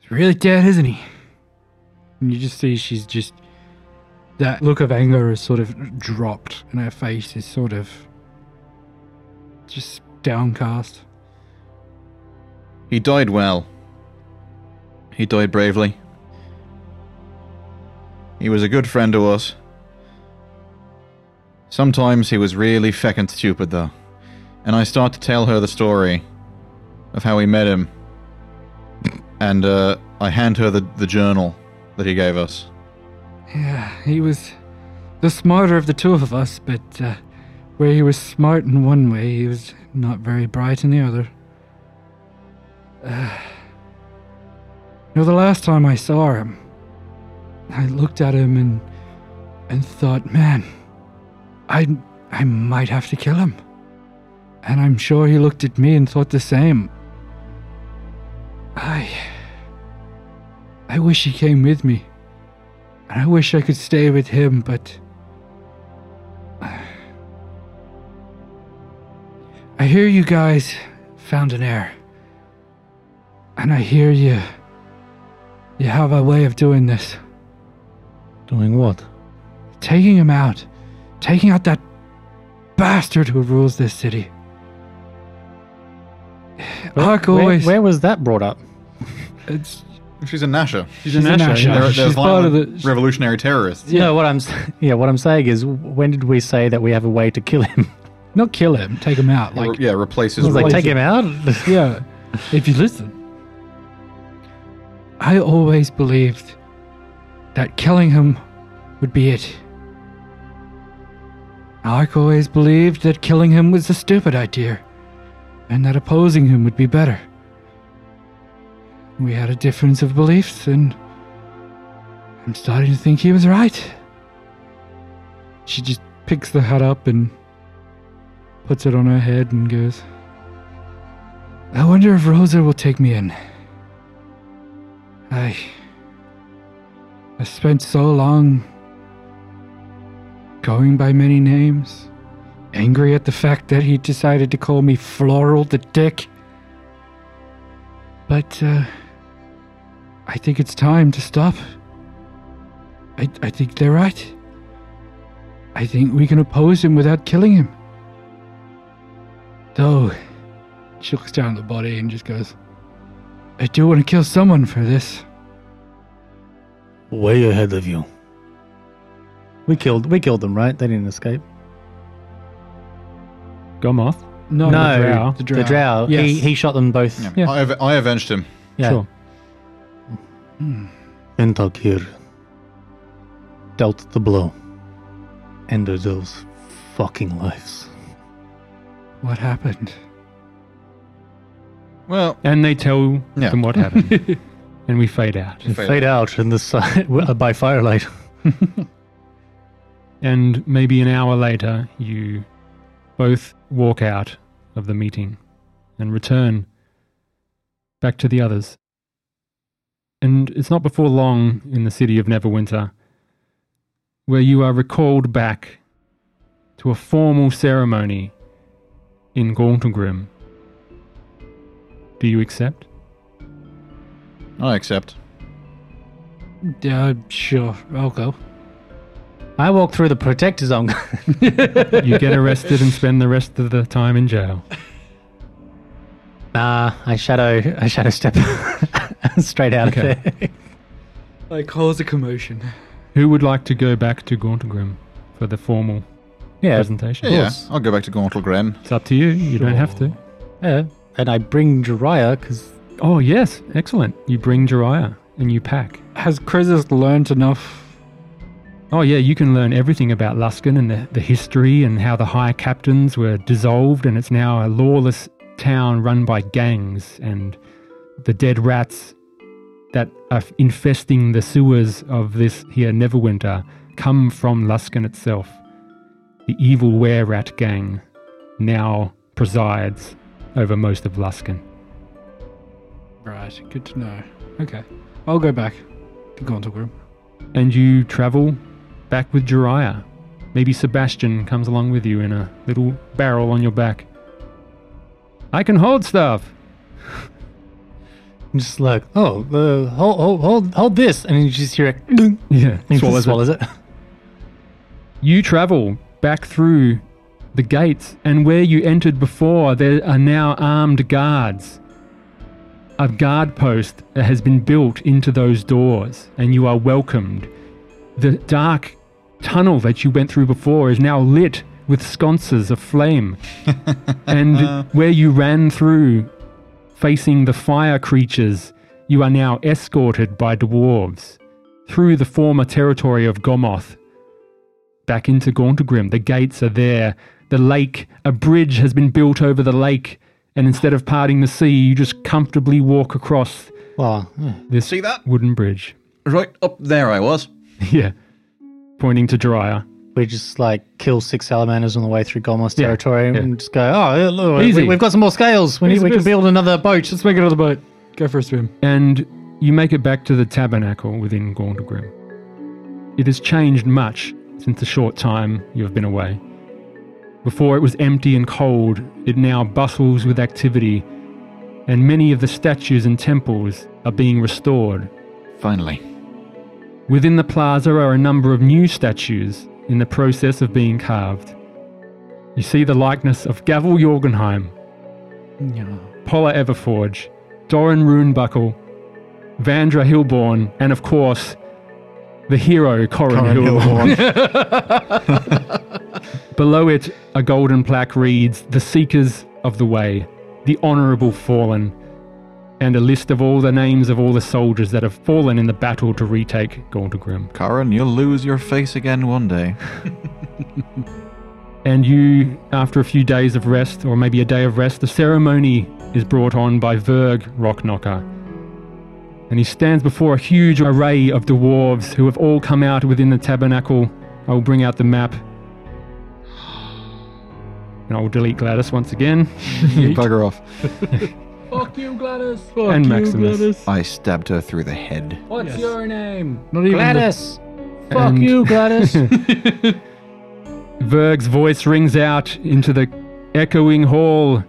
S2: he's really dead, isn't he? And you just see she's just. That look of anger is sort of dropped, and her face is sort of. just downcast.
S3: He died well. He died bravely. He was a good friend to us. Sometimes he was really feckin' stupid, though. And I start to tell her the story of how we met him. And uh, I hand her the, the journal that he gave us.
S2: Yeah, he was the smarter of the two of us, but uh, where he was smart in one way, he was not very bright in the other. Uh, you know, the last time I saw him, I looked at him and and thought, man, I I might have to kill him. And I'm sure he looked at me and thought the same. I I wish he came with me. And I wish I could stay with him, but. I hear you guys found an heir. And I hear you. You have a way of doing this.
S4: Doing what?
S2: Taking him out. Taking out that bastard who rules this city. Ark always.
S4: Where, where was that brought up?
S2: It's,
S3: She's a Nasher.
S1: She's an Asher.
S2: Asher.
S5: They're, they're
S2: She's part of
S5: violent
S2: the-
S5: revolutionary terrorists.
S4: No, what I'm s- yeah, what I'm saying is, when did we say that we have a way to kill him?
S2: not kill him, take him out.
S5: Or,
S2: Like,
S5: yeah, replace
S4: I
S5: his
S4: was like,
S5: role.
S4: take him out.
S2: yeah, if you listen. I always believed that killing him would be it. Alec always believed that killing him was a stupid idea, and that opposing him would be better. We had a difference of beliefs, and I'm starting to think he was right. She just picks the hat up and puts it on her head and goes, I wonder if Rosa will take me in. I. I spent so long going by many names, angry at the fact that he decided to call me Floral the Dick. But, uh, I think it's time to stop. I, I think they're right. I think we can oppose him without killing him. Though, she looks down at the body and just goes, I do want to kill someone for this.
S4: Way ahead of you. We killed we killed them, right? They didn't escape.
S1: Gomoth.
S2: No,
S1: drow.
S4: no, the drow. He,
S2: Yes.
S4: he shot them both. Yeah.
S2: Yeah.
S5: I, av- I avenged him.
S1: Sure.
S4: Entakir dealt the blow. Ended those fucking lives.
S2: What happened?
S5: Well,
S1: And they tell
S5: Yeah.
S1: them what happened. and we fade out.
S4: Fade, out in the side by firelight.
S1: And maybe an hour later, you both walk out of the meeting and return back to the others. And it's not before long in the city of Neverwinter where you are recalled back to a formal ceremony in Gauntlegrim. Do you accept?
S5: I accept.
S2: Yeah, sure, I'll go.
S4: I walk through the protector zone.
S1: You get arrested and spend the rest of the time in jail.
S4: nah, I shadow I shadow step straight out
S1: Okay.
S4: of there.
S2: I cause a commotion.
S1: Who would like to go back to Gauntlegrim for the formal
S4: Yeah,
S1: presentation?
S5: Yeah, yeah, I'll go back to Gauntle Gren.
S1: It's up to you. You don't have to.
S4: yeah. And I bring Jiraiya because
S1: Oh, yes. Excellent. You bring Jiraiya and you pack.
S2: Has Krizis learned enough?
S1: Oh, yeah. You can learn everything about Luskin and the, the history and how the high captains were dissolved, and it's now a lawless town run by gangs and the dead rats that are infesting the sewers of this here Neverwinter come from Luskin itself. The evil were rat gang now presides over most of Luskin.
S2: Right, good to know. Okay, I'll go back to Gontal Room.
S1: and you travel back with Jiraiya. Maybe Sebastian comes along with you in a little barrel on your back. I can hold stuff.
S4: I'm just like, oh, uh, hold, hold, hold, hold this, and then you just hear it, and
S1: Yeah,
S4: he just swallows it.
S1: You travel back through the gates, and where you entered before, there are now armed guards. A guard post has been built into those doors, and you are welcomed. The dark tunnel that you went through before is now lit with sconces of flame. and where you ran through, facing the fire creatures, you are now escorted by dwarves through the former territory of Gomoth back into Gauntlegrim. The gates are there. The lake, a bridge has been built over the lake, and instead of parting the sea, you just comfortably walk across
S4: Well, yeah.
S1: this
S5: See that?
S1: wooden bridge.
S5: Right up there I was.
S1: yeah, pointing to Jiraiya.
S4: we just like kill six salamanders on the way through Gomos
S1: Yeah,
S4: territory
S1: yeah.
S4: and just go, oh, yeah, look,
S1: Easy.
S4: we, we've got some more scales. We, need,
S2: Easy
S4: we can
S2: biz.
S4: build another boat.
S2: Let's make another boat. Go for a swim.
S1: And you make it back to the tabernacle within Gauntlegrim. It has changed much since the short time you have been away. Before it was empty and cold, it now bustles with activity, and many of the statues and temples are being restored.
S3: Finally.
S1: Within the plaza are a number of new statues in the process of being carved. You see the likeness of Gavel Jorgenheim,
S2: Yeah.
S1: Paula Everforge, Doran Runebuckle, Vandra Hilborn, and of course, the hero Corin, Hilborn. Below it, a golden plaque reads The Seekers of the Way, the Honourable Fallen, and a list of all the names of all the soldiers that have fallen in the battle to retake Gauntlegrim.
S3: Karen, you'll lose your face again one day.
S1: And you, after a few days of rest, or maybe a day of rest, the ceremony is brought on by Verg Rockknocker. And he stands before a huge array of dwarves who have all come out within the tabernacle. I will bring out the map. And I will delete Gladys once again.
S5: Bugger off.
S4: Fuck you, Gladys.
S1: and Maximus.
S3: I stabbed her through the head.
S4: What's your name?
S2: Not even
S4: Gladys. Fuck
S1: And-
S4: you, Gladys.
S1: Verg's voice rings out into the echoing hall.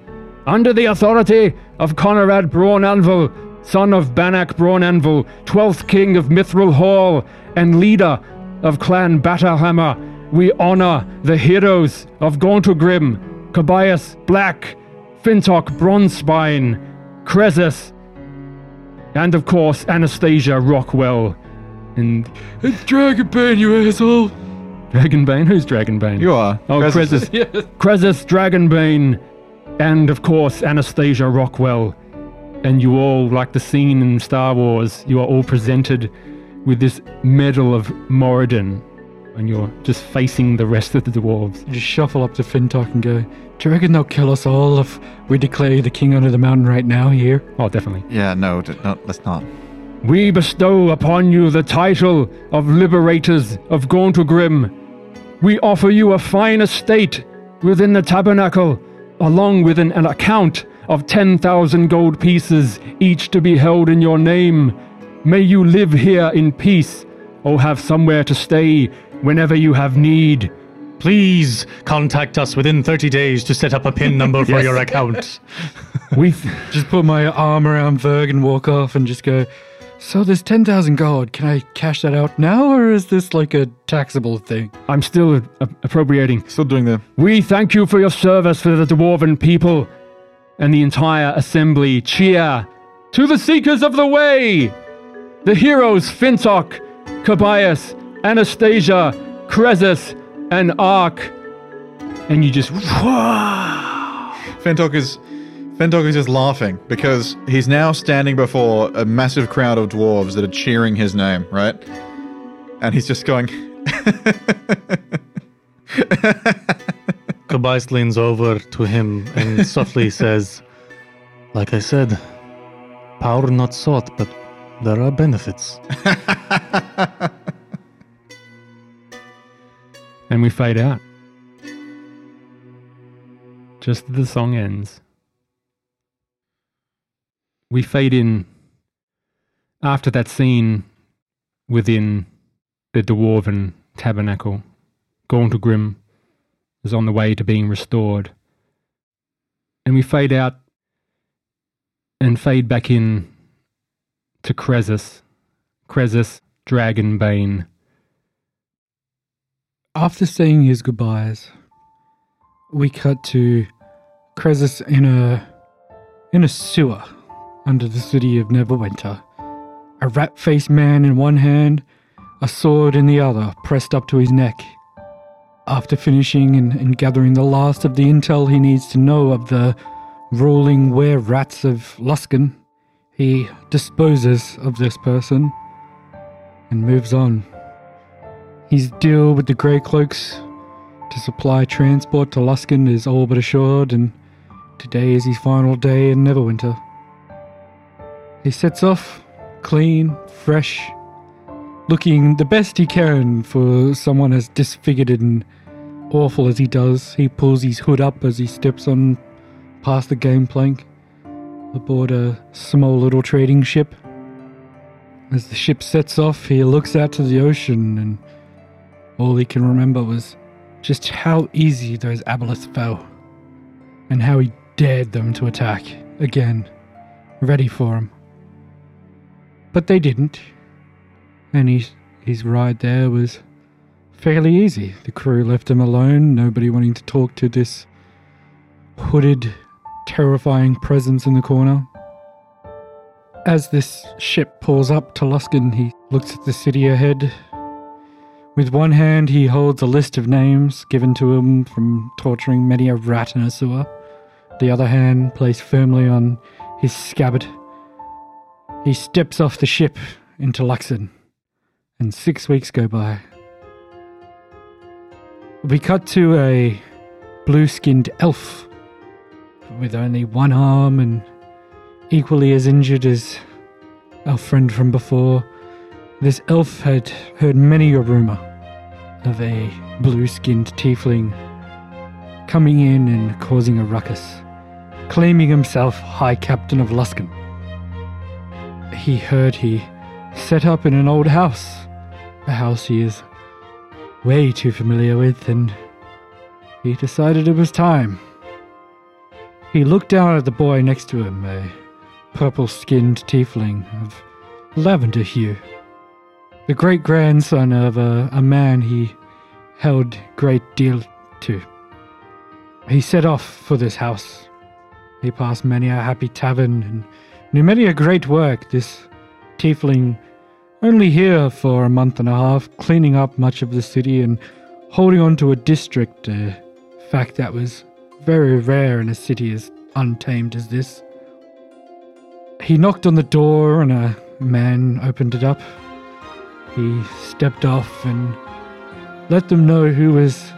S1: Under the authority of Conrad Braunanvil, son of Banach Braunanvil, 12th king of Mithril Hall, and leader of clan Batterhammer, we honor the heroes of Gauntogrim, Cobias Black, Fintok Bronzespine, Cresus, and of course Anastasia Rockwell. And
S2: It's Dragonbane, you asshole.
S1: Dragonbane? Who's Dragonbane?
S5: You are.
S1: Oh, Cresus. Cresus Dragonbane, and of course Anastasia Rockwell. And you all, like the scene in Star Wars, you are all presented with this medal of Moradin, and you're just facing the rest of the dwarves.
S2: Just shuffle up to Fintok and go, Do you reckon they'll kill us all if we declare you the king under the mountain right now here?
S1: Oh, definitely.
S3: Yeah, no, d- no, let's not.
S1: We bestow upon you the title of Liberators of Gauntogrim. We offer you a fine estate within the tabernacle, along with an, an account of 10,000 gold pieces, each to be held in your name. May you live here in peace, or have somewhere to stay whenever you have need.
S4: Please contact us within 30 days to set up a PIN number for your account.
S1: We th-
S2: Just put my arm around Verg and walk off and just go, So there's 10,000 gold. Can I cash that out now or is this like a taxable thing?
S1: I'm still uh, appropriating.
S5: Still doing the.
S1: We thank you for your service for the Dwarven people. And the entire assembly cheer to the Seekers of the Way! The heroes Fintok, Cobias, Anastasia, Cresus, and Ark. And you just.
S5: Fentok is. Fentok is just laughing because he's now standing before a massive crowd of dwarves that are cheering his name, right? And he's just going,
S4: Kobias leans over to him and softly says, Like I said, power not sought, but there are benefits.
S1: And we fade out. Just as the song ends. We fade in after that scene within the dwarven tabernacle. Gauntlegrim is on the way to being restored. And we fade out and fade back in to Cresus. Cresus, Dragonbane.
S2: After saying his goodbyes, we cut to Cresus in a in a sewer under the city of Neverwinter. A rat-faced man in one hand, a sword in the other, pressed up to his neck. After finishing and, and gathering the last of the intel he needs to know of the ruling were rats of Luskin, he disposes of this person and moves on. His deal with the Grey Cloaks to supply transport to Luskin is all but assured, and today is his final day in Neverwinter. He sets off clean, fresh, looking the best he can for someone as disfigured and awful as he does. He pulls his hood up as he steps on past the game plank aboard a small little trading ship. As the ship sets off, he looks out to the ocean and all he can remember was just how easy those aboleths fell, and how he dared them to attack again, ready for him. But they didn't, and his, his ride there was fairly easy. The crew left him alone, nobody wanting to talk to this hooded, terrifying presence in the corner. As this ship pulls up to Luskin, he looks at the city ahead with one hand, he holds a list of names given to him from torturing many a rat in a sewer. The other hand, placed firmly on his scabbard, he steps off the ship into Luxon, and six weeks go by. We cut to a blue skinned elf with only one arm and equally as injured as our friend from before. This elf had heard many a rumor of a blue skinned tiefling coming in and causing a ruckus, claiming himself High Captain of Luskin. He heard he set up in an old house, a house he is way too familiar with, and he decided it was time. He looked down at the boy next to him, a purple skinned tiefling of lavender hue, the great grandson of a, a man he held great deal to. He set off for this house. He passed many a happy tavern and knew many a great work. This tiefling only here for a month and a half, cleaning up much of the city and holding on to a district, a fact that was very rare in a city as untamed as this. He knocked on the door and a man opened it up. He stepped off and let them know who was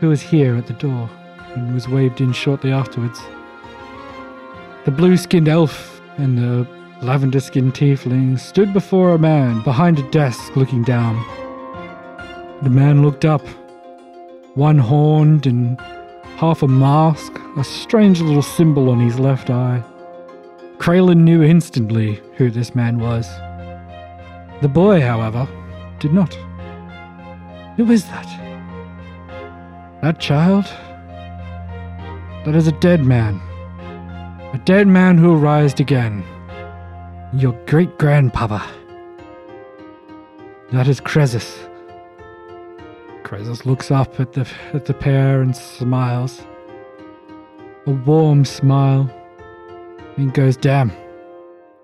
S2: who was here at the door and was waved in shortly afterwards. The blue skinned elf and the lavender skinned tiefling stood before a man behind a desk looking down. The man looked up, one horned and half a mask, a strange little symbol on his left eye. Kraylin knew instantly who this man was. The boy, however, did not. Who is that? That child? That is a dead man. A dead man who arised again. Your great grandpapa. That is Cresus. Cresus looks up at the at the pair and smiles. A warm smile. And goes, Damn.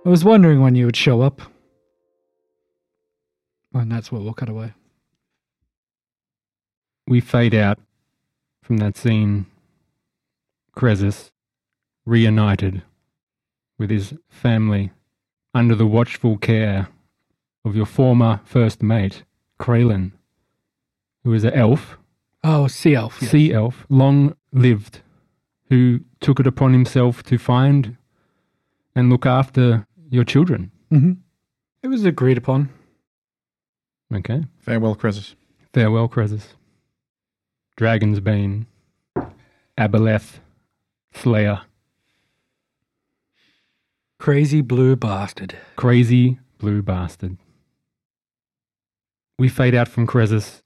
S2: I was wondering when you would show up. And that's what we'll cut away.
S1: we fade out from that scene. Cresus reunited with his family under the watchful care of your former first mate, Kraylin, who is an elf,
S2: Oh, sea elf. yeah.
S1: sea elf, long lived, who took it upon himself to find and look after your children.
S2: Mhm. It was agreed upon.
S1: Okay.
S5: Farewell, Cresus.
S1: Farewell, Cresus. Dragon's Bane. Aboleth. Slayer.
S2: Crazy blue bastard.
S1: Crazy blue bastard. We fade out from Cresus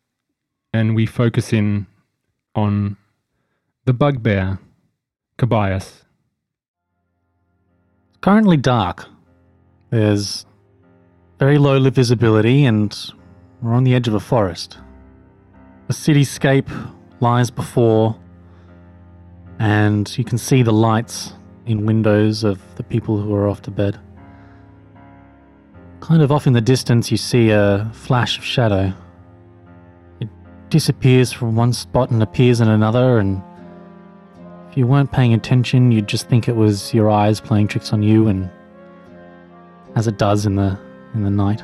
S1: and we focus in on the bugbear, Cobias.
S4: It's currently dark. There's very low visibility, and we're on the edge of a forest. A cityscape lies before, and you can see the lights in windows of the people who are off to bed. Kind of off in the distance, you see a flash of shadow. It disappears from one spot and appears in another, and if you weren't paying attention, you'd just think it was your eyes playing tricks on you, and as it does in the in the night,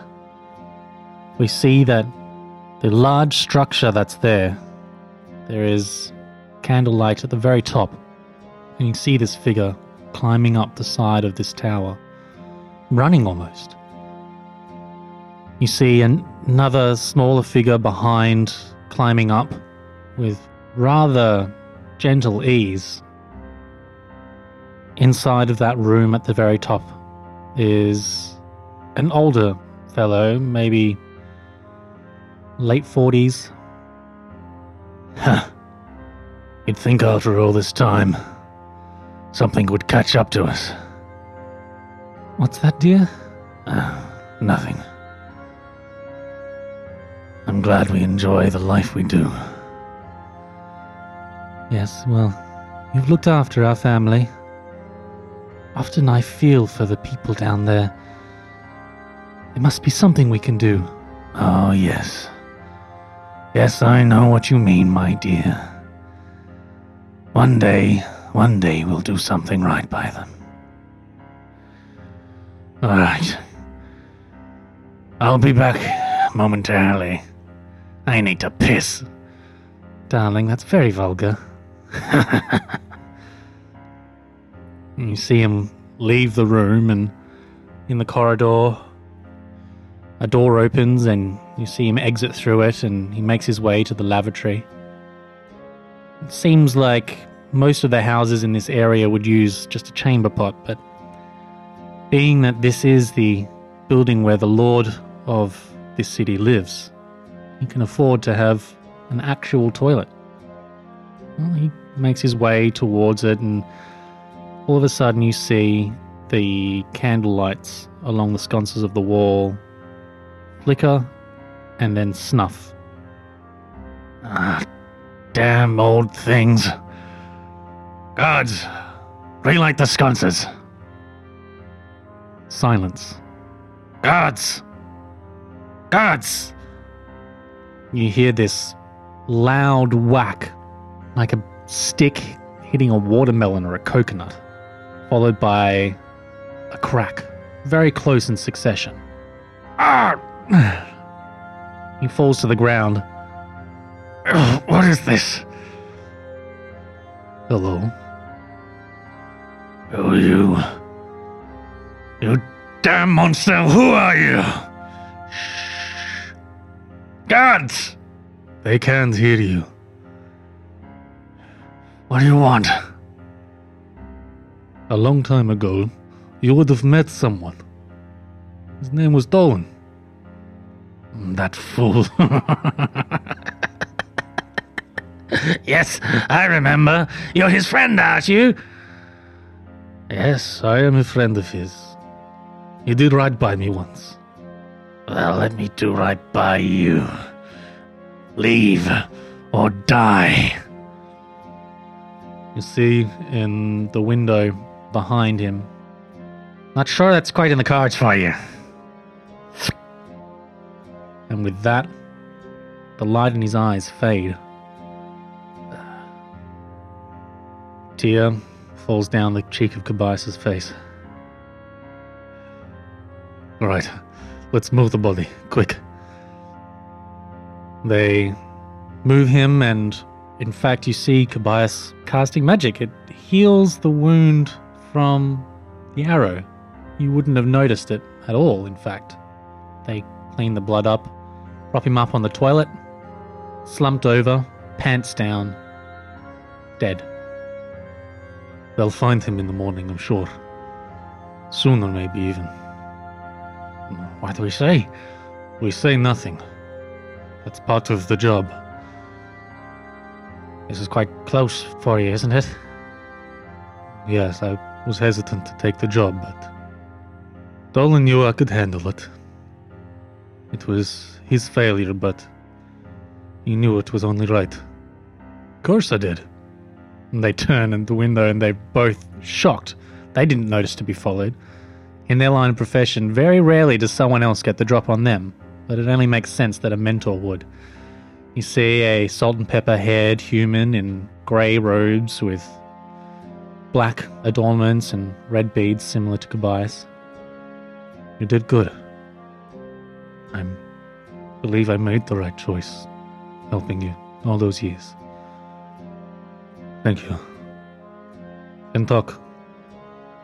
S4: we see that the large structure that's there. There is candlelight at the very top, and you see this figure climbing up the side of this tower, running almost. You see an, another smaller figure behind climbing up with rather gentle ease. Inside of that room at the very top is an older fellow, maybe late 40s. Huh. You'd think after all this time, something would catch up to us. What's that, dear? Uh, nothing. I'm glad we enjoy the life we do. Yes, well, you've looked after our family. Often I feel for the people down there. There must be something we can do. Oh, yes. Yes, I know what you mean, my dear. One day, one day we'll do something right by them. All right. I'll be back momentarily. I need to piss. Darling, that's very vulgar. And you see him leave the room, and in the corridor, a door opens, and you see him exit through it, and he makes his way to the lavatory. It seems like most of the houses in this area would use just a chamber pot, but being that this is the building where the lord of this city lives, he can afford to have an actual toilet. Well, he makes his way towards it, and all of a sudden, you see the candle lights along the sconces of the wall flicker and then snuff. Ah, damn old things. Guards, relight the sconces. Silence. Guards! Guards! You hear this loud whack, like a stick hitting a watermelon or a coconut followed by a crack, very close in succession. Ah! He falls to the ground. Ugh, What is this? Hello. Who are you? You damn monster, who are you? Shh. Guards! They can't hear you. What do you want? A long time ago, you would have met someone. His name was Dolan. That fool. yes, I remember. You're his friend, aren't you? Yes, I am a friend of his. He did right by me once. Well, let me do right by you. Leave or die. You see in the window behind him. Not sure that's quite in the cards for you. And with that, the light in his eyes fade. Tear falls down the cheek of Cobias's face. All right, let's move the body, quick. They move him, and in fact, you see Kobayas casting magic. It heals the wound from the arrow. You wouldn't have noticed it at all, in fact. They clean the blood up, prop him up on the toilet, slumped over, pants down, dead. They'll find him in the morning, I'm sure. Sooner, maybe even. What do we say? We say nothing. That's part of the job. This is quite close for you, isn't it? Yes, I was hesitant to take the job, but Dolan knew I could handle it. It was his failure, but he knew it was only right. Of course I did. And they turn in the window and they're both shocked. They didn't notice to be followed. In their line of profession, very rarely does someone else get the drop on them, but it only makes sense that a mentor would. You see a salt and pepper haired human in grey robes with black adornments and red beads similar to Kobayas. You did good. I believe I made the right choice helping you all those years. Thank you. And talk.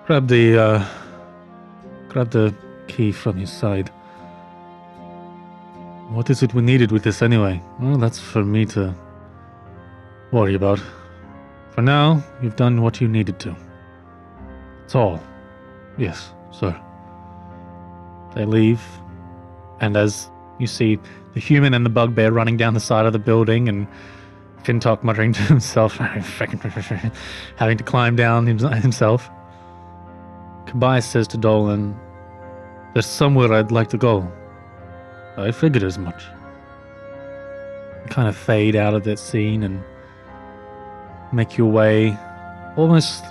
S4: Grab the uh, grab the key from his side. What is it we needed with this anyway? Well, that's for me to worry about. For now, you've done what you needed to. It's all. Yes, sir. They leave, and as you see the human and the bugbear running down the side of the building, and Fintok muttering to himself, "Frickin'" having to climb down hims- himself. Kobayas says to Dolan, There's somewhere I'd like to go. I figured as much. Kind of fade out of that scene and make your way almost.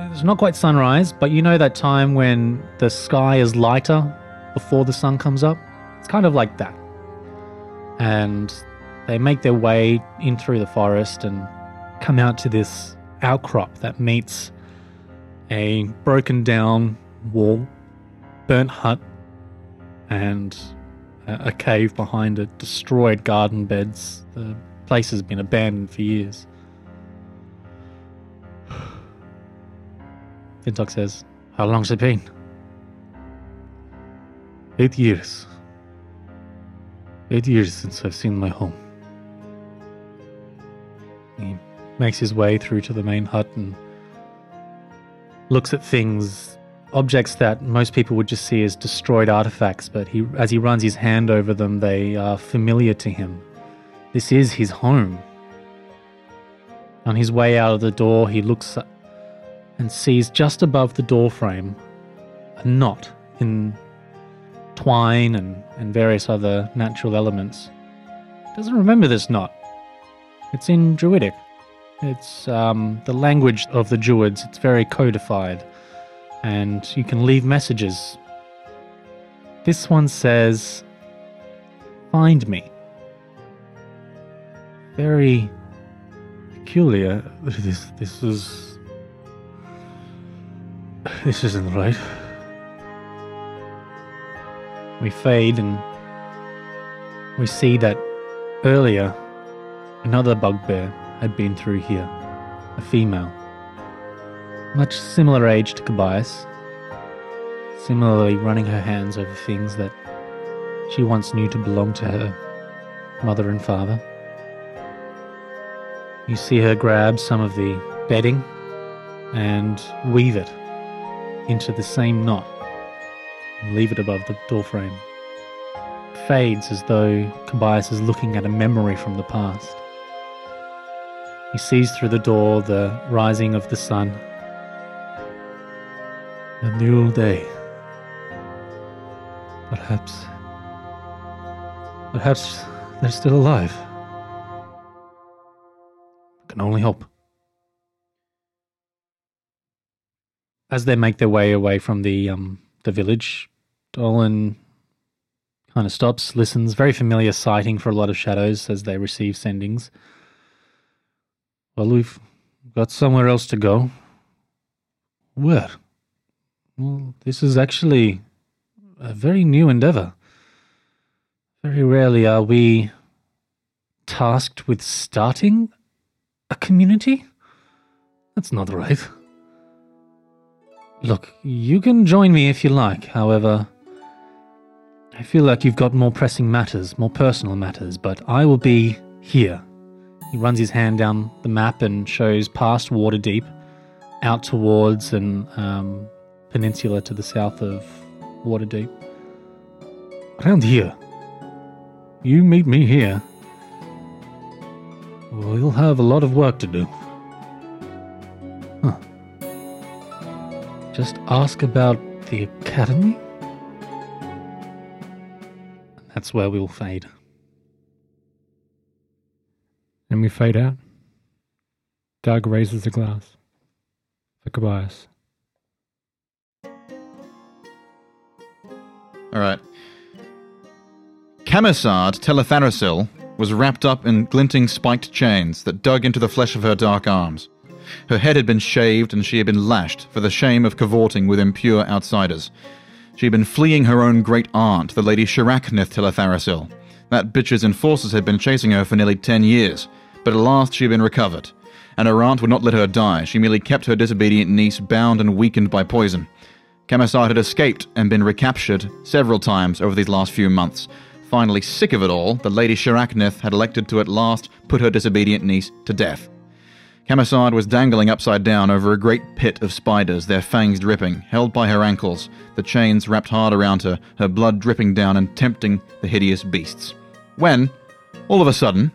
S4: It's not quite sunrise, but you know that time when the sky is lighter before the sun comes up? It's kind of like that. And they make their way in through the forest and come out to this outcrop that meets a broken down wall, burnt hut, and a a cave behind it, destroyed garden beds. The place has been abandoned for years. Tintok says, How long's it been? Eight years. Eight years since I've seen my home. He makes his way through to the main hut and looks at things, objects that most people would just see as destroyed artifacts, but he, as he runs his hand over them, they are familiar to him. This is his home. On his way out of the door, he looks up and sees just above the doorframe a knot in twine and, and various other natural elements. Doesn't remember this knot. It's in Druidic. It's um, the language of the Druids. It's very codified, and you can leave messages. This one says, "Find me." Very peculiar. This this is this isn't right. We fade and we see that earlier another bugbear had been through here, a female. Much similar age to Kobayas, similarly running her hands over things that she once knew to belong to her mother and father. You see her grab some of the bedding and weave it into the same knot and leave it above the doorframe. Fades as though Kobayas is looking at a memory from the past. He sees through the door the rising of the sun. A new day. Perhaps. Perhaps they're still alive. Can only hope. as they make their way away from the um, the village, Dolan kind of stops, listens. Very familiar sighting for a lot of shadows as they receive sendings. Well, we've got somewhere else to go. Where? Well, this is actually a very new endeavor. Very rarely are we tasked with starting a community. That's not right. Look, you can join me if you like, however. I feel like you've got more pressing matters, more personal matters, but I will be here. He runs his hand down the map and shows past Waterdeep, out towards an um, peninsula to the south of Waterdeep. Around here. You meet me here. We'll have a lot of work to do. Just ask about the academy. That's where we'll fade.
S1: And we fade out. Doug raises a glass for Kobayas.
S5: All right. Camisard Telethanasil was wrapped up in glinting spiked chains that dug into the flesh of her dark arms. Her head had been shaved and she had been lashed for the shame of cavorting with impure outsiders. She had been fleeing her own great aunt, the Lady Shiraknith Teletharasil. That bitch's enforcers had been chasing her for nearly ten years, but at last she had been recovered. And her aunt would not let her die, she merely kept her disobedient niece bound and weakened by poison. Camisard had escaped and been recaptured several times over these last few months. Finally, sick of it all, the Lady Shiraknith had elected to at last put her disobedient niece to death. Camisard was dangling upside down over a great pit of spiders, their fangs dripping, held by her ankles, the chains wrapped hard around her, her blood dripping down and tempting the hideous beasts. When, all of a sudden,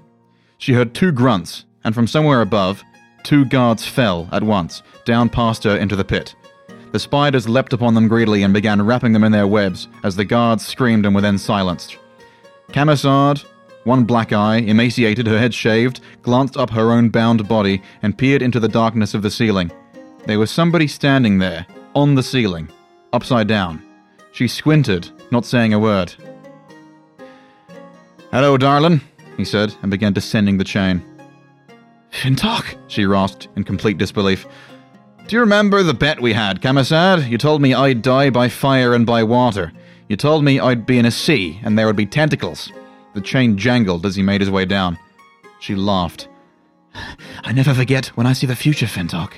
S5: she heard two grunts, and from somewhere above, two guards fell at once, down past her into the pit. The spiders leapt upon them greedily and began wrapping them in their webs as the guards screamed and were then silenced. Camisard, one black eye, emaciated, her head shaved, glanced up her own bound body and peered into the darkness of the ceiling. There was somebody standing there, on the ceiling, upside down. She squinted, not saying a word. Hello, darling, he said, and began descending the chain. Fintok, she rasped in complete disbelief. Do you remember the bet we had, Camisad? You told me I'd die by fire and by water. You told me I'd be in a sea and there would be tentacles. The chain jangled as he made his way down. She laughed.
S7: I never forget when I see the future, Fintok.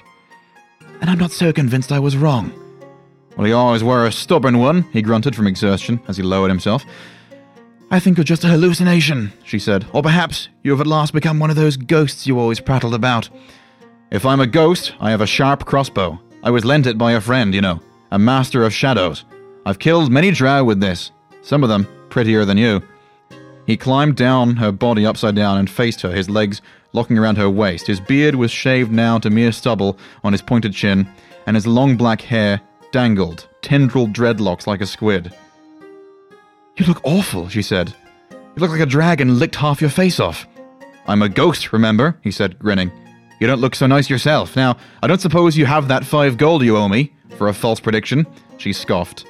S5: and I'm not so convinced I was wrong. Well, you always were a stubborn one, he grunted from exertion as he lowered himself. I think you're just a hallucination, she said, or perhaps you have at last become one of those ghosts you always prattled about. If I'm a ghost, I have a sharp crossbow. I was lent it by a friend, you know, a master of shadows. I've killed many drow with this, some of them prettier than you. He climbed down her body upside down and faced her, his legs locking around her waist. His beard was shaved now to mere stubble on his pointed chin, and his long black hair dangled, tendril dreadlocks like a squid. You look awful, she said. You look like a dragon licked half your face off. I'm a ghost, remember, he said, grinning. You don't look so nice yourself. Now, I don't suppose you have that five gold you owe me for a false prediction, she scoffed.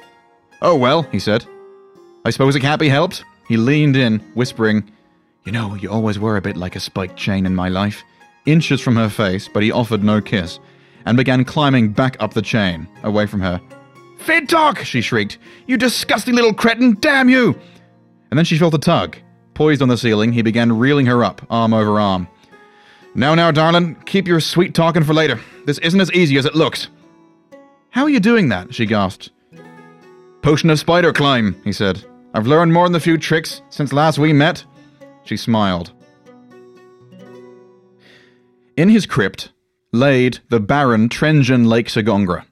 S5: Oh well, he said. I suppose it can't be helped. He leaned in, whispering, You know, you always were a bit like a spiked chain in my life. Inches from her face, but he offered no kiss, and began climbing back up the chain, away from her. Fid talk! she shrieked. You disgusting little cretin, damn you! And then she felt a tug. Poised on the ceiling, he began reeling her up, arm over arm. Now, now, darling, keep your sweet talking for later. This isn't as easy as it looks. How are you doing that? she gasped. Potion of spider climb, he said. I've learned more than a few tricks since last we met. She smiled. In his crypt laid the Baron Trenjan Lake Sagongra.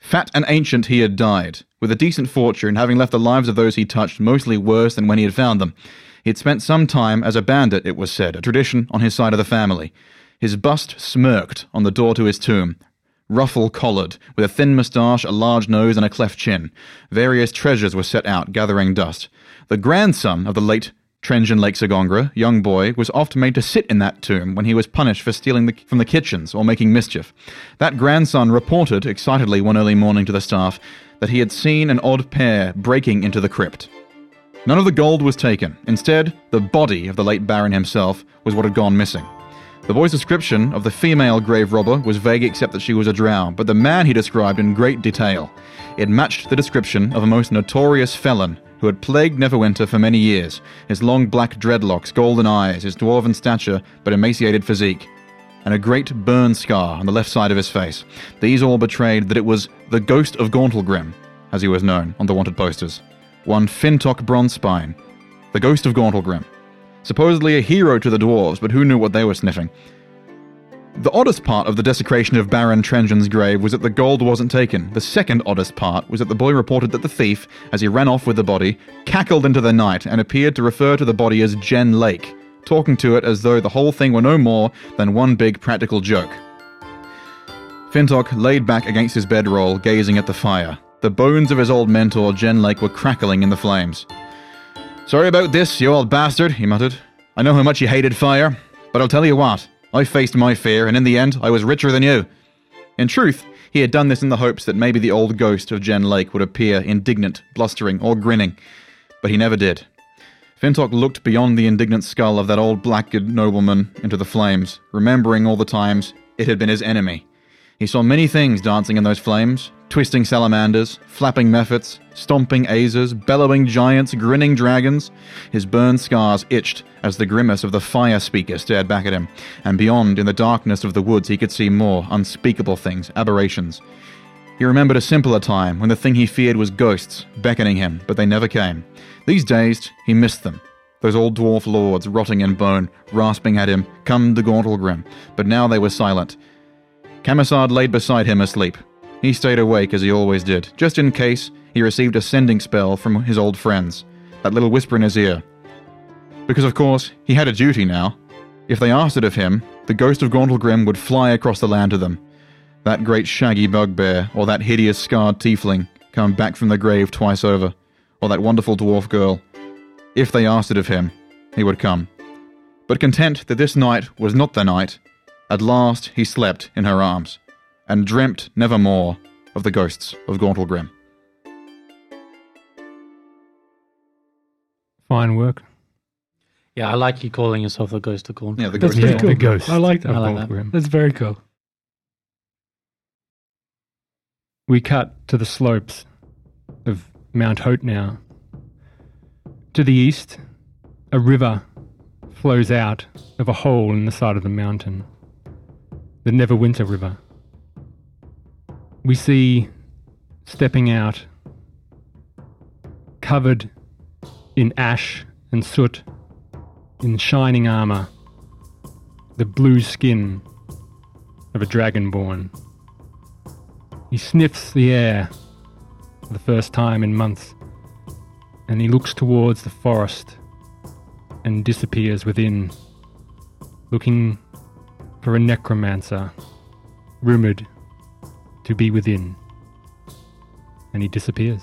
S5: Fat and ancient, he had died, with a decent fortune, having left the lives of those he touched mostly worse than when he had found them. He had spent some time as a bandit, it was said, a tradition on his side of the family. His bust smirked on the door to his tomb, ruffle collared, with a thin moustache, a large nose, and a cleft chin. Various treasures were set out, gathering dust. The grandson of the late Trenjan Lake Sagongra, young boy, was often made to sit in that tomb when he was punished for stealing the, from the kitchens or making mischief. That grandson reported excitedly one early morning to the staff that he had seen an odd pair breaking into the crypt. None of the gold was taken. Instead, the body of the late Baron himself was what had gone missing. The boy's description of the female grave robber was vague except that she was a drow, but the man he described in great detail. It matched the description of a most notorious felon who had plagued Neverwinter for many years, his long black dreadlocks, golden eyes, his dwarven stature but emaciated physique, and a great burn scar on the left side of his face. These all betrayed that it was the ghost of Gauntlegrim, as he was known on the wanted posters. One Fintock Bronzespine, the ghost of Gauntlegrim supposedly a hero to the dwarves, but who knew what they were sniffing? The oddest part of the desecration of Baron Trenjan's grave was that the gold wasn't taken. The second oddest part was that the boy reported that the thief, as he ran off with the body, cackled into the night and appeared to refer to the body as Jen Lake, talking to it as though the whole thing were no more than one big practical joke. Fintock laid back against his bedroll, gazing at the fire. The bones of his old mentor, Jen Lake, were crackling in the flames. Sorry about this, you old bastard, he muttered. I know how much you hated fire, but I'll tell you what, I faced my fear, and in the end, I was richer than you. In truth, he had done this in the hopes that maybe the old ghost of Jen Lake would appear indignant, blustering, or grinning, but he never did. Fintock looked beyond the indignant skull of that old blackguard nobleman into the flames, remembering all the times it had been his enemy. He saw many things dancing in those flames twisting salamanders, flapping mephits, stomping azers, bellowing giants, grinning dragons. His burned scars itched as the grimace of the fire speaker stared back at him, and beyond, in the darkness of the woods, he could see more unspeakable things, aberrations. He remembered a simpler time when the thing he feared was ghosts beckoning him, but they never came. These days, he missed them. Those old dwarf lords, rotting in bone, rasping at him, come the Gauntlegrim, but now they were silent. Camisard laid beside him asleep. He stayed awake as he always did, just in case he received a sending spell from his old friends, that little whisper in his ear. Because, of course, he had a duty now. If they asked it of him, the ghost of Gauntlegrim would fly across the land to them. That great shaggy bugbear, or that hideous scarred tiefling, come back from the grave twice over, or that wonderful dwarf girl. If they asked it of him, he would come. But content that this night was not the night, at last he slept in her arms and dreamt nevermore of the ghosts of Gauntlegrim.
S1: Fine work.
S3: Yeah, I like you calling yourself the ghost of Gaunt.
S8: Yeah, the
S2: That's
S8: ghost.
S2: pretty
S1: Yeah,
S2: cool.
S1: the ghost
S2: I like that.
S1: of
S3: I like that.
S1: Gauntlegrim.
S2: That's very cool.
S1: We cut to the slopes of Mount Hope now. To the east, a river flows out of a hole in the side of the mountain, the Neverwinter River. we see stepping out, covered in ash and soot, in shining armor, the blue skin of a dragonborn. He sniffs the air for the first time in months, and he looks towards the forest and disappears within, looking for a necromancer rumored to be within. And he disappears.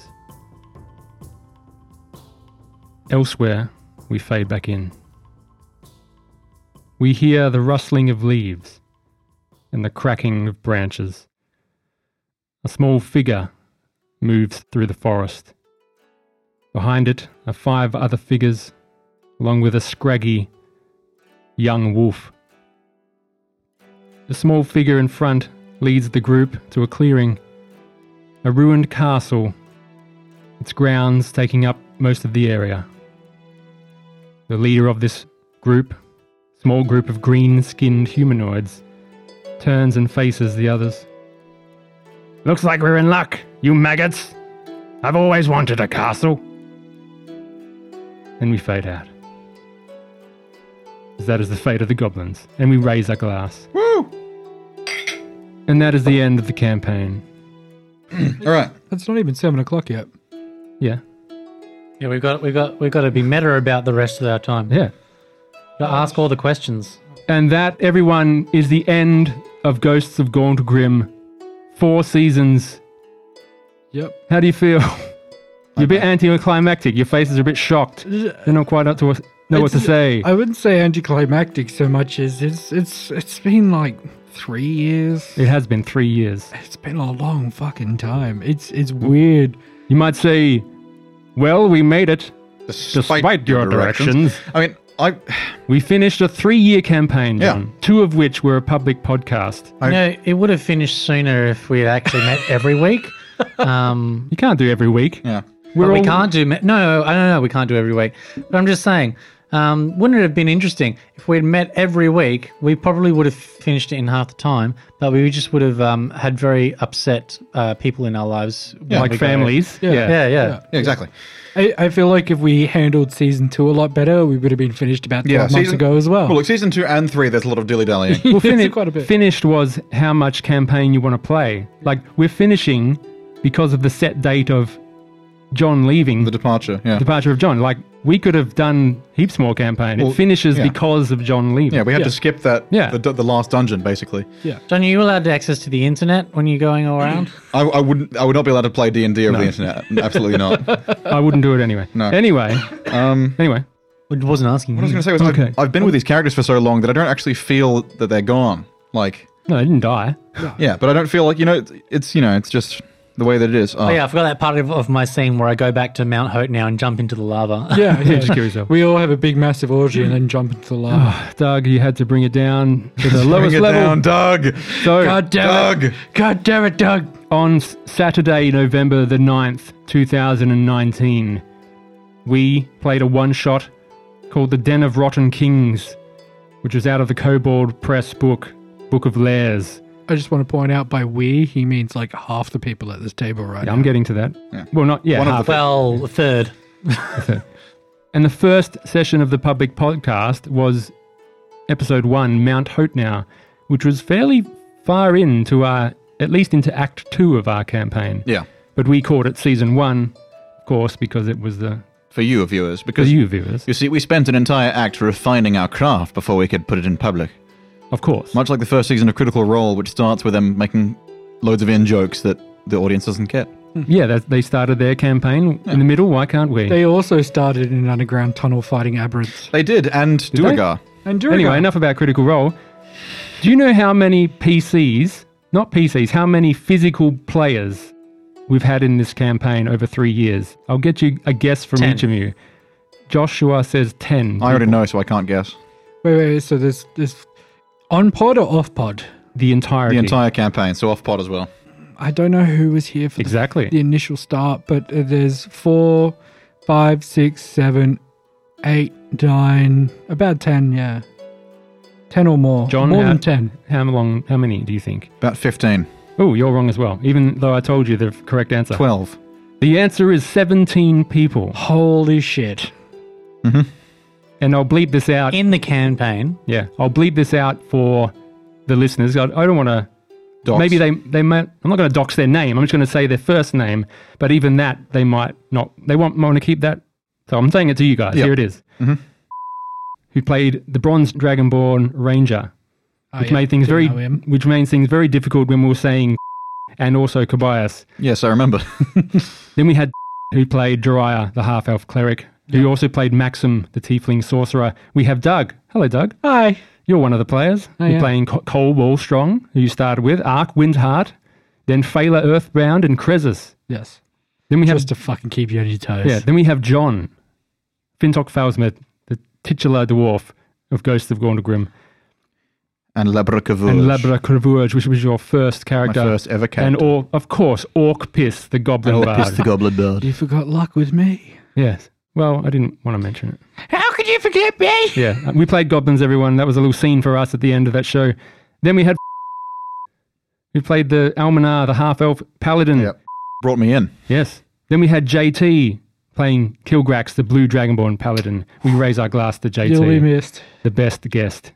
S1: Elsewhere, we fade back in. We hear the rustling of leaves and the cracking of branches. A small figure moves through the forest. Behind it are five other figures, along with a scraggy young wolf. The small figure in front leads the group to a clearing, a ruined castle, its grounds taking up most of the area. The leader of this group, small group of green skinned humanoids, turns and faces the others. Looks like we're in luck, you maggots! I've always wanted a castle! And we fade out. As That is the fate of the goblins, and we raise our glass. And that is the end of the campaign.
S5: All right.
S2: That's not even seven o'clock yet.
S1: Yeah.
S4: Yeah, we've got we've got we've got to be meta about the rest of our time.
S1: Yeah.
S4: Gotta ask all the questions.
S1: And that, everyone, is the end of Ghosts of Gaunt Grim. Four seasons.
S2: Yep.
S1: How do you feel? You're a bit anticlimactic. Your faces are a bit shocked. They're not quite up to us, know what to
S2: It's-
S1: say.
S2: I wouldn't say anticlimactic so much as it's it's it's been like three years.
S1: It has been three years.
S2: It's been a long fucking time. It's it's weird.
S1: You might say, well, we made it, despite, your directions.
S5: I mean, I
S1: We finished a three year campaign,
S5: Yeah.
S1: John, two of which were a public podcast.
S5: I-
S4: You know, it would have finished sooner if we had actually met every week. Um,
S1: You can't do every week.
S5: yeah.
S1: We're
S4: but we
S1: all-
S4: can't do me- no, I don't know. We can't do every week. But I'm just saying, um, wouldn't it have been interesting if we'd met every week? We probably would have finished it in half the time, but we just would have um, had very upset uh, people in our lives, when
S1: Like
S4: we go-
S1: families. Yeah.
S4: Yeah, yeah.
S5: Yeah, exactly.
S2: I, I feel like if we handled season two a lot better, we would have been finished about 12
S5: Yeah,
S2: months ago as
S1: Oh.
S2: well.
S5: Well, look, season two and three, there's a lot of dilly dallying.
S1: Well, fini-
S2: quite a bit.
S1: finished was how much campaign you want to play. Like, we're finishing because of the set date of John leaving,
S5: the
S1: the
S5: departure. Yeah.
S1: departure of John. Like, we could have done heaps more campaign.
S5: Well,
S1: it finishes
S5: yeah.
S1: because of John leaving.
S5: yeah, we had to skip that.
S1: Yeah.
S5: The, the last dungeon, basically.
S4: John, are you allowed access to the internet when you're going all around?
S5: I, I wouldn't. I would not be allowed to play D and D over the internet. Absolutely not. I
S1: I wouldn't do it anyway.
S5: No.
S1: Anyway,
S5: Um,
S1: anyway,
S4: I wasn't asking.
S5: was
S4: you.
S5: going to say was I've-
S1: Okay.
S5: I've, been with these characters for so long that I don't actually feel that they're gone. Like,
S1: no, I didn't die.
S5: yeah, but I don't feel like you know. it's- It's you know, it's just the way that it is. Oh,
S4: Oh, yeah, I forgot that part of, of my scene where I go back to Mount Hope now and jump into the lava.
S2: yeah,
S1: Yeah,
S2: yeah.
S1: just Oh. kill yourself.
S2: We all have a big, massive orgy and then jump into the lava.
S1: Doug, you had to bring it down to the
S5: Bring
S1: lowest
S5: it
S1: level.
S5: down, Doug.
S1: So,
S2: God damn
S5: Doug.
S2: it. God damn it, Doug.
S1: on S- Saturday, November the 9th, 2019, we played a one shot called The Den of Rotten Kings, which is out of the Kobold Press book, Book of Lairs.
S2: I just want to point out by we, he means like half the people at this table right
S1: Yeah,
S2: now.
S1: I'm getting to that.
S5: Yeah.
S1: Well, not yeah,
S5: One of
S1: half.
S4: Well, a third.
S1: and the first session of the public podcast was episode one, Mount Hope Now, which was fairly far into our, at least into act two of our campaign.
S5: Yeah,
S1: But we called it season one, of course, because it was the,
S5: for you viewers,
S1: for
S5: because
S1: you viewers,
S5: You see, we spent an entire act refining our craft before we could put it in public.
S1: of course.
S5: Much like the first season of Critical Role, which starts with them making loads of in jokes that the audience doesn't get.
S1: Yeah, that, they started their campaign in the middle. Why can't we?
S2: They also started in an underground tunnel fighting aberrants.
S5: They did, and Duergar.
S2: And Duragar.
S1: anyway, enough about Critical Role. Do you know how many PCs, not PCs, how many physical players we've had in this campaign over three years? I'll get you a guess from
S4: Ten.
S1: each of you. Joshua says 10.
S5: I already know, so I can't guess.
S2: Wait, wait, wait, so there's, there's on pod or off pod?
S1: the entirety.
S5: The entire campaign, so off pod as well.
S2: I don't know who was here for the
S1: Exactly.
S2: the initial start, but uh, there's four, five, six, seven, eight, nine, about ten, yeah, ten or more.
S1: John
S2: more
S1: had-
S2: than ten.
S1: How long? How many do you think?
S5: About 15.
S1: Oh, you're wrong as well, even though I told you the correct answer.
S5: 12.
S1: The answer is 17 people.
S2: Holy shit.
S1: And I'll bleep this out.
S4: In the campaign,
S1: yeah, I'll bleep this out for the listeners. I, I don't want to.
S5: Docs.
S1: Maybe they, they might. I'm not going to dox their name. I'm just going to say their first name. But even that, they might not. They won't want to keep that. So I'm saying it to you guys. Here it is.
S2: Mm-hmm.
S1: Who played the Bronze Dragonborn Ranger,
S2: Oh,
S1: which
S2: yeah,
S1: made things
S2: do
S1: very,
S2: know him.
S1: which made things very difficult when we were saying, and also Kobayas.
S5: Yes, I remember.
S1: Then we had who played Jiraiya, the half elf cleric, who also played Maxim, the tiefling sorcerer. We have Doug. Hello, Doug.
S2: Hi.
S1: You're one of the players. You're
S2: Oh, yeah.
S1: playing Co- Cole Wallstrong, who you started with, Ark Windheart, then Phaela Earthbound, and Krezus.
S2: Yes.
S1: Then we have
S2: Just to fucking keep you on your toes.
S1: yeah. Then we have John, Fintok Falsmith, the titular dwarf of Ghosts of Gondelgrim,
S5: and Labracavur.
S1: and Labra Kurvurge, which was your first
S5: My
S1: character,
S5: first ever
S1: and
S5: character.
S1: or, of course Orc Piss, the Goblin
S5: And
S1: Bard.
S5: Orpus the Goblin Bird.
S2: You forgot luck with me.
S1: yes. Well, I didn't want to mention it.
S2: How could you forget me?
S1: Yeah, Uh, we played goblins. Everyone, that was a little scene for us at the end of that show. Then we had we played the Almanar, the half elf paladin.
S5: Yep. Brought me in.
S1: Yes. Then we had JT playing Kilgrax, the blue dragonborn paladin. We raise our glass to JT,
S2: You'll be missed.
S1: the best guest.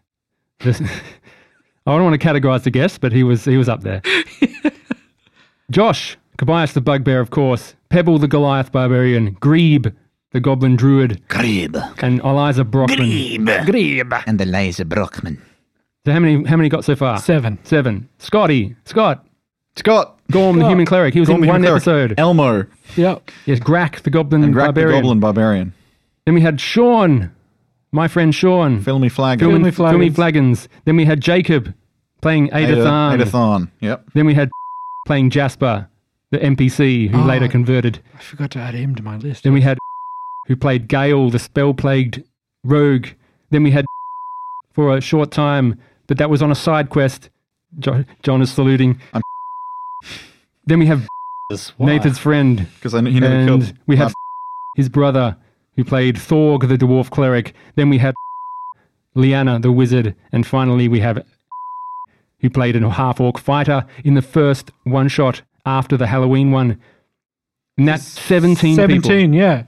S1: This- I don't want to categorize the guest, but he was he was up there. Josh, Kobayas the bugbear, of course. Pebble the Goliath barbarian. Grebe, the goblin druid,
S3: Grib.
S1: and Eliza Brockman.
S3: And the laser Brockman.
S1: So how many how many got so far?
S2: Seven.
S1: Seven. Scotty, Scott,
S5: Scott.
S1: Gorm the human cleric. He was
S5: Gorm
S1: in
S5: the
S1: one
S5: Human Cleric.
S1: episode.
S5: Elmo.
S2: Yep.
S1: yes, Grack the goblin
S5: And Rack the
S1: barbarian.
S5: Goblin Barbarian.
S1: Then we had Sean, my friend Sean,
S5: Filmy Flag.
S1: Film-
S2: Filmy Flagons.
S1: Filmy Flagons. Then we had Jacob playing Ada Tharn.
S5: Adathon. Yep.
S1: Then we had playing Jasper, the NPC who
S2: Ah.
S1: later converted.
S2: I forgot to add him to my list.
S1: Then we had who played Gale, the spell plagued rogue. Then we had for a short time, but that was on a side quest. Jo- John is saluting.
S5: I'm
S1: then we have
S4: is why.
S1: Nathan's friend,
S5: Because I kn- he never
S1: and
S5: killed.
S1: we had
S5: Last-
S1: his brother, who played Thorg, the dwarf cleric. Then we had Liana, the wizard, and finally we have who played a half orc fighter in the first one shot after the Halloween one. And that's 17 people.
S2: Seventeen. Yeah.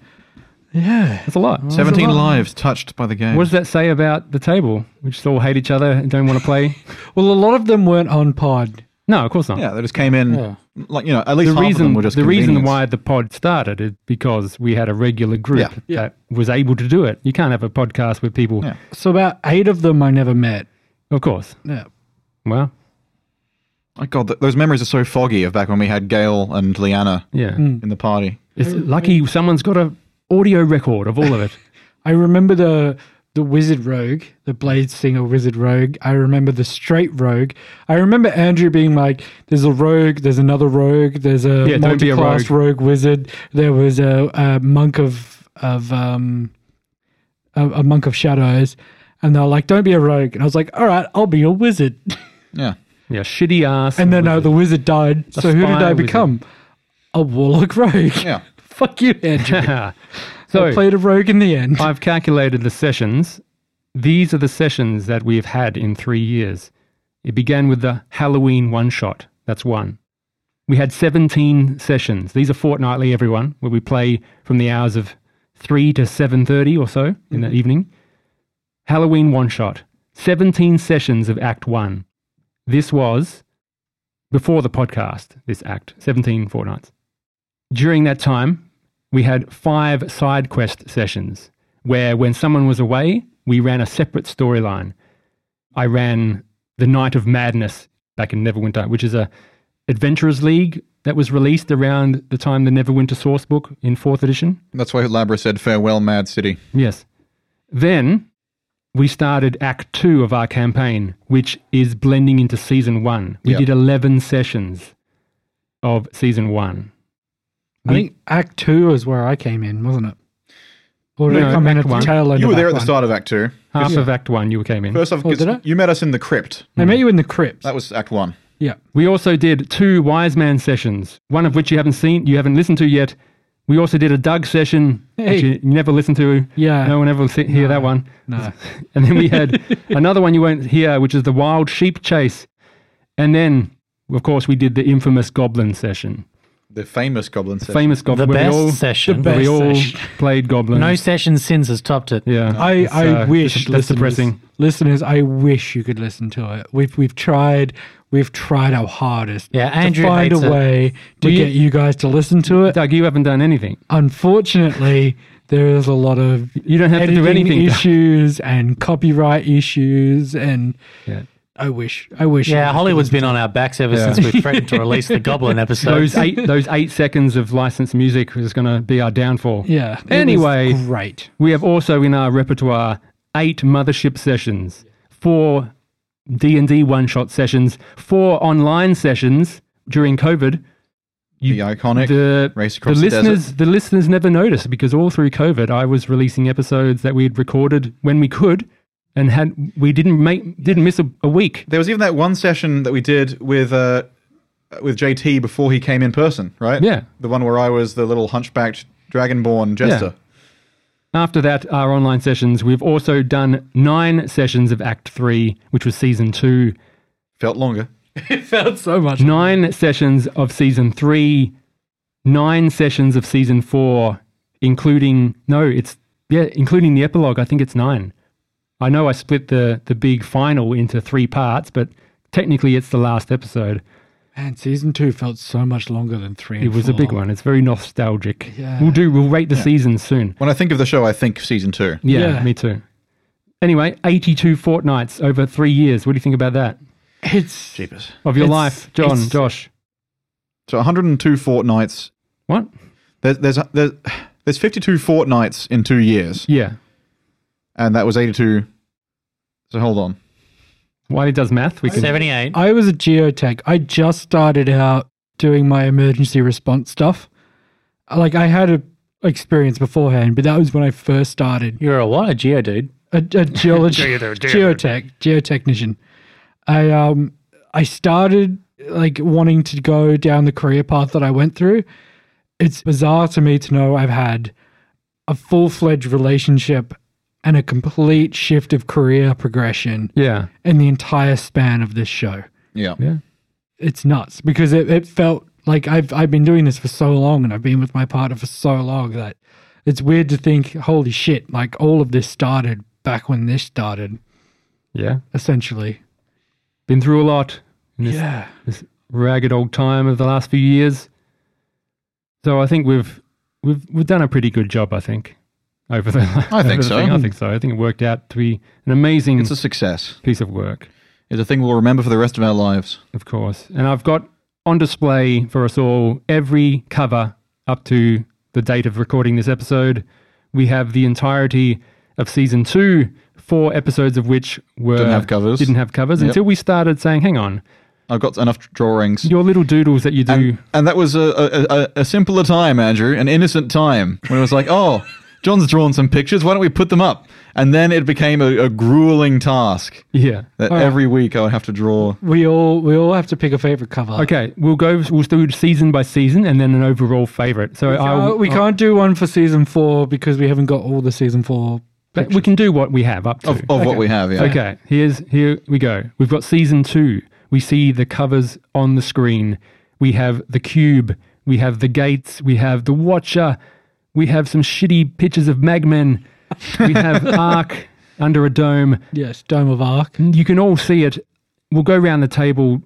S2: Yeah.
S1: That's a lot.
S5: 17 lives touched by the game.
S1: What does that say about the table? We just all hate each other and don't want to play?
S2: Well, a lot of them weren't on pod.
S1: No, of course not.
S5: yeah, they just came in.
S2: Yeah.
S5: Like, you know, at least
S1: The
S5: half of
S1: reason,
S5: them were just
S1: the reason
S5: convenience.
S1: why the pod started is because we had a regular group
S5: Yeah.
S1: that was able to do it. You can't have a podcast with people.
S5: Yeah.
S2: So about eight of them I never met.
S1: Of course.
S2: Yeah.
S1: Well,
S5: Oh, God, th- those memories are so foggy of back when we had Gail and Liana
S1: yeah.
S2: Mm.
S5: in the party.
S1: It's lucky someone's got a audio record of all of it.
S2: I remember the the wizard rogue, the blade singer wizard rogue. I remember the straight rogue. I remember Andrew being like, "There's a rogue. There's another rogue. There's a
S1: Yeah, don't be a
S2: multi-class rogue. wizard. There was a, a monk of of um a, a monk of shadows." And they're like, "Don't be a rogue." And I was like, "All right, I'll be a wizard."
S5: Yeah.
S1: yeah, shitty ass.
S2: And then uh, the wizard died. so who did
S1: spy
S2: I
S1: wizard.
S2: become? A warlock rogue.
S5: Yeah.
S2: Fuck you, Andrew. I
S1: so
S2: played a rogue in the end.
S1: I've calculated the sessions. These are the sessions that we've had in three years. It began with the Halloween one shot. That's one. We had 17 sessions. These are fortnightly, everyone, where we play from the hours of 3 to 7.30 or so in the evening. Halloween one shot. 17 sessions of Act 1. This was before the podcast, this act, 17 fortnights. During that time, we had five side quest sessions where, when someone was away, we ran a separate storyline. I ran the Night of Madness back in Neverwinter, which is a Adventurers League that was released around the time the Neverwinter source book in fourth edition.
S5: That's why Labra said farewell, Mad City.
S1: Yes. Then we started Act Two of our campaign, which is blending into Season One. We
S5: Yep.
S1: did eleven sessions of Season One.
S2: I think Act Two is where I came in, wasn't it? Or did
S1: No,
S2: I come in
S1: Act
S2: at the
S1: One.
S2: tail end?
S5: You
S2: of
S5: were there at
S2: Act
S5: the
S2: One?
S5: start of Act Two.
S1: Half of Act One, you came in.
S5: First off,
S2: Oh, did I?
S5: you met us in the crypt.
S2: I met you in the crypt.
S5: That was Act One.
S2: Yeah,
S1: We also did two wise man sessions, one of which you haven't seen, you haven't listened to yet. We also did a Doug session, which
S2: Hey.
S1: you never listened to.
S2: Yeah.
S1: No one ever will sit, hear that one.
S2: no.
S1: And then we had another one you won't hear, which is the wild sheep chase. And then Of course, we did the infamous goblin session,
S5: The famous goblin set.
S1: famous goblin. where
S4: best
S1: we all,
S4: session.
S1: where we
S4: The best
S1: all
S4: session.
S1: played goblin.
S4: No session since has topped it.
S1: yeah,
S2: I,
S1: It's,
S2: I
S1: uh,
S2: wish
S1: that's,
S2: listeners,
S1: that's depressing.
S2: listeners, I wish you could listen to it. We've we've tried we've tried our hardest
S4: Yeah,
S2: to
S4: Andrew
S2: find
S4: hates
S2: a
S4: it.
S2: way to
S1: Well, you-
S2: get you guys to listen to it.
S1: Doug, you haven't done anything.
S2: Unfortunately, there is a lot of
S1: You don't have to do
S2: editing
S1: anything. Doug.
S2: issues and copyright issues and
S1: Yeah.
S2: I wish I wish you
S4: Yeah,
S2: guys
S4: Hollywood's been on our backs ever
S1: Yeah.
S4: since we threatened to release the Goblin episode.
S1: Those eight, those eight seconds of licensed music is going to be our downfall.
S2: could- yeah. it was
S1: Anyway,
S2: great.
S1: We have also in our repertoire eight mothership sessions, four D and D one shot sessions, four online sessions during COVID.
S5: the iconic
S1: The,
S5: race
S1: the
S5: across the, desert.
S1: listeners, the listeners never noticed because all through COVID, I was releasing episodes that we had recorded when we could, and had we didn't make didn't miss a, a week.
S5: There was even that one session that we did with uh, with JT before he came in person, right?
S1: Yeah.
S5: The one where I was the little hunchbacked dragonborn jester.
S1: After that, our online sessions. We've also done nine sessions of Act Three, which was season two.
S5: Felt longer.
S2: So much
S1: nine sessions of season three, nine sessions of season four, including no, it's yeah, including the epilogue. I think it's nine. I know I split the the big final into three parts, but technically it's the last episode.
S2: man, season two felt so much longer than three.
S1: It
S2: and
S1: was a
S2: four.
S1: big one. It's very nostalgic.
S2: Yeah.
S1: We'll do. We'll rate the seasons soon.
S5: When I think of the show, I think season two.
S1: Yeah,
S2: Yeah.
S1: me too. Anyway, eighty-two fortnights over three years. What do you think about that
S2: It's
S5: Jeepers.
S1: of your
S2: It's-
S1: life, John,
S2: it's-
S1: Josh?
S5: So 102 fortnights.
S1: What?
S5: There's there's there's, there's 52 fortnights in two years,
S1: Yeah.
S5: and that was 82. So hold on.
S1: While he does math, we can.
S4: 78.
S2: I was a geotech. I just started out doing my emergency response stuff. Like I had a experience beforehand, but that was when I first started.
S4: You're a what? A geo dude.
S2: A, a geologist, geotech, geotechnician. I um I started like wanting to go down the career path that I went through. It's bizarre to me to know I've had a full fledged relationship and a complete shift of career progression
S1: Yeah.
S2: in the entire span of this show
S5: Yeah.
S1: Yeah.
S2: it's nuts because it, it felt like I've I've been doing this for so long and I've been with my partner for so long that it's weird to think, holy shit, like all of this started back when this started,
S1: Yeah.
S2: essentially.
S1: Been through a lot in this
S2: Yeah.
S1: this ragged old time of the last few years. So I think we've we've we've done a pretty good job. I think over the. over
S5: think
S1: the
S5: so.
S1: thing. I think so. I think it worked out to be an amazing
S5: It's a success.
S1: piece of work,
S5: It's a thing we'll remember for the rest of our lives.
S1: of course. And I've got on display for us all every cover up to the date of recording this episode. We have the entirety of season two, four episodes of which were
S5: Didn't have covers.
S1: Didn't have covers
S5: Yep.
S1: until we started saying, "Hang on,
S5: I've got enough drawings.
S1: your little doodles that you do."
S5: And, and that was a, a, a, a simpler time, Andrew, an innocent time when it was like, oh, John's drawn some pictures. Why don't we put them up? And then it became a, a grueling task
S1: yeah.
S5: that
S2: All right.
S5: every week I would have to draw.
S2: We all we all have to pick a favorite cover.
S1: Okay, we'll go. We'll do season by season, and then an overall favorite. So
S2: Uh,
S1: I'll,
S2: we can't do one for season four because we haven't got all the season four.
S1: but we can do what we have up to.
S5: Of, of what we have, yeah.
S1: okay, here's here we go. We've got season two. We see the covers on the screen. We have the cube. We have the gates. We have the Watcher. We have some shitty pictures of magmen. We have Ark under a dome.
S2: Yes, Mm. Dome of Arc.
S1: You can all see it. We'll go round the table.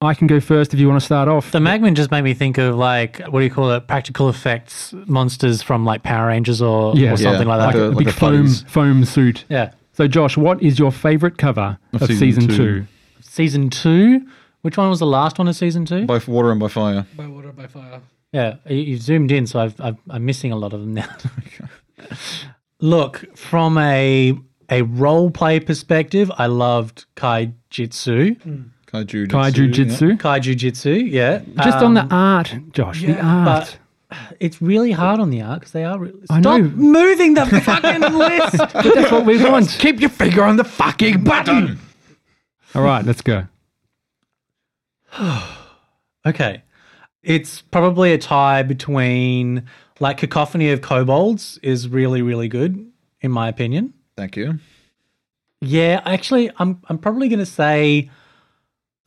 S1: I can go first if you want to start off.
S4: The Magman just made me think of like, what do you call it? Practical effects monsters from like Power Rangers or,
S1: Yeah.
S4: or something
S5: Yeah.
S4: like
S5: Like
S4: that.
S5: a-
S1: big foam
S5: putties.
S1: foam suit.
S4: yeah.
S1: So, Josh, what is your favorite cover of,
S5: season
S1: season,
S5: two.
S1: two?
S4: Season two. Which one was the last one of season two?
S5: By water and by fire.
S2: By water, by fire.
S4: Yeah, you, you zoomed in, so I've, I've, I'm missing a lot of them now. Look, from a a role play perspective, I loved Kaijitsu.
S5: Kaiju.
S1: Kaiju Jitsu.
S4: Kaiju Jitsu, yeah.
S1: Just
S4: Um,
S1: on the art, Josh. the
S4: yeah,
S1: art.
S4: It's really hard on the art because they are. Re-
S1: I
S4: Stop
S1: know.
S4: moving the fucking list.
S1: But that's what we want.
S2: Keep your finger on the fucking button.
S1: All right, let's go.
S4: Okay, it's probably a tie between like Cacophony of Kobolds is really really good in my opinion.
S5: Thank you.
S4: Yeah, actually, I'm I'm probably going to say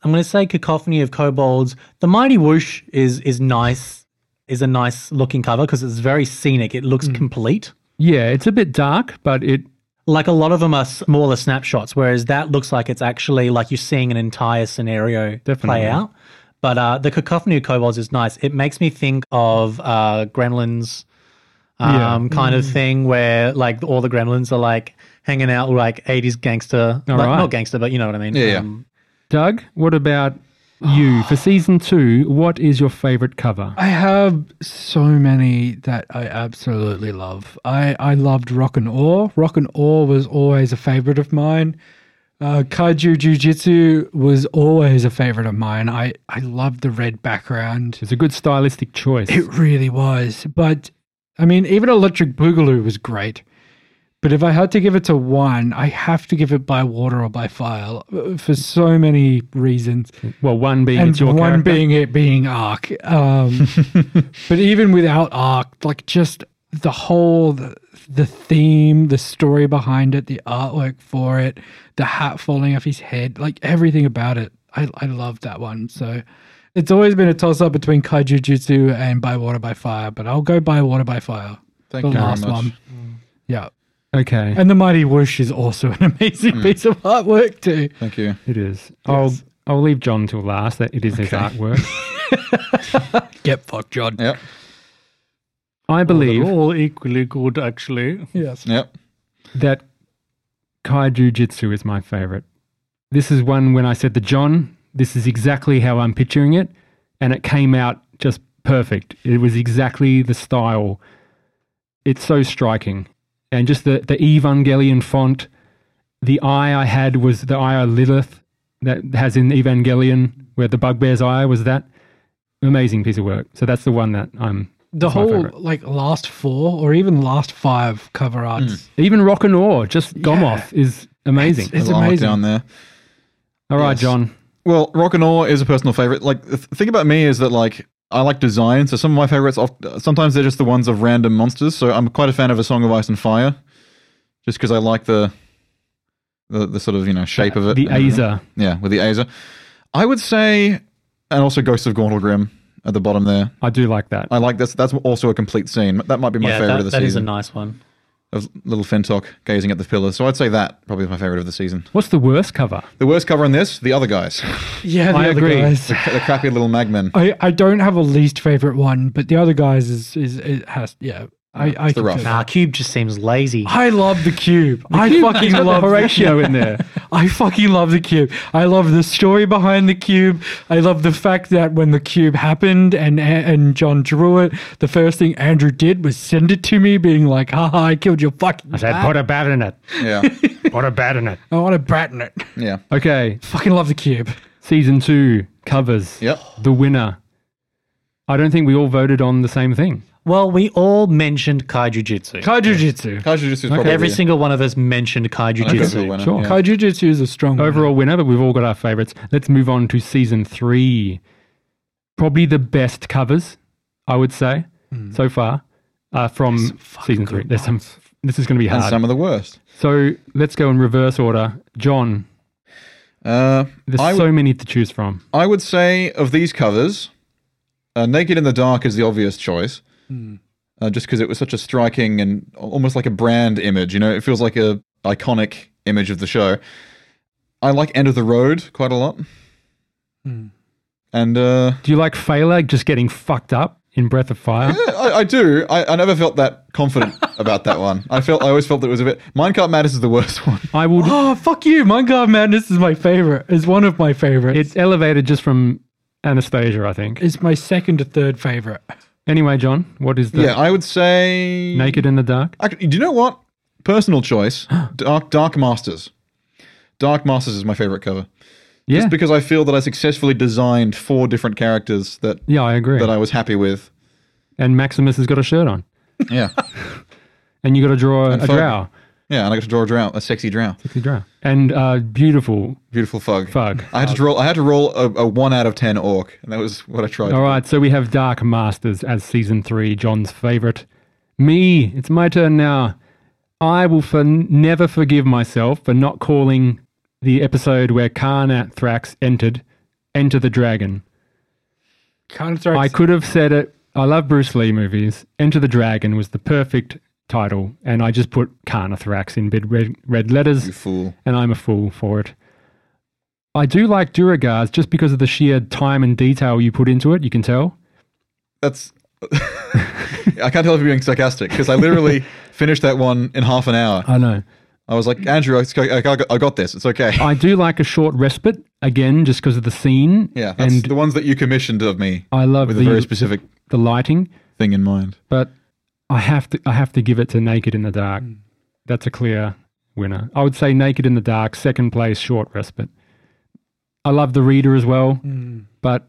S4: I'm going to say Cacophony of Kobolds. The Mighty Whoosh is is nice, is a nice looking cover because it's very scenic. It
S1: Mm.
S4: looks complete.
S1: Yeah, it's a bit dark, but it
S4: Like a lot of them are smaller snapshots, whereas that looks like it's actually like you're seeing an entire scenario
S1: Definitely.
S4: play out. But uh, the Cacophony of Kobolds is nice. It makes me think of uh, Gremlins um,
S1: Yeah.
S4: kind
S5: Mm.
S4: of thing where like all the Gremlins are like hanging out like 80s gangster.
S1: All
S4: like,
S1: right.
S4: Not gangster, but you know what I mean.
S5: Yeah, yeah.
S4: Um,
S1: Doug, what about you for season two? What is your favorite cover?
S2: I have so many that I absolutely love. I, I loved Rock and Awe. Rock and Awe was always a favorite of mine. Uh, Kaiju Jiu Jitsu was always a favorite of mine. I, I loved the red background.
S1: It's a good stylistic choice.
S2: It really was. But I mean, even Electric Boogaloo was great. But if I had to give it to one, I have to give it by water or by fire uh, for so many reasons
S1: well, one being
S2: and
S1: it's your
S2: one
S1: character.
S2: being it being arc um but even without arc like just the whole the, the theme the story behind it the artwork for it the hat falling off his head like everything about it i, I love that one so it's always been a toss up between kaiju jutsu and by water by fire but i'll go by water by fire
S5: Thank
S2: the
S5: you very
S2: last
S5: much.
S2: one yeah
S1: okay,
S2: and the mighty whoosh is also an amazing piece of artwork too
S5: Thank you.
S1: it is. I'll I'll leave John till last. That it is his artwork.
S2: get fucked john
S5: Yep.
S1: I believe
S4: all equally good, actually.
S2: yes
S5: Yep.
S1: that kaiju jitsu is my favorite. This is one when I said to John, this is exactly how I'm picturing it, and it came out just perfect. It was exactly the style. It's so striking. And just the, the Evangelion font, the eye I had was the eye of Lilith that has in Evangelion, where the bugbear's eye was that. Amazing piece of work. So that's the one that I'm.
S2: the
S1: that's my
S2: whole
S1: favorite. Hmm.
S2: like last four or even last five cover arts.
S1: Even Rock and Awe, just Gomoth, is amazing.
S2: It's
S5: There's a lot
S2: amazing.
S5: down there.
S1: All right,
S5: yes.
S1: John.
S5: Well, rock and awe is a personal favorite. Like, the th- thing about me is that like I like design, so some of my favorites oft- sometimes they're just the ones of random monsters. So I'm quite a fan of a Song of Ice and Fire, just because I like the, the the sort of you know shape of it.
S1: The
S5: and everything.
S1: Azer.
S5: yeah, with the Azer. I would say, and also Ghosts of Gauntlegrim at the bottom there.
S1: I do like that.
S5: I like this. That's also a complete scene. That might be my
S4: yeah,
S5: favorite
S4: that,
S5: of the
S4: that is a
S5: season.
S4: nice one.
S5: of little Fentok gazing at the pillars. So I'd say that probably is my favorite of the season.
S1: What's the worst cover?
S5: The worst cover on this, the other guys,
S2: Yeah, the
S1: I
S2: other
S1: agree.
S2: guys.
S5: the, the crappy little magmen.
S2: I, I don't have a least favorite one, but the other guys is is it has yeah. I I,
S5: the
S2: can
S5: rough.
S2: feel that.
S4: Nah, Uh, Cube just seems lazy.
S2: I love the cube. I fucking
S1: Got the
S2: love
S1: Horatio in there.
S2: I fucking love the cube. I love the story behind the cube. I love the fact that when the cube happened and and John drew it, the first thing Andrew did was send it to me, being like, "Haha, I killed your fucking." I
S1: Said, put a bat in it.
S5: Yeah,
S1: Put a bat in it.
S2: I want to bratten it.
S5: yeah.
S1: Okay,
S2: fucking love the cube.
S1: season two covers.
S5: Yep.
S1: The winner. I don't think we all voted on the same thing.
S4: Well, we all mentioned Kaiju Jitsu.
S2: Kaijujutsu.
S5: Kaijujutsu is probably
S4: Every single one of us mentioned Kaiju
S5: Okay.
S4: Jitsu.
S5: winner.
S1: Sure.
S5: yeah.
S2: Kaijujutsu is a strong one.
S1: Overall winner, but we've all got our favorites. Let's move on to season three. Probably the best covers, I would say, so far uh, from season three. There's some. This is going to be
S5: and
S1: hard.
S5: some of the worst.
S1: so let's go in reverse order. John,
S5: Uh,
S1: there's
S5: I,
S1: so many to choose from.
S5: I would say of these covers, uh, Naked in the Dark is the obvious choice, uh, just because it was such a striking and al- almost like a brand image. You know, it feels like a iconic image of the show. I like End of the Road quite a lot, and uh,
S1: Do you like Phalag just getting fucked up in Breath of Fire?
S5: I, I do. I, I never felt that confident about that one. I felt I always felt that it was a bit. Minecart Madness is the worst one.
S1: I would.
S2: Oh, fuck you. Minecraft Madness is my favorite. It's one of my favorites. It's,
S1: It's elevated just from Anastasia, I think.
S2: my second to third favorite.
S1: Anyway, John, what is the
S5: Yeah, I would say
S1: Naked in the Dark?
S5: Actually, do you know what? Personal choice. Dark Dark Masters. Dark Masters is my favorite cover.
S1: Yeah,
S5: Just because I feel that I successfully designed four different characters that
S1: yeah, I agree.
S5: that I was happy with.
S1: and Maximus has got a shirt on,
S5: Yeah.
S1: and you got to draw a
S5: Fug.
S1: drow,
S5: yeah, and I got to draw a drow, a sexy drow.
S1: Sexy drow, and uh, beautiful
S5: Beautiful fug.
S1: fug.
S5: I had to roll I had to roll a, a one out of ten orc, and that was what I tried.
S1: All right, so we have Dark Masters as season three, John's favorite. Me, it's my turn now. I will for never forgive myself for not calling the episode where Carnathrax entered Enter the Dragon.
S2: Counter
S1: I could have said it. I love Bruce Lee movies. Enter the Dragon was the perfect title, and I just put Carnithrax in big red, red letters.
S5: You fool.
S1: and I'm a fool for it. I do like Duragars just because of the sheer time and detail you put into it, you can tell.
S5: That's. I can't tell if you're being sarcastic because I literally finished that one in half an hour.
S1: I know.
S5: I was like, Andrew, I, I, got- I got this. It's okay.
S1: I do like a short respite, again, just because of the scene.
S5: Yeah, that's
S1: And
S5: the ones that you commissioned of me
S1: I love
S5: with a very
S1: the,
S5: specific
S1: the lighting,
S5: thing in mind.
S1: but I have to I have to give it to Naked in the Dark. That's a clear winner. I would say Naked in the Dark, second place, short respite. I love the reader as well, but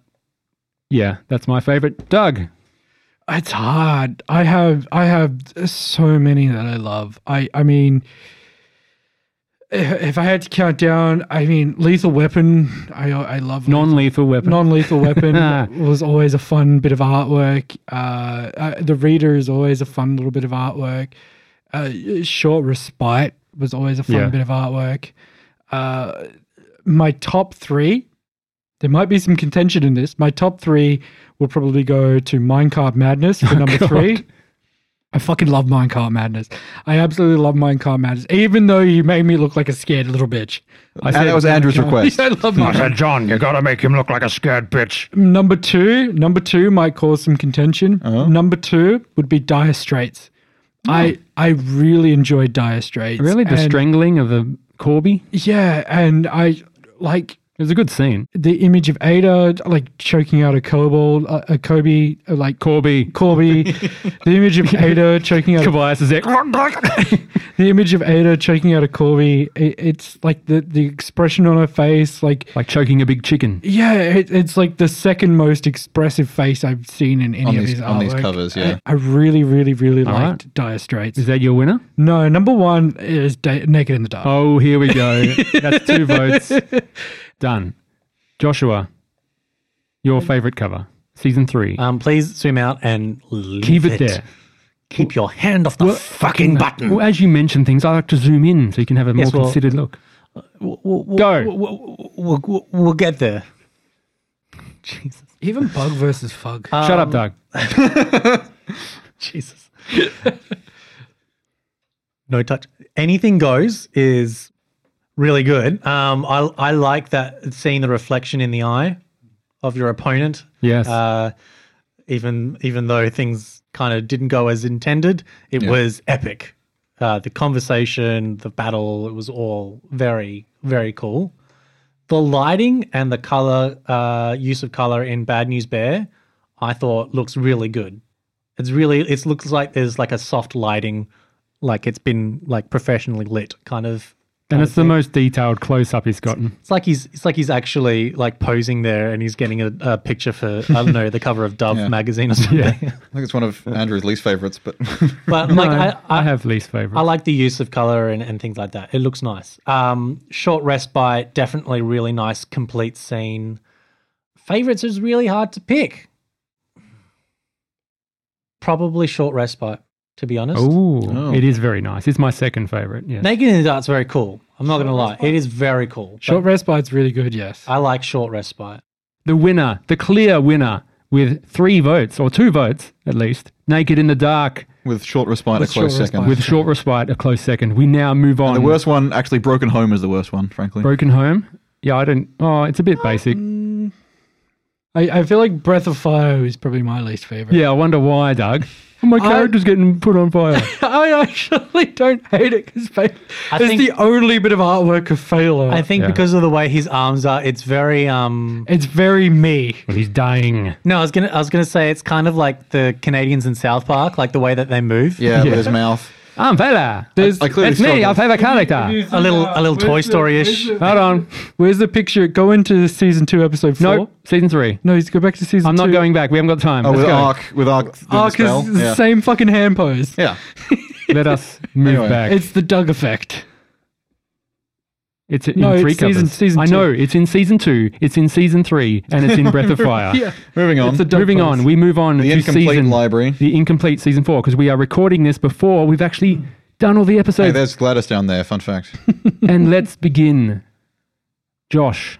S1: yeah, that's my favorite. Doug,
S2: It's hard. I have I have so many that I love. I I mean, if, if I had to count down, I mean, Lethal Weapon. I I love
S1: non-lethal weapon.
S2: non lethal weapon was always a fun bit of artwork. Uh, uh, the reader is always a fun little bit of artwork. Uh, short respite was always a fun
S1: Yeah.
S2: bit of artwork. Uh, my top three. There might be some contention in this. My top three will probably go to Minecart Madness
S1: Oh,
S2: for number three. I fucking love Minecart Madness. I absolutely love Minecart Madness, even though you made me look like a scared little bitch.
S1: I
S5: and
S1: said-
S5: that was Andrew's request.
S2: I love Minecart
S9: John, you gotta make him look like a scared bitch.
S2: Number two, number two might cause some contention.
S5: Uh-huh.
S2: Number two would be Dire Straits. I I really enjoyed Dire Straits.
S1: Really, the
S2: and-
S1: strangling of the Corby. It
S2: Yeah, and I like
S1: was a good scene.
S2: the image of Ada like choking out a kobold, uh, a Kobe, uh, like
S1: Corby,
S2: Corby. the image of Ada choking out a
S1: Kobayas is it.
S2: the image of Ada choking out a Corby. It, it's like the the expression on her face, like.
S1: like choking a big chicken.
S2: Yeah, it, it's like the second most expressive face I've seen in any
S5: On
S2: of
S5: these-
S2: his
S5: on these
S2: artwork.
S5: covers, yeah.
S2: I, I really, really, really
S1: All
S2: liked Dire Straits.
S1: Is that your winner?
S2: No, number one is da- Naked in the Dark.
S1: Oh, here we go. That's two votes. Done. Joshua, your favorite cover, season three.
S3: Um, please zoom out and leave
S1: Keep it there.
S3: Keep your hand off the fucking button.
S1: Well, as you mention things, I like to zoom in so you can have a more
S3: Yes, well-
S1: considered look.
S3: We'll, we'll- we'll-
S1: Go.
S3: We'll, we'll- we'll- we'll get there. Jesus.
S2: Even Bug versus Fug.
S3: Uh,
S1: Shut up, Doug.
S3: Jesus. no touch. Anything goes is really good. Um, I I like that seeing the reflection in the eye of your opponent.
S1: Yes.
S3: Uh, even even though things kind of didn't go as intended, it was epic. Uh, the conversation, the battle, it was all very very cool. The lighting and the color uh, use of color in Bad News Bear, I thought looks really good. It's really it looks like there's like a soft lighting, like it's been like professionally lit kind of.
S1: and it's the most detailed close up he's gotten.
S3: It's like he's it's like he's actually like posing there and he's getting a, a picture for I don't know the cover of Dove magazine or something.
S5: I think it's one of Andrew's least favorites, but
S3: But like
S1: No,
S3: I, I,
S1: have least favorite.
S3: I like the use of color and, and things like that. It looks nice. Um, short respite, definitely really nice complete scene. Favorites is really hard to pick. Probably short respite, to be honest.
S1: oh, it is very nice. It's my second favorite. Yes.
S3: Naked in the Dark's very cool. I'm not going to lie. It is very cool. but
S2: Short Respite's really good, yes.
S3: I like short respite.
S1: the winner, the clear winner, with three votes or two votes at least, naked in the dark,
S5: with short respite, a
S2: With
S5: close
S2: short
S5: second.
S2: respite.
S1: with short respite, a close second. We now move on.
S5: the worst one, actually, Broken Home is the worst one, frankly.
S1: Broken home. Yeah, I don't. Oh, it's a bit basic.
S2: I, I feel like Breath of Fire is probably my least favorite.
S1: Yeah, I wonder why, Doug. Oh, my
S2: I-
S1: character's getting put on fire.
S2: I actually don't hate it because
S3: I
S2: it's
S3: think-
S2: the only bit of artwork of Failure.
S3: I think
S1: Yeah.
S3: because of the way his arms are, it's very um.
S2: it's very me.
S1: well, he's dying.
S3: No, I was gonna I was gonna say it's kind of like the Canadians in South Park, like the way that they move.
S5: Yeah, with his mouth.
S1: I'm Vela.
S2: There's,
S5: I clearly
S1: That's me.
S5: struggled.
S1: I play a character.
S3: A little a little Toy Story ish.
S1: Hold on.
S2: Where's the picture? Go into season two, episode four.
S1: No, season three.
S2: No, he's go back to season
S1: I'm
S2: two.
S1: not going back. We haven't got time.
S5: Oh,
S1: Let's
S5: with
S1: go.
S5: Ark, with Ark. doing the
S2: Oh, because
S5: spell.
S2: it's the
S5: yeah.
S2: same fucking hand pose.
S5: yeah.
S1: Let us move
S5: Anyway.
S1: back. It's,
S2: It's the Doug effect.
S1: in
S2: No,
S1: three
S2: it's season-
S1: covers.
S2: season
S1: I
S2: two.
S1: know. It's in season two. It's in season three, and it's in Breath of Fire.
S2: Yeah.
S5: Moving on.
S2: It's a Doug
S1: Moving
S2: pose.
S1: on, we move on
S5: the
S1: to
S5: incomplete
S1: season
S5: library.
S1: the incomplete season four because we are recording this before we've actually done all the
S5: Hey,
S1: episodes.
S5: there's Gladys down there. Fun fact.
S1: and let's begin. Josh,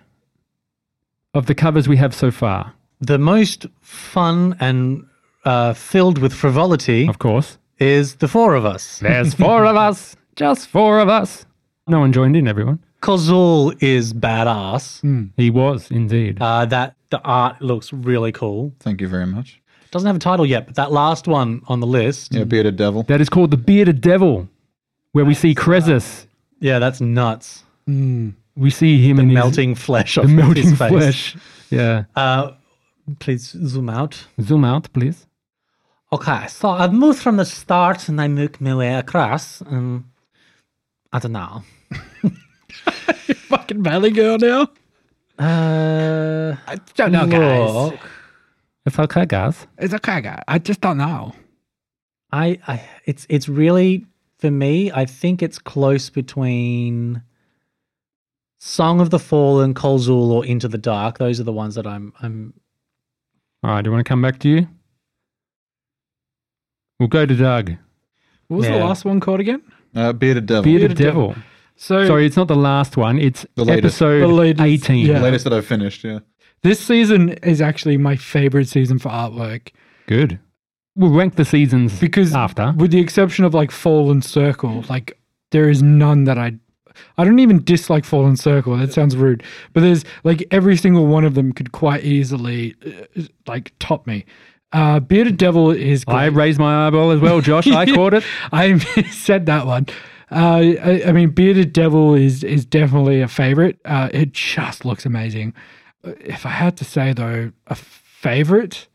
S1: of the covers we have so far,
S4: The most fun and uh, filled with frivolity
S1: of course.
S4: is the four of us.
S1: There's four of us, just four of us. No one joined in, everyone.
S4: Kozul is badass.
S1: He was indeed.
S4: Uh, that the art looks really cool.
S5: Thank you very much.
S4: Doesn't have a title yet, but that last one on the list, yeah,
S5: Yeah, bearded devil.
S1: that is called The Bearded Devil, where we see Cresus.
S4: that's nuts.
S1: We see him in his-
S4: Melting flesh off
S1: the melting
S4: his face.
S1: flesh. Yeah.
S4: Uh, please zoom out.
S1: Zoom out, please.
S4: Okay, so I move from the start and I make my way across. Um, I don't know.
S2: Fucking Valley Girl now.
S4: Uh,
S2: I don't know, guys.
S4: look.
S1: It's okay, guys.
S2: It's okay, guys. I just don't know.
S4: I, I it's it's really for me, I think it's close between Song of the Fallen, Kolzul, or Into the Dark. Those are the ones that I'm I'm
S1: All right, do you want to come back to you? We'll go to Doug.
S2: What was the
S4: Yeah.
S2: last one called again?
S5: Uh, bearded devil.
S1: Bearded
S2: Bearded
S1: Devil.
S2: So
S1: Sorry, it's not the last one. It's
S5: The latest.
S1: episode
S2: The latest,
S1: 18.
S2: yeah.
S5: The latest that I've finished, yeah.
S2: this season is actually my favorite season for artwork
S1: Good. We'll rank the seasons
S2: because
S1: after.
S2: with the exception of like Fallen Circle, like there is none that I I don't even dislike Fallen Circle. That sounds rude, but there's like every single one of them could quite easily uh, like top me. Uh, Bearded Devil is great.
S1: I raised my eyeball as well, Josh. I caught it.
S2: I said that one. Uh, I, I mean, Bearded Devil is is definitely a favorite. Uh, it just looks amazing. Uh, If I had to say though, a favorite,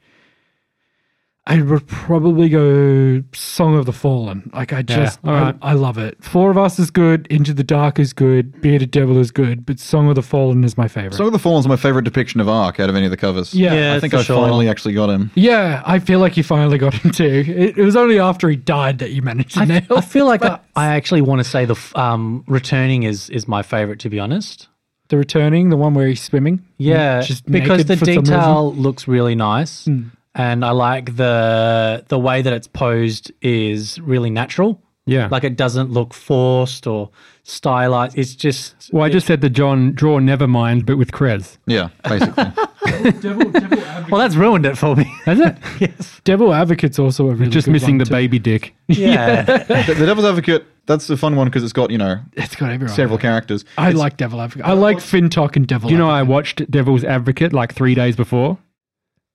S2: I would probably go Song of the Fallen. Like I just,
S1: all right.
S2: I, I love it. Four of Us is good. Into the Dark is good. Bearded Devil is good. But Song of the Fallen is my favorite.
S5: Song of the Fallen's my favorite depiction of Ark out of any of the covers.
S2: yeah,
S4: Yeah.
S5: I think
S4: for
S5: I
S4: sure.
S5: finally actually got him.
S2: yeah. I feel like you finally got him too. It, it was only after he died that you managed to
S4: I,
S2: nail.
S4: I feel like I, I actually want to say the f- um returning is is my favorite to be
S5: Mm.
S4: honest.
S2: the returning, the one where he's swimming.
S4: Yeah,
S2: Just
S4: because
S2: naked
S4: the
S2: for some
S4: detail looks really nice,
S5: Mm.
S4: and I like the the way that it's posed is really natural.
S1: Yeah.
S4: Like it doesn't look forced or stylized. It's just
S1: well, I just said the John draw never mind, but with Krez.
S5: Yeah, basically.
S4: well, that's ruined it for me.
S1: Is it?
S2: Devil Advocate's also a really
S1: just
S2: good
S1: missing
S2: one
S1: the
S2: too.
S1: baby dick.
S4: Yeah,
S5: the, the Devil's Advocate, that's a fun one because it's got, you know,
S2: It's got everyone.
S5: several characters.
S2: I like Devil Advocate. I like FinTok and Devil.
S1: You know, I watched Devil's Advocate like three days before,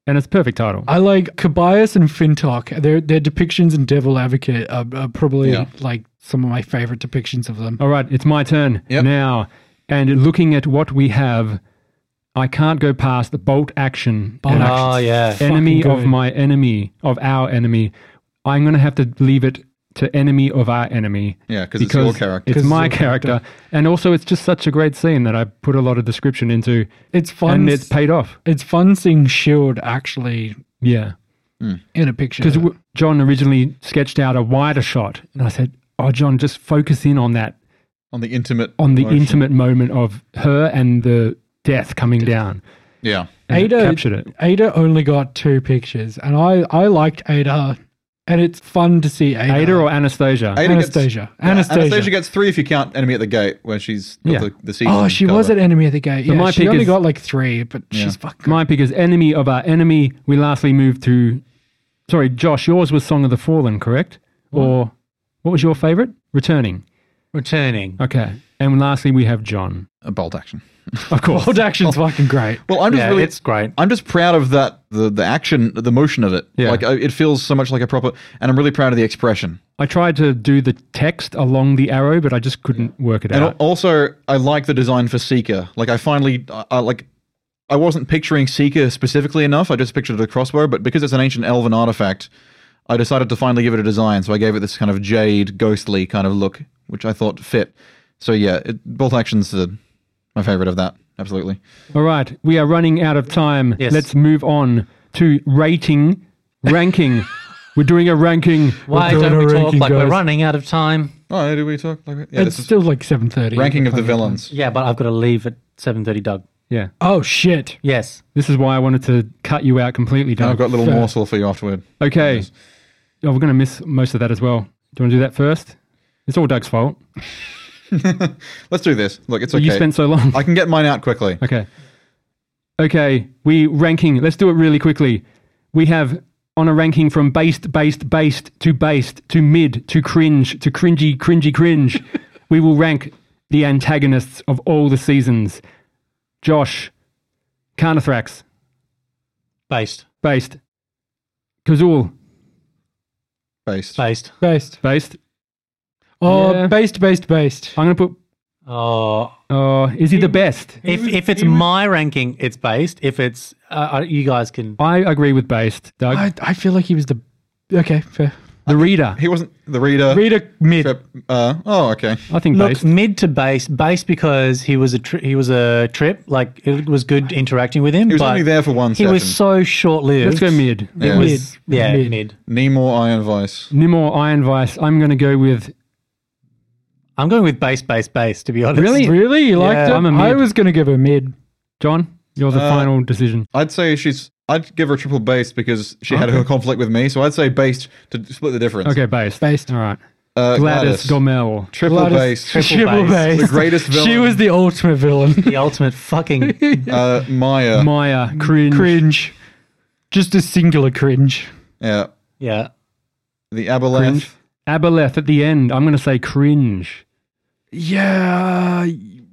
S1: and it's a perfect title.
S2: I like Cobias and FinTok. Their their depictions in Devil Advocate are, are probably
S5: Yeah.
S2: like some of my favorite depictions of them.
S1: All right, it's my turn
S5: Yep.
S1: now. And looking at what we have, I can't go past the bolt action.
S2: Bolt
S1: And
S2: action.
S4: oh yeah.
S2: fucking
S1: enemy of
S2: good.
S1: my enemy, of our enemy. I'm going to have to leave it to enemy of our enemy.
S5: Yeah, 'cause it's your character.
S1: It's
S2: 'Cause
S1: my
S2: it's your character.
S1: character. And also, it's just such a great scene that I put a lot of description into,
S2: It's fun.
S1: and
S2: it's,
S1: it's paid off.
S2: fun seeing Shield E actually
S1: Yeah.
S2: in a picture.
S1: Because w- John originally sketched out a wider shot, and I said, Oh, John, just focus in on that,
S5: On the intimate.
S1: on the
S5: emotion.
S1: intimate moment of her and the death coming down.
S5: Yeah.
S1: And it
S2: Ada-
S1: captured it.
S2: Ada only got two pictures, and I I liked Ada, and it's fun to see Ada.
S1: Ada or Anastasia?
S5: Ada gets-
S2: Anastasia.
S5: yeah,
S2: Anastasia.
S5: Anastasia gets three if you count Enemy at the Gate when she's got
S1: Yeah.
S5: the, the season.
S2: Oh, she
S5: cover.
S2: was at enemy at the gate. Yeah,
S1: my
S2: she
S1: pick
S2: only
S1: is-
S2: got like three, but she's fucking.
S1: My pick is Enemy of Our Enemy. We lastly moved to. Sorry, Josh, yours was Song of the Fallen, correct? Or what was your favorite? Returning.
S4: Returning.
S1: Okay. And lastly, we have John.
S5: a bolt action.
S1: Of course.
S2: Hold action's fucking great.
S5: Well, I'm just
S4: Yeah,
S5: really
S4: it's great.
S5: I'm just proud of that the the action, the motion of it.
S1: Yeah.
S5: Like I, it feels so much like a proper and I'm really proud of the expression.
S1: I tried to do the text along the arrow, but I just couldn't work it
S5: And
S1: out.
S5: also I like the design for Seeker. Like I finally I, I like I wasn't picturing Seeker specifically enough. I just pictured a crossbow, but because it's an ancient elven artifact, I decided to finally give it a design. So I gave it this kind of jade, ghostly kind of look, which I thought fit. So yeah, it, bolt actions are my favorite of that. Absolutely.
S1: All right. We are running out of time.
S4: Yes.
S1: Let's move on to rating, ranking. We're doing a ranking.
S4: Why
S2: We're doing
S4: don't we
S2: a
S4: talk
S2: ranking,
S4: like we're
S2: guys.
S4: running out of time?
S5: Oh, do we talk like yeah,
S2: it's
S5: this is
S2: still like seven thirty.
S5: ranking of the villains.
S4: Yeah, but I've got to leave at seven thirty, Doug.
S1: Yeah.
S2: Oh shit!
S4: Yes.
S1: This is why I wanted to cut you out completely,
S5: And I've
S1: Doug.
S5: got a little
S2: Fair.
S5: morsel for you afterward.
S1: Okay. Oh, we're going to miss most of that as well. Do you want to do that first? It's all Doug's fault.
S5: Let's do this. Look, it's okay.
S1: You spent so long.
S5: I can get mine out quickly.
S1: Okay. Okay, we ranking. Let's do it really quickly. We have on a ranking from based, based, based to based to mid to cringe to cringy, cringy, cringe. we will rank the antagonists of all the seasons. Josh, Carnithrax,
S4: Based.
S1: based. Kazul,
S5: Based.
S4: Based.
S2: Based.
S1: based.
S2: Oh,
S1: Yeah.
S2: based, based, based.
S1: I'm going to put.
S4: Oh,
S1: Oh, is he the best?
S4: if if it's my ranking, it's based. If it's uh, uh, you guys can
S1: I agree with based. Doug,
S2: I, I feel like he was the. Okay, fair.
S1: the reader.
S5: He wasn't the reader.
S2: Reader mid.
S5: Trip- Uh, oh, okay.
S1: I think
S4: Look,
S1: based.
S4: mid to base, base because he was a tri- he was a trip. Like it was good interacting with him.
S5: He was
S4: but
S5: only there for one
S4: He was
S5: session.
S4: so short lived.
S1: Let's go mid.
S4: It
S5: Yeah.
S4: was yeah
S2: Mid.
S4: mid.
S5: Nemo Iron Vice.
S1: Nimor Iron Vice. I'm going to go with.
S4: I'm going with base, base, base. To be honest,
S1: Really?
S2: Really? You liked
S4: Yeah,
S2: it?
S1: I'm a
S2: I
S1: mid.
S2: was going to give a mid.
S1: John, you're the
S5: Uh,
S1: final decision.
S5: I'd say she's. I'd give her triple based because she had her conflict with me, so I'd say based to split the difference.
S1: Okay, based.
S2: Based.
S1: All right.
S5: Uh,
S1: Gladys, Gomel.
S5: triple
S2: Gladys-
S5: based.
S2: Triple
S4: based.
S2: based.
S5: The greatest
S2: She
S5: villain.
S2: was the ultimate villain.
S4: the ultimate fucking
S5: Uh, Maya.
S1: Maya, cringe.
S2: cringe. Just a singular cringe.
S5: yeah.
S4: yeah.
S5: The Abelanth.
S1: Cringe. Aboleth at the end. I'm going to say cringe.
S2: Yeah.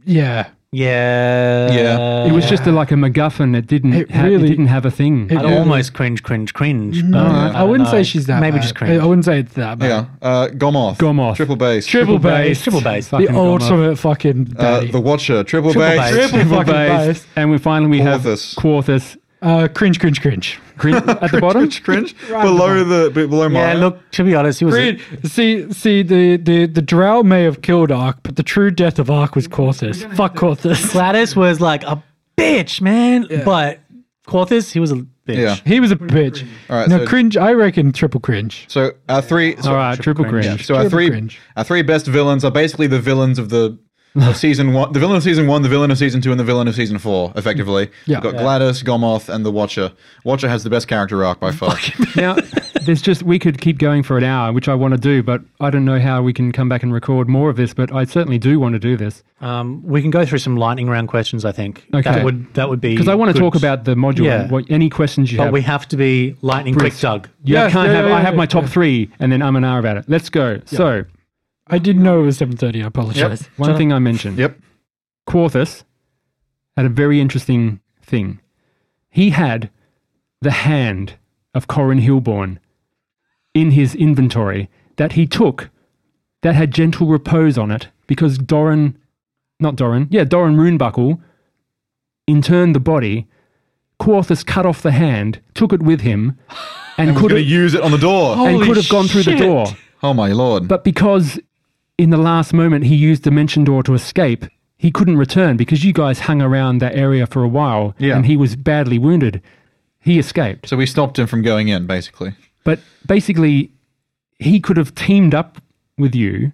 S2: Yeah.
S4: Yeah,
S5: Yeah.
S4: Uh,
S1: It was just a, like a MacGuffin. It didn't.
S2: It
S1: ha-
S2: really-
S1: it didn't have a thing.
S2: It-
S4: I'd
S2: Yeah.
S4: almost cringe, cringe, cringe.
S2: No,
S4: but
S2: I,
S4: don't
S2: wouldn't
S4: know.
S2: say she's that
S4: Maybe
S2: bad.
S4: just cringe.
S2: I wouldn't say it's that bad.
S5: Yeah. Uh, Gomoth.
S1: Gomoth.
S5: Triple based.
S2: Triple
S1: based.
S2: based.
S4: Triple base.
S1: Fuck.
S2: The
S1: Fucking Gomoth.
S2: ultimate fucking
S5: uh,
S2: daddy.
S5: the Watcher. Triple,
S4: Triple
S5: based.
S4: based.
S2: Triple
S1: Triple
S2: fucking
S1: based.
S2: based.
S1: And we finally we have
S5: Quarthus.
S1: Quarthus
S2: Uh, cringe, cringe, cringe.
S1: cringe at the bottom.
S5: Cringe. cringe. below the below
S4: Yeah,
S5: Maya.
S4: look. To be honest, he was.
S2: Cringe. See, see, the, the, the drow may have killed Ark, but the true death of Ark was Corthus. Fuck Corthus.
S4: Gladys was like a bitch, man. But Quarthus, he was a bitch.
S5: Yeah.
S2: He was a bitch.
S5: All right.
S2: no,
S5: so,
S2: cringe, I reckon triple cringe.
S5: so our three. So,
S1: All right, triple cringe.
S5: Yeah, so our
S2: Triple
S5: three
S2: cringe.
S5: our three best villains are basically the villains of the of season one, the villain of season one, the villain of season two, and the villain of season four. Effectively,
S2: Yeah.
S5: we've got Gladys, Gomoth, and the Watcher. Watcher has the best character
S1: Oh
S5: arc by far.
S1: Now, there's just we could keep going for an hour, which I want to do, but I don't know how we can come back and record more of this. But I certainly do want to do this
S4: Um, we can go through some lightning round questions. I think
S1: Okay.
S4: that would that would be
S1: because I want to
S4: good.
S1: talk about the module.
S4: Yeah.
S1: and What any questions you
S4: But
S1: have?
S4: we have to be lightning quick, Doug.
S1: you
S2: Yeah,
S1: can't
S2: yeah,
S1: have.
S2: yeah,
S1: I have
S2: yeah,
S1: my top three, and then I'm an hour about it. Let's go. So
S2: I didn't know it was 7.30. I apologize.
S1: one thing I mentioned.
S5: Yep.
S1: Quarthus had a very interesting thing. He had the hand of Corin Hilborn in his inventory that he took that had gentle repose on it because Doran, not Doran, yeah, Doran Runebuckle interned the body. Quarthus cut off the hand, took it with him, and could
S5: Going to
S1: have,
S5: use it on the door.
S1: and
S2: Holy
S1: could have gone through the
S2: shit.
S1: door.
S5: Oh my lord!
S1: Oh. But because in the last moment he used Dimension Door to escape, he couldn't return because you guys hung around that area for a while
S5: Yeah.
S1: and he was badly wounded. He escaped.
S5: so we stopped him from going in, basically.
S1: But basically, he could have teamed up with you,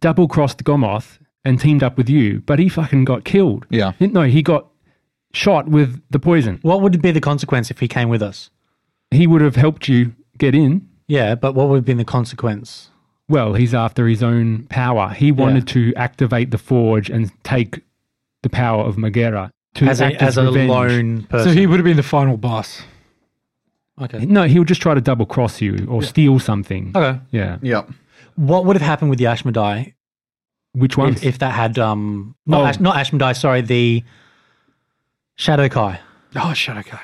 S1: double crossed Gomoth, and teamed up with you, but he fucking got killed.
S5: Yeah.
S1: No, he got shot with the poison.
S4: What would be the consequence if he came with us?
S1: He would have helped you get in.
S4: Yeah, but what would have been the consequence?
S1: Well, he's after his own power. He wanted to activate the forge and take the power of Megara to
S4: As a,
S1: act
S4: as a
S1: revenge.
S4: lone
S2: So
S4: person.
S2: he would have been the final boss.
S4: okay.
S1: No, he would just try to double cross you or steal something.
S4: Okay.
S1: Yeah,
S5: Yep.
S4: What would have happened with the Ashmedai
S1: which one?
S4: if, if that had um not,
S1: Oh.
S4: Ash, not Ashmedai, sorry, the Shadow Kai.
S2: Oh, Shadokai.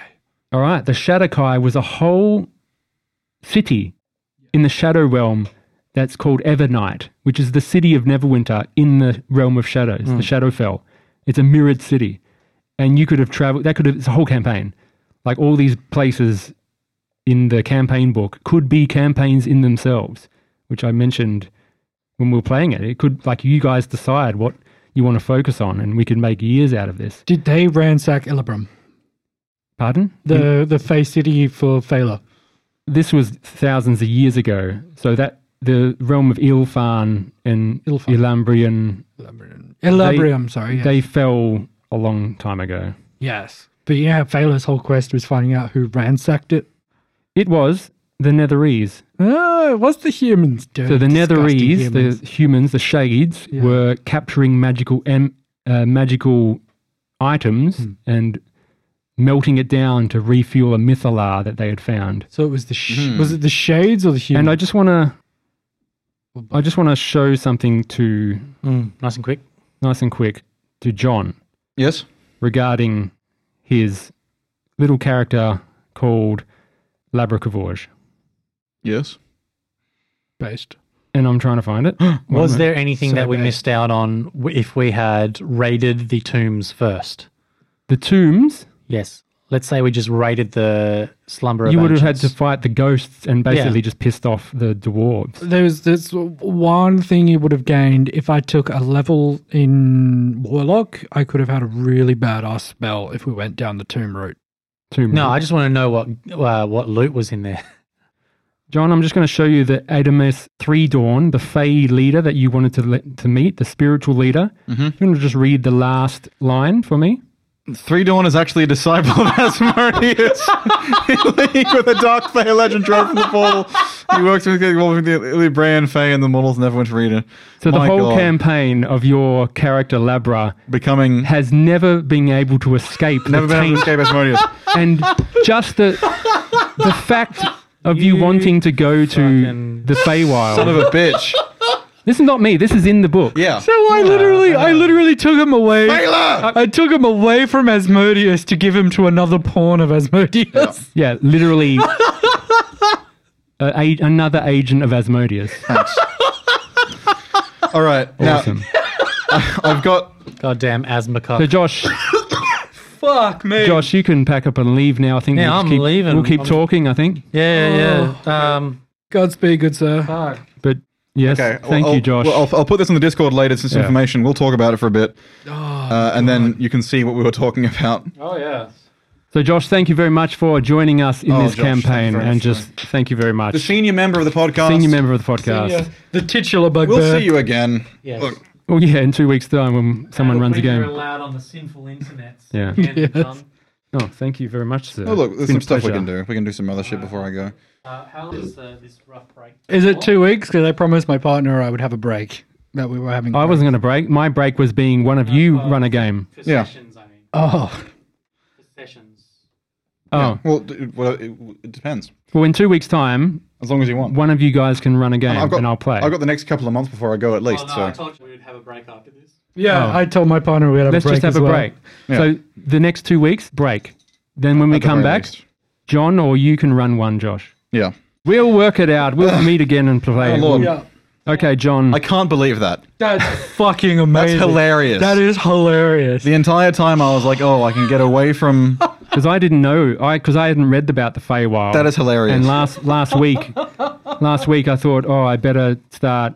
S1: All right, the Shadakai was a whole city in the Shadow Realm that's called Evernight, which is the city of Neverwinter in the realm of shadows, the Shadowfell. It's a mirrored city, and you could have traveled. That could have. It's a whole campaign, like all these places in the campaign book could be campaigns in themselves, which I mentioned when we were playing it. It could like you guys decide what you want to focus on, and we could make years out of this.
S2: Did they ransack Illibrum?
S1: Pardon?
S2: The the Fey City for Fela.
S1: this was thousands of years ago. So that the realm of Ilfan and
S2: Ilfan.
S1: Ilambrian,
S2: Illibrum, sorry. Yeah.
S1: they fell a long time ago.
S2: yes. But yeah, Fela's whole quest was finding out who ransacked it.
S1: It was the Netherese.
S2: Oh, it was the humans, dude.
S1: So the Netherese,
S2: humans.
S1: the humans, the Shades,
S2: Yeah.
S1: were
S2: Hmm.
S1: capturing magical em, uh, magical items and melting it down to refuel a mythalar that they had found.
S2: So it was the sh- was it the shades or the human?
S1: And I just want to, I just want to show something to
S4: Mm, nice and quick.
S1: nice and quick to John
S5: Yes.
S1: regarding his little character called Labracavorge.
S5: Yes.
S2: based.
S1: And I'm trying to find it. One
S4: Was
S1: moment.
S4: there anything
S2: So
S4: that we
S2: bad.
S4: missed out on w- if we had raided the tombs first?
S1: the tombs?
S4: Yes. Let's say we just raided the slumber. of
S1: You would have had to
S4: Ancients.
S1: fight the ghosts and basically just pissed off the dwarves.
S2: There's there's one thing you would have gained if I took a level in warlock. I could have had a really badass spell if we went down the tomb route.
S1: Tomb
S4: No,
S1: Raider.
S4: I just want to know what uh, what loot was in there.
S1: John, I'm just going to show you the Adamus Three Dawn, the Fey leader that you wanted to let, to meet, the spiritual leader. Mm-hmm. You want to just read the last line for me?
S5: Three Dawn is actually a disciple of Asmodeus. he league with the Dark Fey legend drove from the portal. He works with the, with the Illibrian Fey and the models and everyone's reader.
S1: So the
S5: My
S1: whole
S5: God.
S1: campaign of your character Labra
S5: Becoming.
S1: has never been able to escape
S5: Never
S1: the
S5: been able to
S1: taint
S5: escape Asmodeus.
S1: and just the the fact of you,
S4: You
S1: wanting to go to
S4: fucking
S1: the Feywild.
S5: Son of a bitch.
S1: this is not me. This is in the book.
S5: Yeah.
S2: So I literally, I literally took him away.
S5: Baylor!
S2: I took him away from Asmodeus to give him to another pawn of Asmodeus.
S1: Yeah, literally. a, a, another agent of Asmodeus.
S5: All right.
S1: Awesome.
S5: Now, I've got.
S4: Goddamn asthma cup.
S1: So Josh,
S2: Fuck me.
S1: Josh, you can pack up and leave now. I think
S4: Yeah,
S1: we'll just
S4: I'm
S1: keep,
S4: leaving.
S1: We'll keep
S4: I'm-
S1: talking. I think,
S4: Yeah, yeah. yeah. Um,
S2: Godspeed, good sir.
S1: but yes,
S5: Okay.
S1: thank
S5: well,
S1: you,
S5: I'll-
S1: Josh.
S5: well, I'll, I'll put this in the Discord later. It's just
S1: Yeah.
S5: information. We'll talk about it for a bit. uh, and then you can see what we were talking about.
S1: so, Josh, thank you very much for joining us in
S5: Oh,
S1: this
S5: Josh, thank you
S1: campaign,
S5: very
S1: and
S5: much,
S1: just thank you very
S5: The
S1: much,
S5: senior member of the podcast.
S1: senior member of the podcast.
S2: The titular bugbear.
S5: We'll see you again.
S4: Yes.
S5: Look,
S1: Oh yeah, in two weeks' time when someone runs a game.
S4: allowed on the sinful internet.
S1: Yeah.
S2: Yes.
S1: Oh, thank you very much, sir.
S5: oh, look, there's
S1: It's been
S5: some
S1: a
S5: stuff we
S1: pleasure.
S5: can do. We can do some other shit before I go.
S4: Uh, how is uh, this rough break?
S2: Is it two weeks? Because I promised my partner I would have a break that we were having.
S1: I wasn't going to break. My break was being one of you run a game.
S4: For
S5: Yeah.
S4: sessions, I mean.
S2: Oh,
S4: For sessions.
S1: Oh,
S5: Well, d- well it, it depends.
S1: well, in two weeks' time,
S5: As long as you want.
S1: one of you guys can run a game
S5: got,
S1: and I'll play.
S5: I've got the next couple of months before Oh, I go at least. so
S4: Oh, told you we'd have a break after this.
S2: yeah.
S1: Oh.
S2: I told my partner we had a
S1: Let's
S2: break.
S1: just have
S2: as
S1: a
S2: well.
S1: break.
S5: Yeah.
S1: So the next two weeks, break. Then when we
S5: At the
S1: come
S5: very
S1: back,
S5: least.
S1: John or you can run one, Josh.
S5: yeah.
S1: We'll work it out. We'll meet again and play.
S5: Oh, Lord.
S2: Yeah,
S1: Okay, John.
S5: I can't believe that.
S2: that's fucking amazing.
S5: That's hilarious.
S2: That is hilarious.
S5: the entire time I was like, oh, I can get away from.
S1: Because I didn't know. I because I hadn't read about the Feywild.
S5: That is hilarious.
S1: And last last week, last week I thought, oh, I better start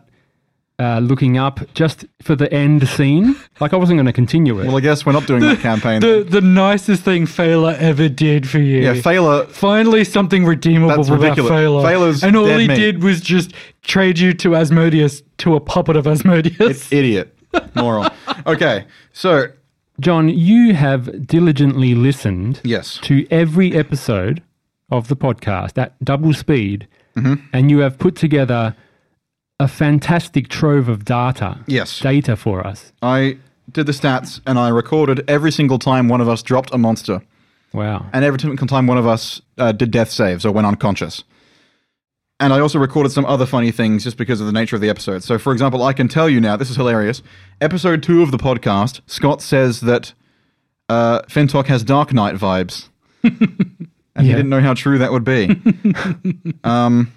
S1: uh, looking up just for the end scene. Like I wasn't going to continue it.
S5: well, I guess we're not doing that campaign.
S2: The the nicest thing Fela ever did for you.
S5: yeah, Fela.
S2: Finally, something redeemable
S5: That's
S2: about
S5: ridiculous.
S2: Fela.
S5: Fela's
S2: and all
S5: dead
S2: he
S5: meat.
S2: did was just trade you to Asmodeus to a puppet of Asmodeus.
S5: Idiot. Moron. Okay. So,
S1: John, you have diligently listened
S5: yes.
S1: to every episode of the podcast at double speed,
S5: Mm-hmm.
S1: and you have put together a fantastic trove of data.
S5: Yes.
S1: data for us.
S5: I did the stats and I recorded every single time one of us dropped a monster
S1: Wow.
S5: and every single time one of us uh, did death saves or went unconscious. And I also recorded some other funny things just because of the nature of the episode. So, for example, I can tell you now, this is hilarious. Episode two of the podcast, Scott says that uh, Fentok has Dark Knight vibes. and he
S1: Yeah.
S5: didn't know how true that would be. um,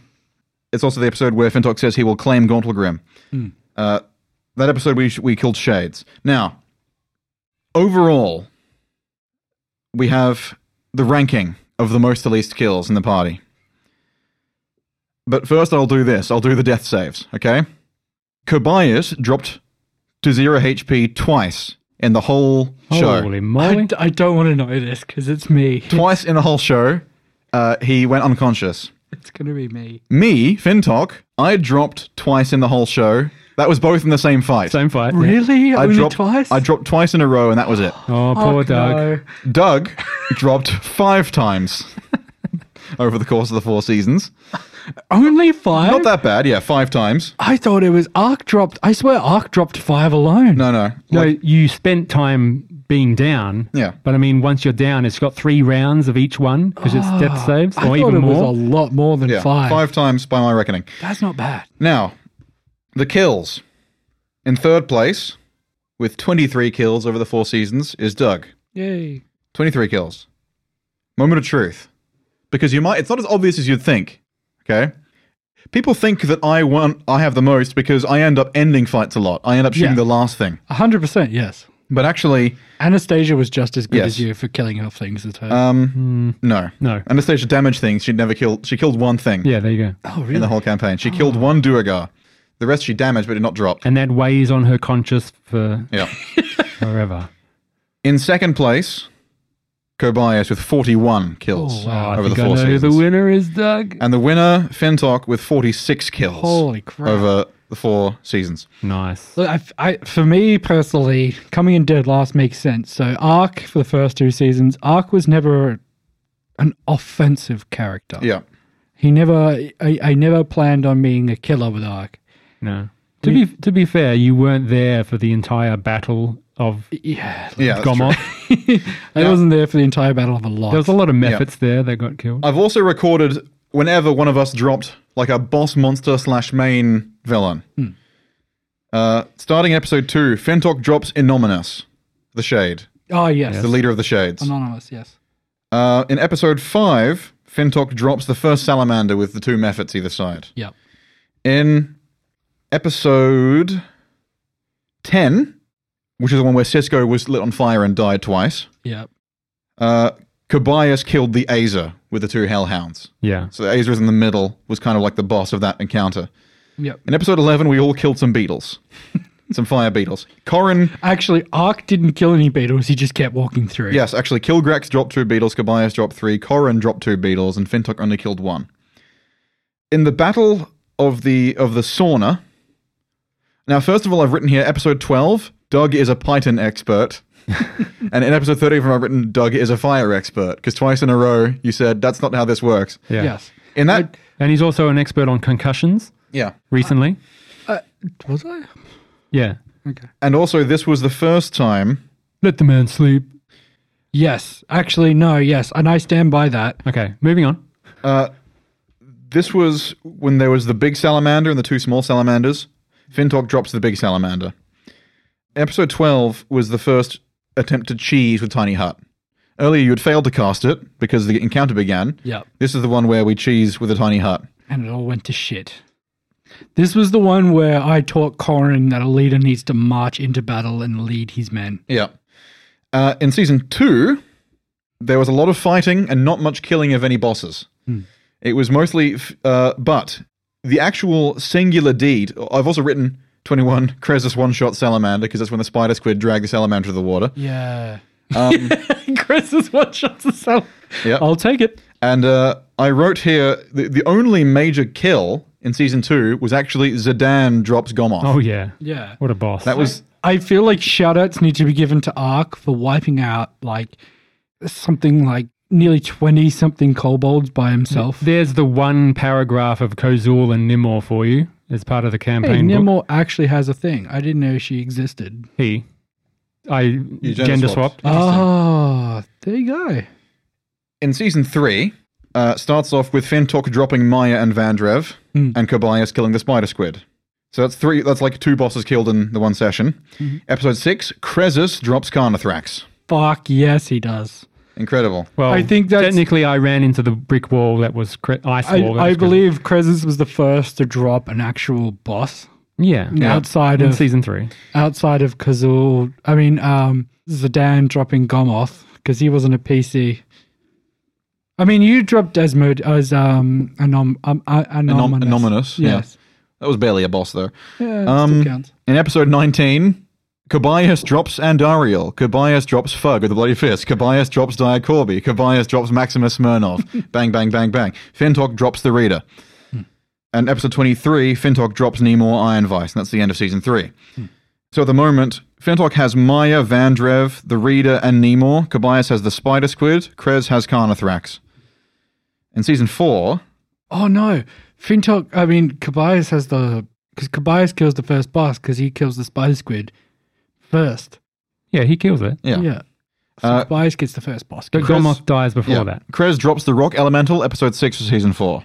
S5: it's also the episode where Fentok says he will claim Gauntlegrim.
S1: Hmm.
S5: Uh, that episode, we, sh- we killed Shades. Now, overall, we have the ranking of the most to least kills in the party. But first, I'll do this. I'll do the death saves, okay? Kobayas dropped to zero HP twice in the whole show.
S1: Holy
S2: I,
S1: moly.
S2: d- I don't want to know this because it's me.
S5: Twice in the whole show, uh, he went unconscious.
S2: It's gonna be me.
S5: Me, Fintok, I dropped twice in the whole show. That was both in the same fight.
S1: Same fight. yeah.
S2: Really?
S5: I
S2: Only
S5: dropped
S2: twice?
S5: I dropped twice in a row, and that was it.
S1: Oh, poor Doug.
S5: Doug dropped five times over the course of the four seasons.
S2: Only five?
S5: Not that bad, yeah, five times.
S2: I thought it was Arc dropped. I swear Arc dropped five alone.
S5: No, no.
S1: No,
S5: Like,
S1: you spent time being down.
S5: Yeah.
S1: But I mean, once you're down, it's got three rounds of each one because it's death saves
S2: I
S1: or
S2: thought
S1: even
S2: it
S1: more.
S2: was a lot more than
S5: Yeah.
S2: five.
S5: Five times by my reckoning.
S2: That's not bad.
S5: Now, the kills. In third place, with 23 kills over the four seasons, is Doug.
S2: Yay.
S5: 23 kills. Moment of truth. Because you might it's not as obvious as you'd think. Okay? People think that I want I have the most because I end up ending fights a lot. I end up shooting
S2: Yeah.
S5: the last thing.
S2: 100%, yes.
S5: But actually,
S2: Anastasia was just as good
S5: Yes.
S2: as you for killing off things as her.
S5: um no.
S1: Hmm. No.
S5: Anastasia damaged things. She'd never killed she killed one thing
S1: Yeah, there you go.
S2: oh,
S5: in
S2: really?
S5: the whole campaign. She killed one Duergar. The rest she damaged but did not drop.
S1: And that weighs on her conscience for
S5: Yeah.
S1: forever.
S5: In second place, Kobayas with 41 kills
S2: Oh, wow.
S1: I
S5: over the
S1: think I know
S5: four
S1: who
S5: seasons.
S1: the winner is, Doug.
S5: and the winner, Fentok, with 46 kills
S2: Holy crap.
S5: over the four seasons.
S1: Nice.
S2: Look, I, I, for me personally, coming in dead last makes sense. So Ark for the first two seasons, Ark was never an offensive character.
S5: Yeah.
S2: He never, I, I never planned on being a killer with Ark.
S1: No. To be to be fair, you weren't there for the entire battle of
S2: Yeah,
S5: Yeah. that's true.
S1: Gomoth.
S2: I wasn't there for the entire battle of a lot.
S1: There was a lot of methods there that got killed.
S5: I've also recorded whenever one of us dropped like a boss monster slash main villain.
S2: Hmm.
S5: Uh, starting episode two, Fentok drops Innominus, the Shade,
S2: oh yes,
S5: the leader of the Shades.
S2: anonymous. Yes,
S5: Uh, in episode five, Fintok drops the first salamander with the two methods either side.
S2: Yep.
S5: In episode 10, which is the one where Cisco was lit on fire and died twice,
S2: yep.
S5: uh, Kobayas killed the Azer with the two hellhounds.
S1: Yeah.
S5: So the Azer is in the middle, was kind of like the boss of that encounter.
S2: Yep.
S5: In episode 11, we all killed some beetles, some fire beetles. Corin,
S2: Actually, Ark didn't kill any beetles. He just kept walking through.
S5: yes, actually, Kilgrax dropped two beetles, Kobayas dropped three, Corin dropped two beetles, and Fintok only killed one. In the battle of the of the sauna. Now, first of all, I've written here episode 12, Doug is a Python expert. and in episode 30, I've written Doug is a fire expert, because twice in a row you said that's not how this works.
S1: Yeah.
S2: Yes.
S5: In that,
S1: And he's also an expert on concussions
S5: yeah.
S1: recently.
S2: Was I?
S1: yeah.
S5: And also, this was the first time.
S1: Let the man sleep.
S2: Yes. Actually, no. Yes, and I stand by that.
S1: Okay, moving on.
S5: This was when there was the big salamander and the two small salamanders. Fintok drops the big salamander. Episode 12 was the first attempt to cheese with Tiny Hut. Earlier, you had failed to cast it because the encounter began.
S2: Yep.
S5: This is the one where we cheese with a Tiny Hut.
S2: and it all went to shit. This was the one where I taught Corin that a leader needs to march into battle and lead his men.
S5: Yeah. Uh, in season two, there was a lot of fighting and not much killing of any bosses. It was mostly, f- uh, but the actual singular deed. I've also written twenty one Cresus one shot salamander because that's when the spider squid dragged the salamander to the water.
S2: Yeah.
S4: Chris is one shot to sell.
S5: Yeah.
S2: I'll take it.
S5: And uh, I wrote here the, the only major kill in season two was actually Zidane drops Gomoff.
S1: Oh yeah.
S2: Yeah.
S1: What a boss.
S5: that was
S2: I feel like shoutouts need to be given to Ark for wiping out like something like nearly 20 something kobolds by himself.
S1: There's the one paragraph of Kozul and Nimor for you as part of the
S2: Hey,
S1: campaign book.
S2: Nimor actually has a thing. I didn't know she existed.
S1: He. I
S5: You
S1: gender,
S5: gender
S1: swapped.
S5: swapped.
S2: Oh, there you go.
S5: in season three. Uh, starts off with Fintok dropping Maya and Vandrev,
S2: Hmm.
S5: and Kobayas killing the spider squid. So that's three. That's like two bosses killed in the one session. Episode six, Cresus drops Carnathrax.
S2: Fuck, yes, he does.
S5: Incredible.
S1: Well,
S2: I think that's-
S1: technically I ran into the brick wall that was cre- ice
S2: I,
S1: wall. that
S2: I
S1: was cre-
S2: believe Krezus was the first to drop an actual boss
S1: Yeah.
S2: outside
S1: In
S2: of
S1: season three.
S2: outside of Kazul. I mean, um, Zidane dropping Gomoth because he wasn't a PC. I mean, you dropped Desmod as um, anom- um, uh, anonymous.
S5: anonymous, yeah.
S2: Yes.
S5: That was barely a boss though.
S2: Yeah, it
S5: Um,
S2: still counts.
S5: In episode nineteen, Kobayas drops Andariel. Kobayas drops Fug with the bloody fist. Kobayas drops Dia Corby. Kobayas drops Maximus Smirnov. bang, bang, bang, bang. Fintok drops the Reader.
S2: Hmm.
S5: And episode twenty-three, Fintok drops Nemor Iron Vice, and that's the end of season three.
S2: Hmm.
S5: So at the moment, Fintok has Maya, Vandrev, the Reader, and Nemor. Kobayas has the Spider Squid. Krez has Carnathrax. In season four,
S2: Oh no, Fintok. I mean, Kobayas has the because Kobayas kills the first boss because he kills the spider squid first.
S1: Yeah, he kills it.
S5: Yeah.
S2: Yeah. So
S5: Uh,
S2: Tobias gets the first boss.
S1: But
S2: kill.
S1: Gormoth dies before
S5: Yeah.
S1: that.
S5: Krez drops the Rock Elemental, episode 6 of season 4.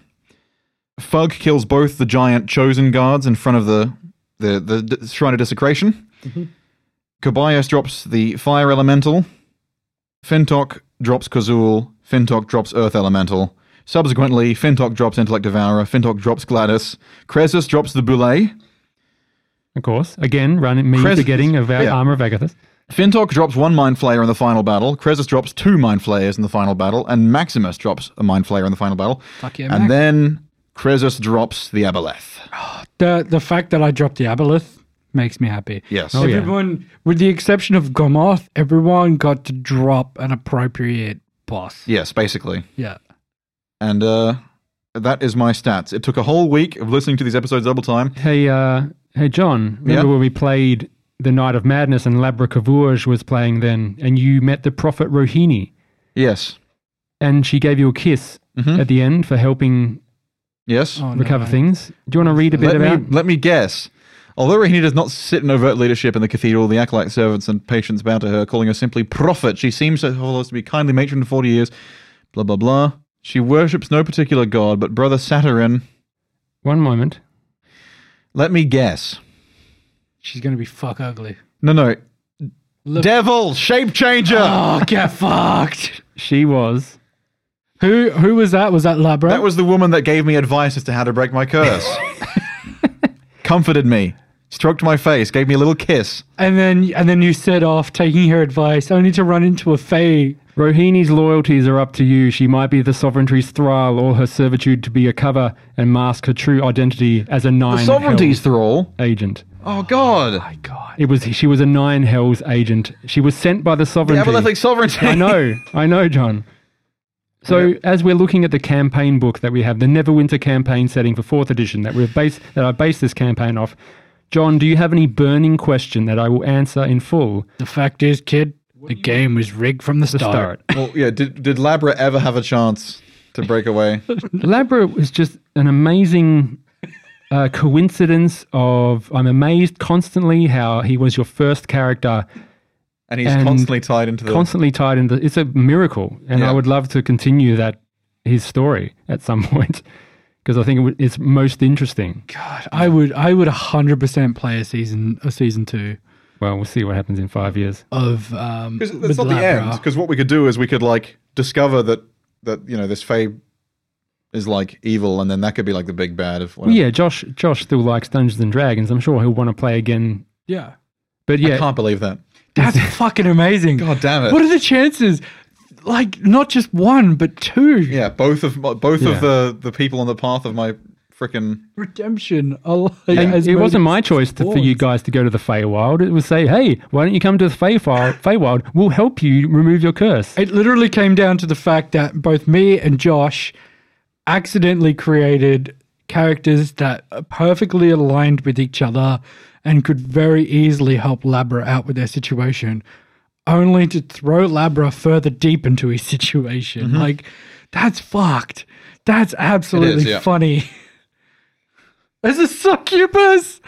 S5: Fug kills both the giant chosen guards in front of the the, the d- Shrine of Desecration. Kobayas drops the Fire Elemental. Fintok drops Kazul. Fintok drops Earth Elemental. Subsequently, Fintok drops Intellect Devourer. Fintok drops Gladys. Krezus drops the Boule.
S1: Of course. Again, running me
S5: Cres-
S1: forgetting of our
S5: yeah.
S1: armor of Agathis.
S5: Fintok drops one Mind Flayer in the final battle. Krezus drops two Mind Flayers in the final battle. And Maximus drops a Mind Flayer in the final battle.
S2: Fuck yeah,
S5: And
S2: Mac.
S5: then Krezus drops the Aboleth.
S2: the the fact that I dropped the aboleth makes me happy.
S5: Yes.
S1: Oh, yeah.
S2: everyone, with the exception of Gomoth, everyone got to drop an appropriate boss.
S5: Yes, basically.
S2: Yeah.
S5: And uh, that is my stats. It took a whole week of listening to these episodes double time.
S1: Hey, uh, hey, John. Remember
S5: Yeah.
S1: when we played the Night of Madness and Labra Kavurj was playing then, and you met the prophet Rohini,
S5: Yes.
S1: and she gave you a kiss
S5: Mm-hmm.
S1: at the end for helping
S5: Yes.
S2: Oh, no.
S1: recover things. Do you want to read a bit
S5: let,
S1: about?
S5: me, let me guess. Although Rahini does not sit in overt leadership in the cathedral, the acolyte servants and patients bow to her, calling her simply prophet. She seems to hold us to be kindly matron for 40 years. Blah, blah, blah. She worships no particular god, but brother Saturn.
S1: One moment.
S5: Let me guess.
S2: She's gonna be fuck ugly.
S5: No, no.
S2: Look-
S5: Devil, shape changer.
S2: Oh, get fucked.
S1: She was.
S2: Who who was that? Was that Labra?
S5: That was the woman that gave me advice as to how to break my curse. Comforted me, stroked my face, gave me a little kiss.
S2: and then and then you set off taking her advice, only to run into a fae.
S1: Rohini's loyalties are up to you. She might be the sovereignty's thrall or her servitude to be a cover and mask her true identity as a nine
S5: Sovereignty's
S1: Hells
S5: thrall.
S1: agent.
S5: Oh God!
S2: God.
S1: It was she was a nine hells agent. She was sent by the
S5: The
S1: sovereignty.
S5: Abolethtic sovereignty.
S1: I know, I know, John. So as we're looking at the campaign book that we have, the Neverwinter campaign setting for fourth edition that we've based that I based this campaign off, John, do you have any burning question that I will answer in full?
S2: The fact is, kid, the game was rigged from the start.
S1: Start.
S5: Well, yeah. Did did Labra ever have a chance to break away?
S1: Labra was just an amazing uh, coincidence of I'm amazed constantly how he was your first character,
S5: And he's
S1: And
S5: constantly tied into the.
S1: constantly tied in. The, it's a miracle, and
S5: Yeah.
S1: I would love to continue that his story at some point because I think it w- it's most interesting.
S2: God, I would I would hundred percent play a season a season two
S1: Well, we'll see what happens in five years.
S2: of um.
S5: because that's
S2: with
S5: not the end.
S2: Labra.
S5: Because what we could do is we could like discover that that you know this Fae is like evil, and then that could be like the big bad of. Whatever.
S1: yeah, Josh. Josh still likes Dungeons and Dragons. I'm sure he'll want to play again.
S2: Yeah.
S1: But
S5: I
S1: yeah,
S5: can't believe that.
S2: That's fucking amazing.
S5: God damn it.
S2: What are the chances? Like not just one, but two.
S5: Yeah, both of my- both
S1: Yeah.
S5: of the the people on the path of my freaking.
S2: Redemption. Alive, as
S1: it
S2: many
S1: wasn't my choice to, for you
S2: spawns.
S1: guys to go to the Feywild. It was say, hey, why don't you come to the Feywild? Feywild, we'll help you remove your curse.
S2: It literally came down to the fact that both me and Josh accidentally created characters that are perfectly aligned with each other and could very easily help Labra out with their situation, only to throw Labra further deep into his situation. Like, that's fucked. That's absolutely
S5: yeah.
S2: funny. This is succubus.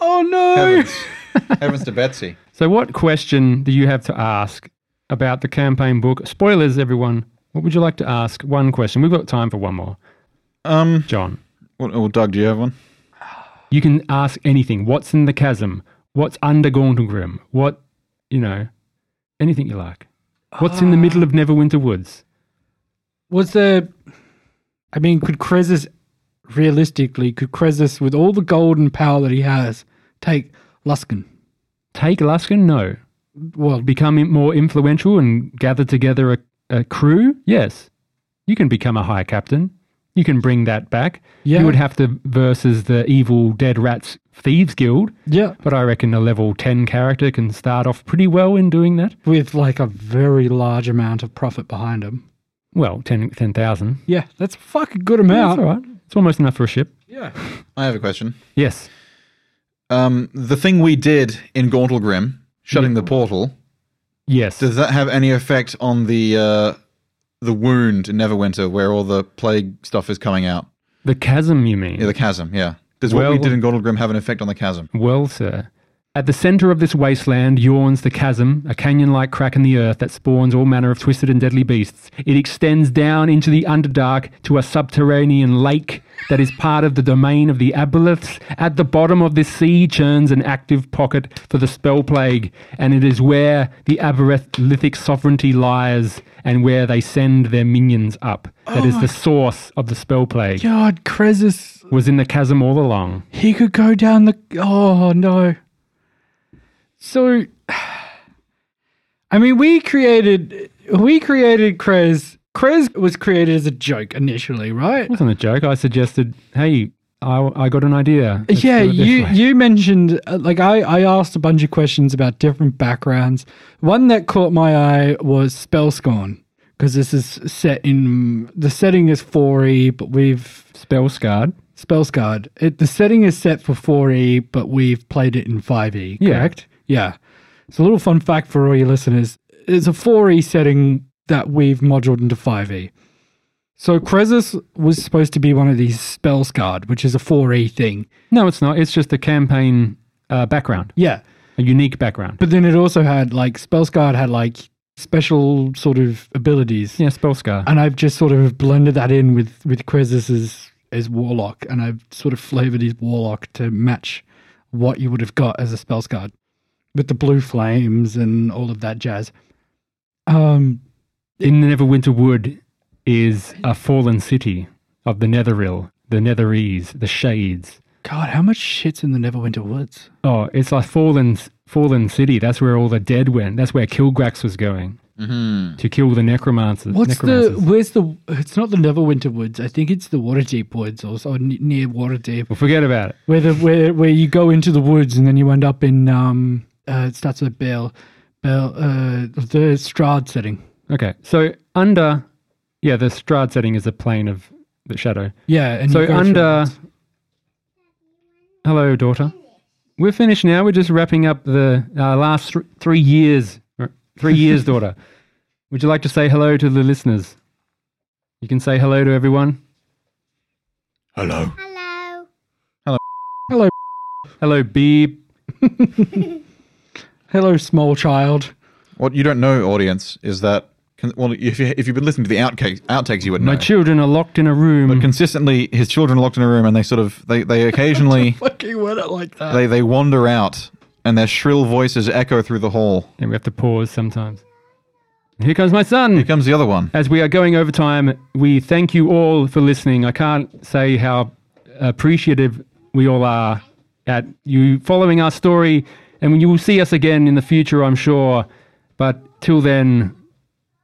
S2: Oh no.
S5: Heavens, heavens to Betsy.
S1: So, what question do you have to ask about the campaign book? Spoilers, everyone. What would you like to ask? One question. We've got time for one more.
S5: Um,
S1: John,
S5: well, well, Doug, do you have one?
S1: you can ask anything. What's in the chasm? What's under Gauntlegrim? What, you know, anything you like. What's in the middle of Neverwinter Woods?
S2: was there I mean, could Krezus realistically, could Krezus with all the gold and power that he has, take Luskin?
S1: Take Luskin? No.
S2: Well
S1: Become im- more influential and gather together a, a crew? Yes. You can become a high captain. You can bring that back.
S2: Yeah.
S1: You would have to versus the evil Dead Rats Thieves Guild,
S2: yeah.
S1: but I reckon a level 10 character can start off pretty well in doing that.
S2: With like a very large amount of profit behind him.
S1: Well, 10 10,000.
S2: Yeah, that's a fucking good
S1: yeah,
S2: amount.
S1: that's all right. It's almost enough for a ship.
S5: I have a question.
S1: Yes.
S5: Um, the thing we did in Gauntle Grim, shutting the portal,
S1: Yes.
S5: does that have any effect on the uh, the wound in Neverwinter, where all the plague stuff is coming out?
S1: the chasm, you mean?
S5: Yeah, the chasm. Yeah. Does what
S1: Well-
S5: we did in Gauntle Grim have an effect on the chasm?
S1: Well, sir, At the center of this wasteland yawns the chasm, a canyon like crack in the earth that spawns all manner of twisted and deadly beasts. It extends down into the Underdark to a subterranean lake that is part of the domain of the Aboleths. At the bottom of this sea churns an active pocket for the spell plague, and it is where the Abolithic sovereignty lies and where they send their minions up. That is the source of the spell plague.
S2: God, Krezus,
S1: Was in the chasm all along.
S2: he could go down the. Oh no. So, I mean, we created we created Krez. Krez was created as a joke initially, right?
S1: It wasn't a joke. I suggested, hey, I, I got an idea. Let's
S2: yeah,
S1: do it this
S2: you
S1: way."
S2: you mentioned uh, like I I asked a bunch of questions about different backgrounds. One that caught my eye was spell scorn because this is set in the setting is 4e, but we've
S1: spell scarred.
S2: Spellsguard. It, the setting is set for 4e, but we've played it in 5e,
S1: Yeah.
S2: correct? Yeah. It's a little fun fact for all your listeners. It's a 4e setting that we've moduled into 5e. So Krezus was supposed to be one of these Spellsguard, which is a 4e thing.
S1: No, it's not. It's just a campaign uh, background,
S2: Yeah.
S1: a unique background.
S2: But then it also had like Spellsguard had like special sort of abilities.
S1: yeah, spell scar.
S2: And I've just sort of blended that in with with Krezus as, as warlock, and I've sort of flavored his warlock to match what you would have got as a spells card with the blue flames and all of that jazz. Um,
S1: in the Neverwinter Wood is a fallen city of the Netheril, the Netherese, the Shades.
S2: God, how much shit's in the Neverwinter Woods?
S1: Oh, it's like fallen, fallen city. That's where all the dead went. That's where Kilgrax was going to kill the necromancers.
S2: Mm-hmm. What's the?
S1: necromancers.
S2: Where's the? It's not the Neverwinter Woods. I think it's the Waterdeep Woods, or, or n- near Waterdeep,
S1: Well, forget about it.
S2: where the where where you go into the woods and then you end up in um. Uh, it starts with Bell, Bell, uh, the Strad setting.
S1: Okay, so under, yeah, the Strad setting is a plane of the shadow.
S2: Yeah, and
S1: So
S2: you go
S1: under.
S2: through
S1: Hello, daughter. We're finished now. We're just wrapping up the uh, last thr three years. er, Three years, daughter. Would you like to say hello to the listeners? You can say hello to everyone.
S6: Hello.
S10: Hello.
S1: Hello, Beeb.
S2: it. hello, small child.
S5: What you don't know, audience, is that con- well, if you if you've been listening to the outtakes, outtakes you would know.
S1: My children are locked in a
S2: Hmm.
S1: room.
S5: Consistently, his children are locked in a room, and they sort of they they occasionally
S2: Fucking word it like that.
S5: they they wander out, and their shrill voices echo through the hall.
S1: and we have to pause sometimes. Here comes my son.
S5: Here comes the other one.
S1: As we are going over time, we thank you all for listening. I can't say how appreciative we all are at you following our story, and you will see us again in the future, I'm sure. But till then,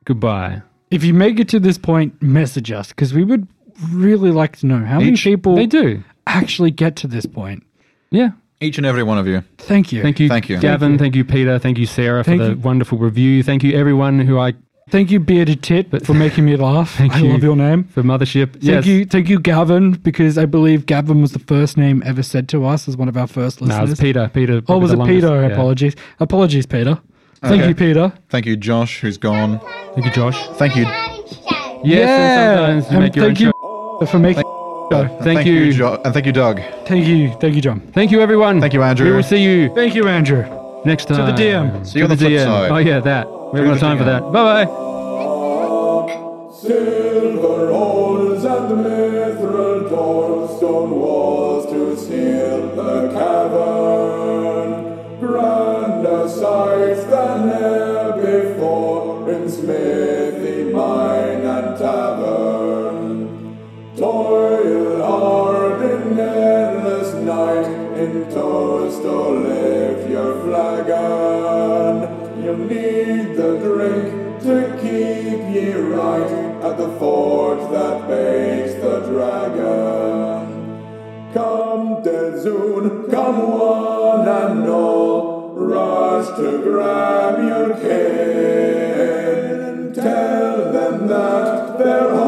S1: goodbye.
S2: If you make it to this point, message us because we would really like to know how many
S5: Each-
S2: people
S1: They do.
S2: actually get to this point.
S1: Yeah.
S5: Each and every one of you.
S2: Thank you.
S1: Thank you,
S5: Thank you.
S1: Gavin. Thank you, Peter. Thank you, Sarah,
S2: Thank
S1: for the
S2: you.
S1: wonderful review. Thank you, everyone who I
S2: Thank you, bearded tit, for making me laugh.
S1: Thank
S2: I
S1: you.
S2: love your name.
S1: for mothership.
S2: Thank you, thank you, Gavin, because I believe Gavin was the first name ever said to us as one of our first
S1: No,
S2: listeners.
S1: it's Peter. Peter.
S2: oh,
S1: probably
S2: was
S1: the
S2: it
S1: longest.
S2: Peter?
S1: Yeah.
S2: Apologies, apologies, Peter. Thank
S5: Okay.
S2: you, Peter.
S5: Thank you, Josh, who's gone.
S1: Thank you, Josh.
S5: Thank you.
S10: you.
S1: Yes, and sometimes you
S2: and
S1: make your own
S2: Um, thank you for making.
S1: show. Thank, you.
S5: Jo- and thank you, Doug.
S2: Thank you, thank you, John.
S1: Thank you, everyone.
S5: Thank you, Andrew.
S1: We will see you
S2: Thank you, Andrew.
S1: next time.
S2: the DM.
S5: See you on the flip side.
S1: Oh yeah, that. We haven't got
S5: the
S1: time for that.
S5: DM.
S1: Bye bye.
S11: Silver oars and mithril doors, stone walls to seal the cavern. Grander sights than e'er before in smithy, mine, and tavern. Toil hard in endless night, in toast or lift your flagon. You'll need the drink to keep ye right at the forge that bakes the dragon. Come, Dezoon, come one and all, rush to grab your kin. Tell them that their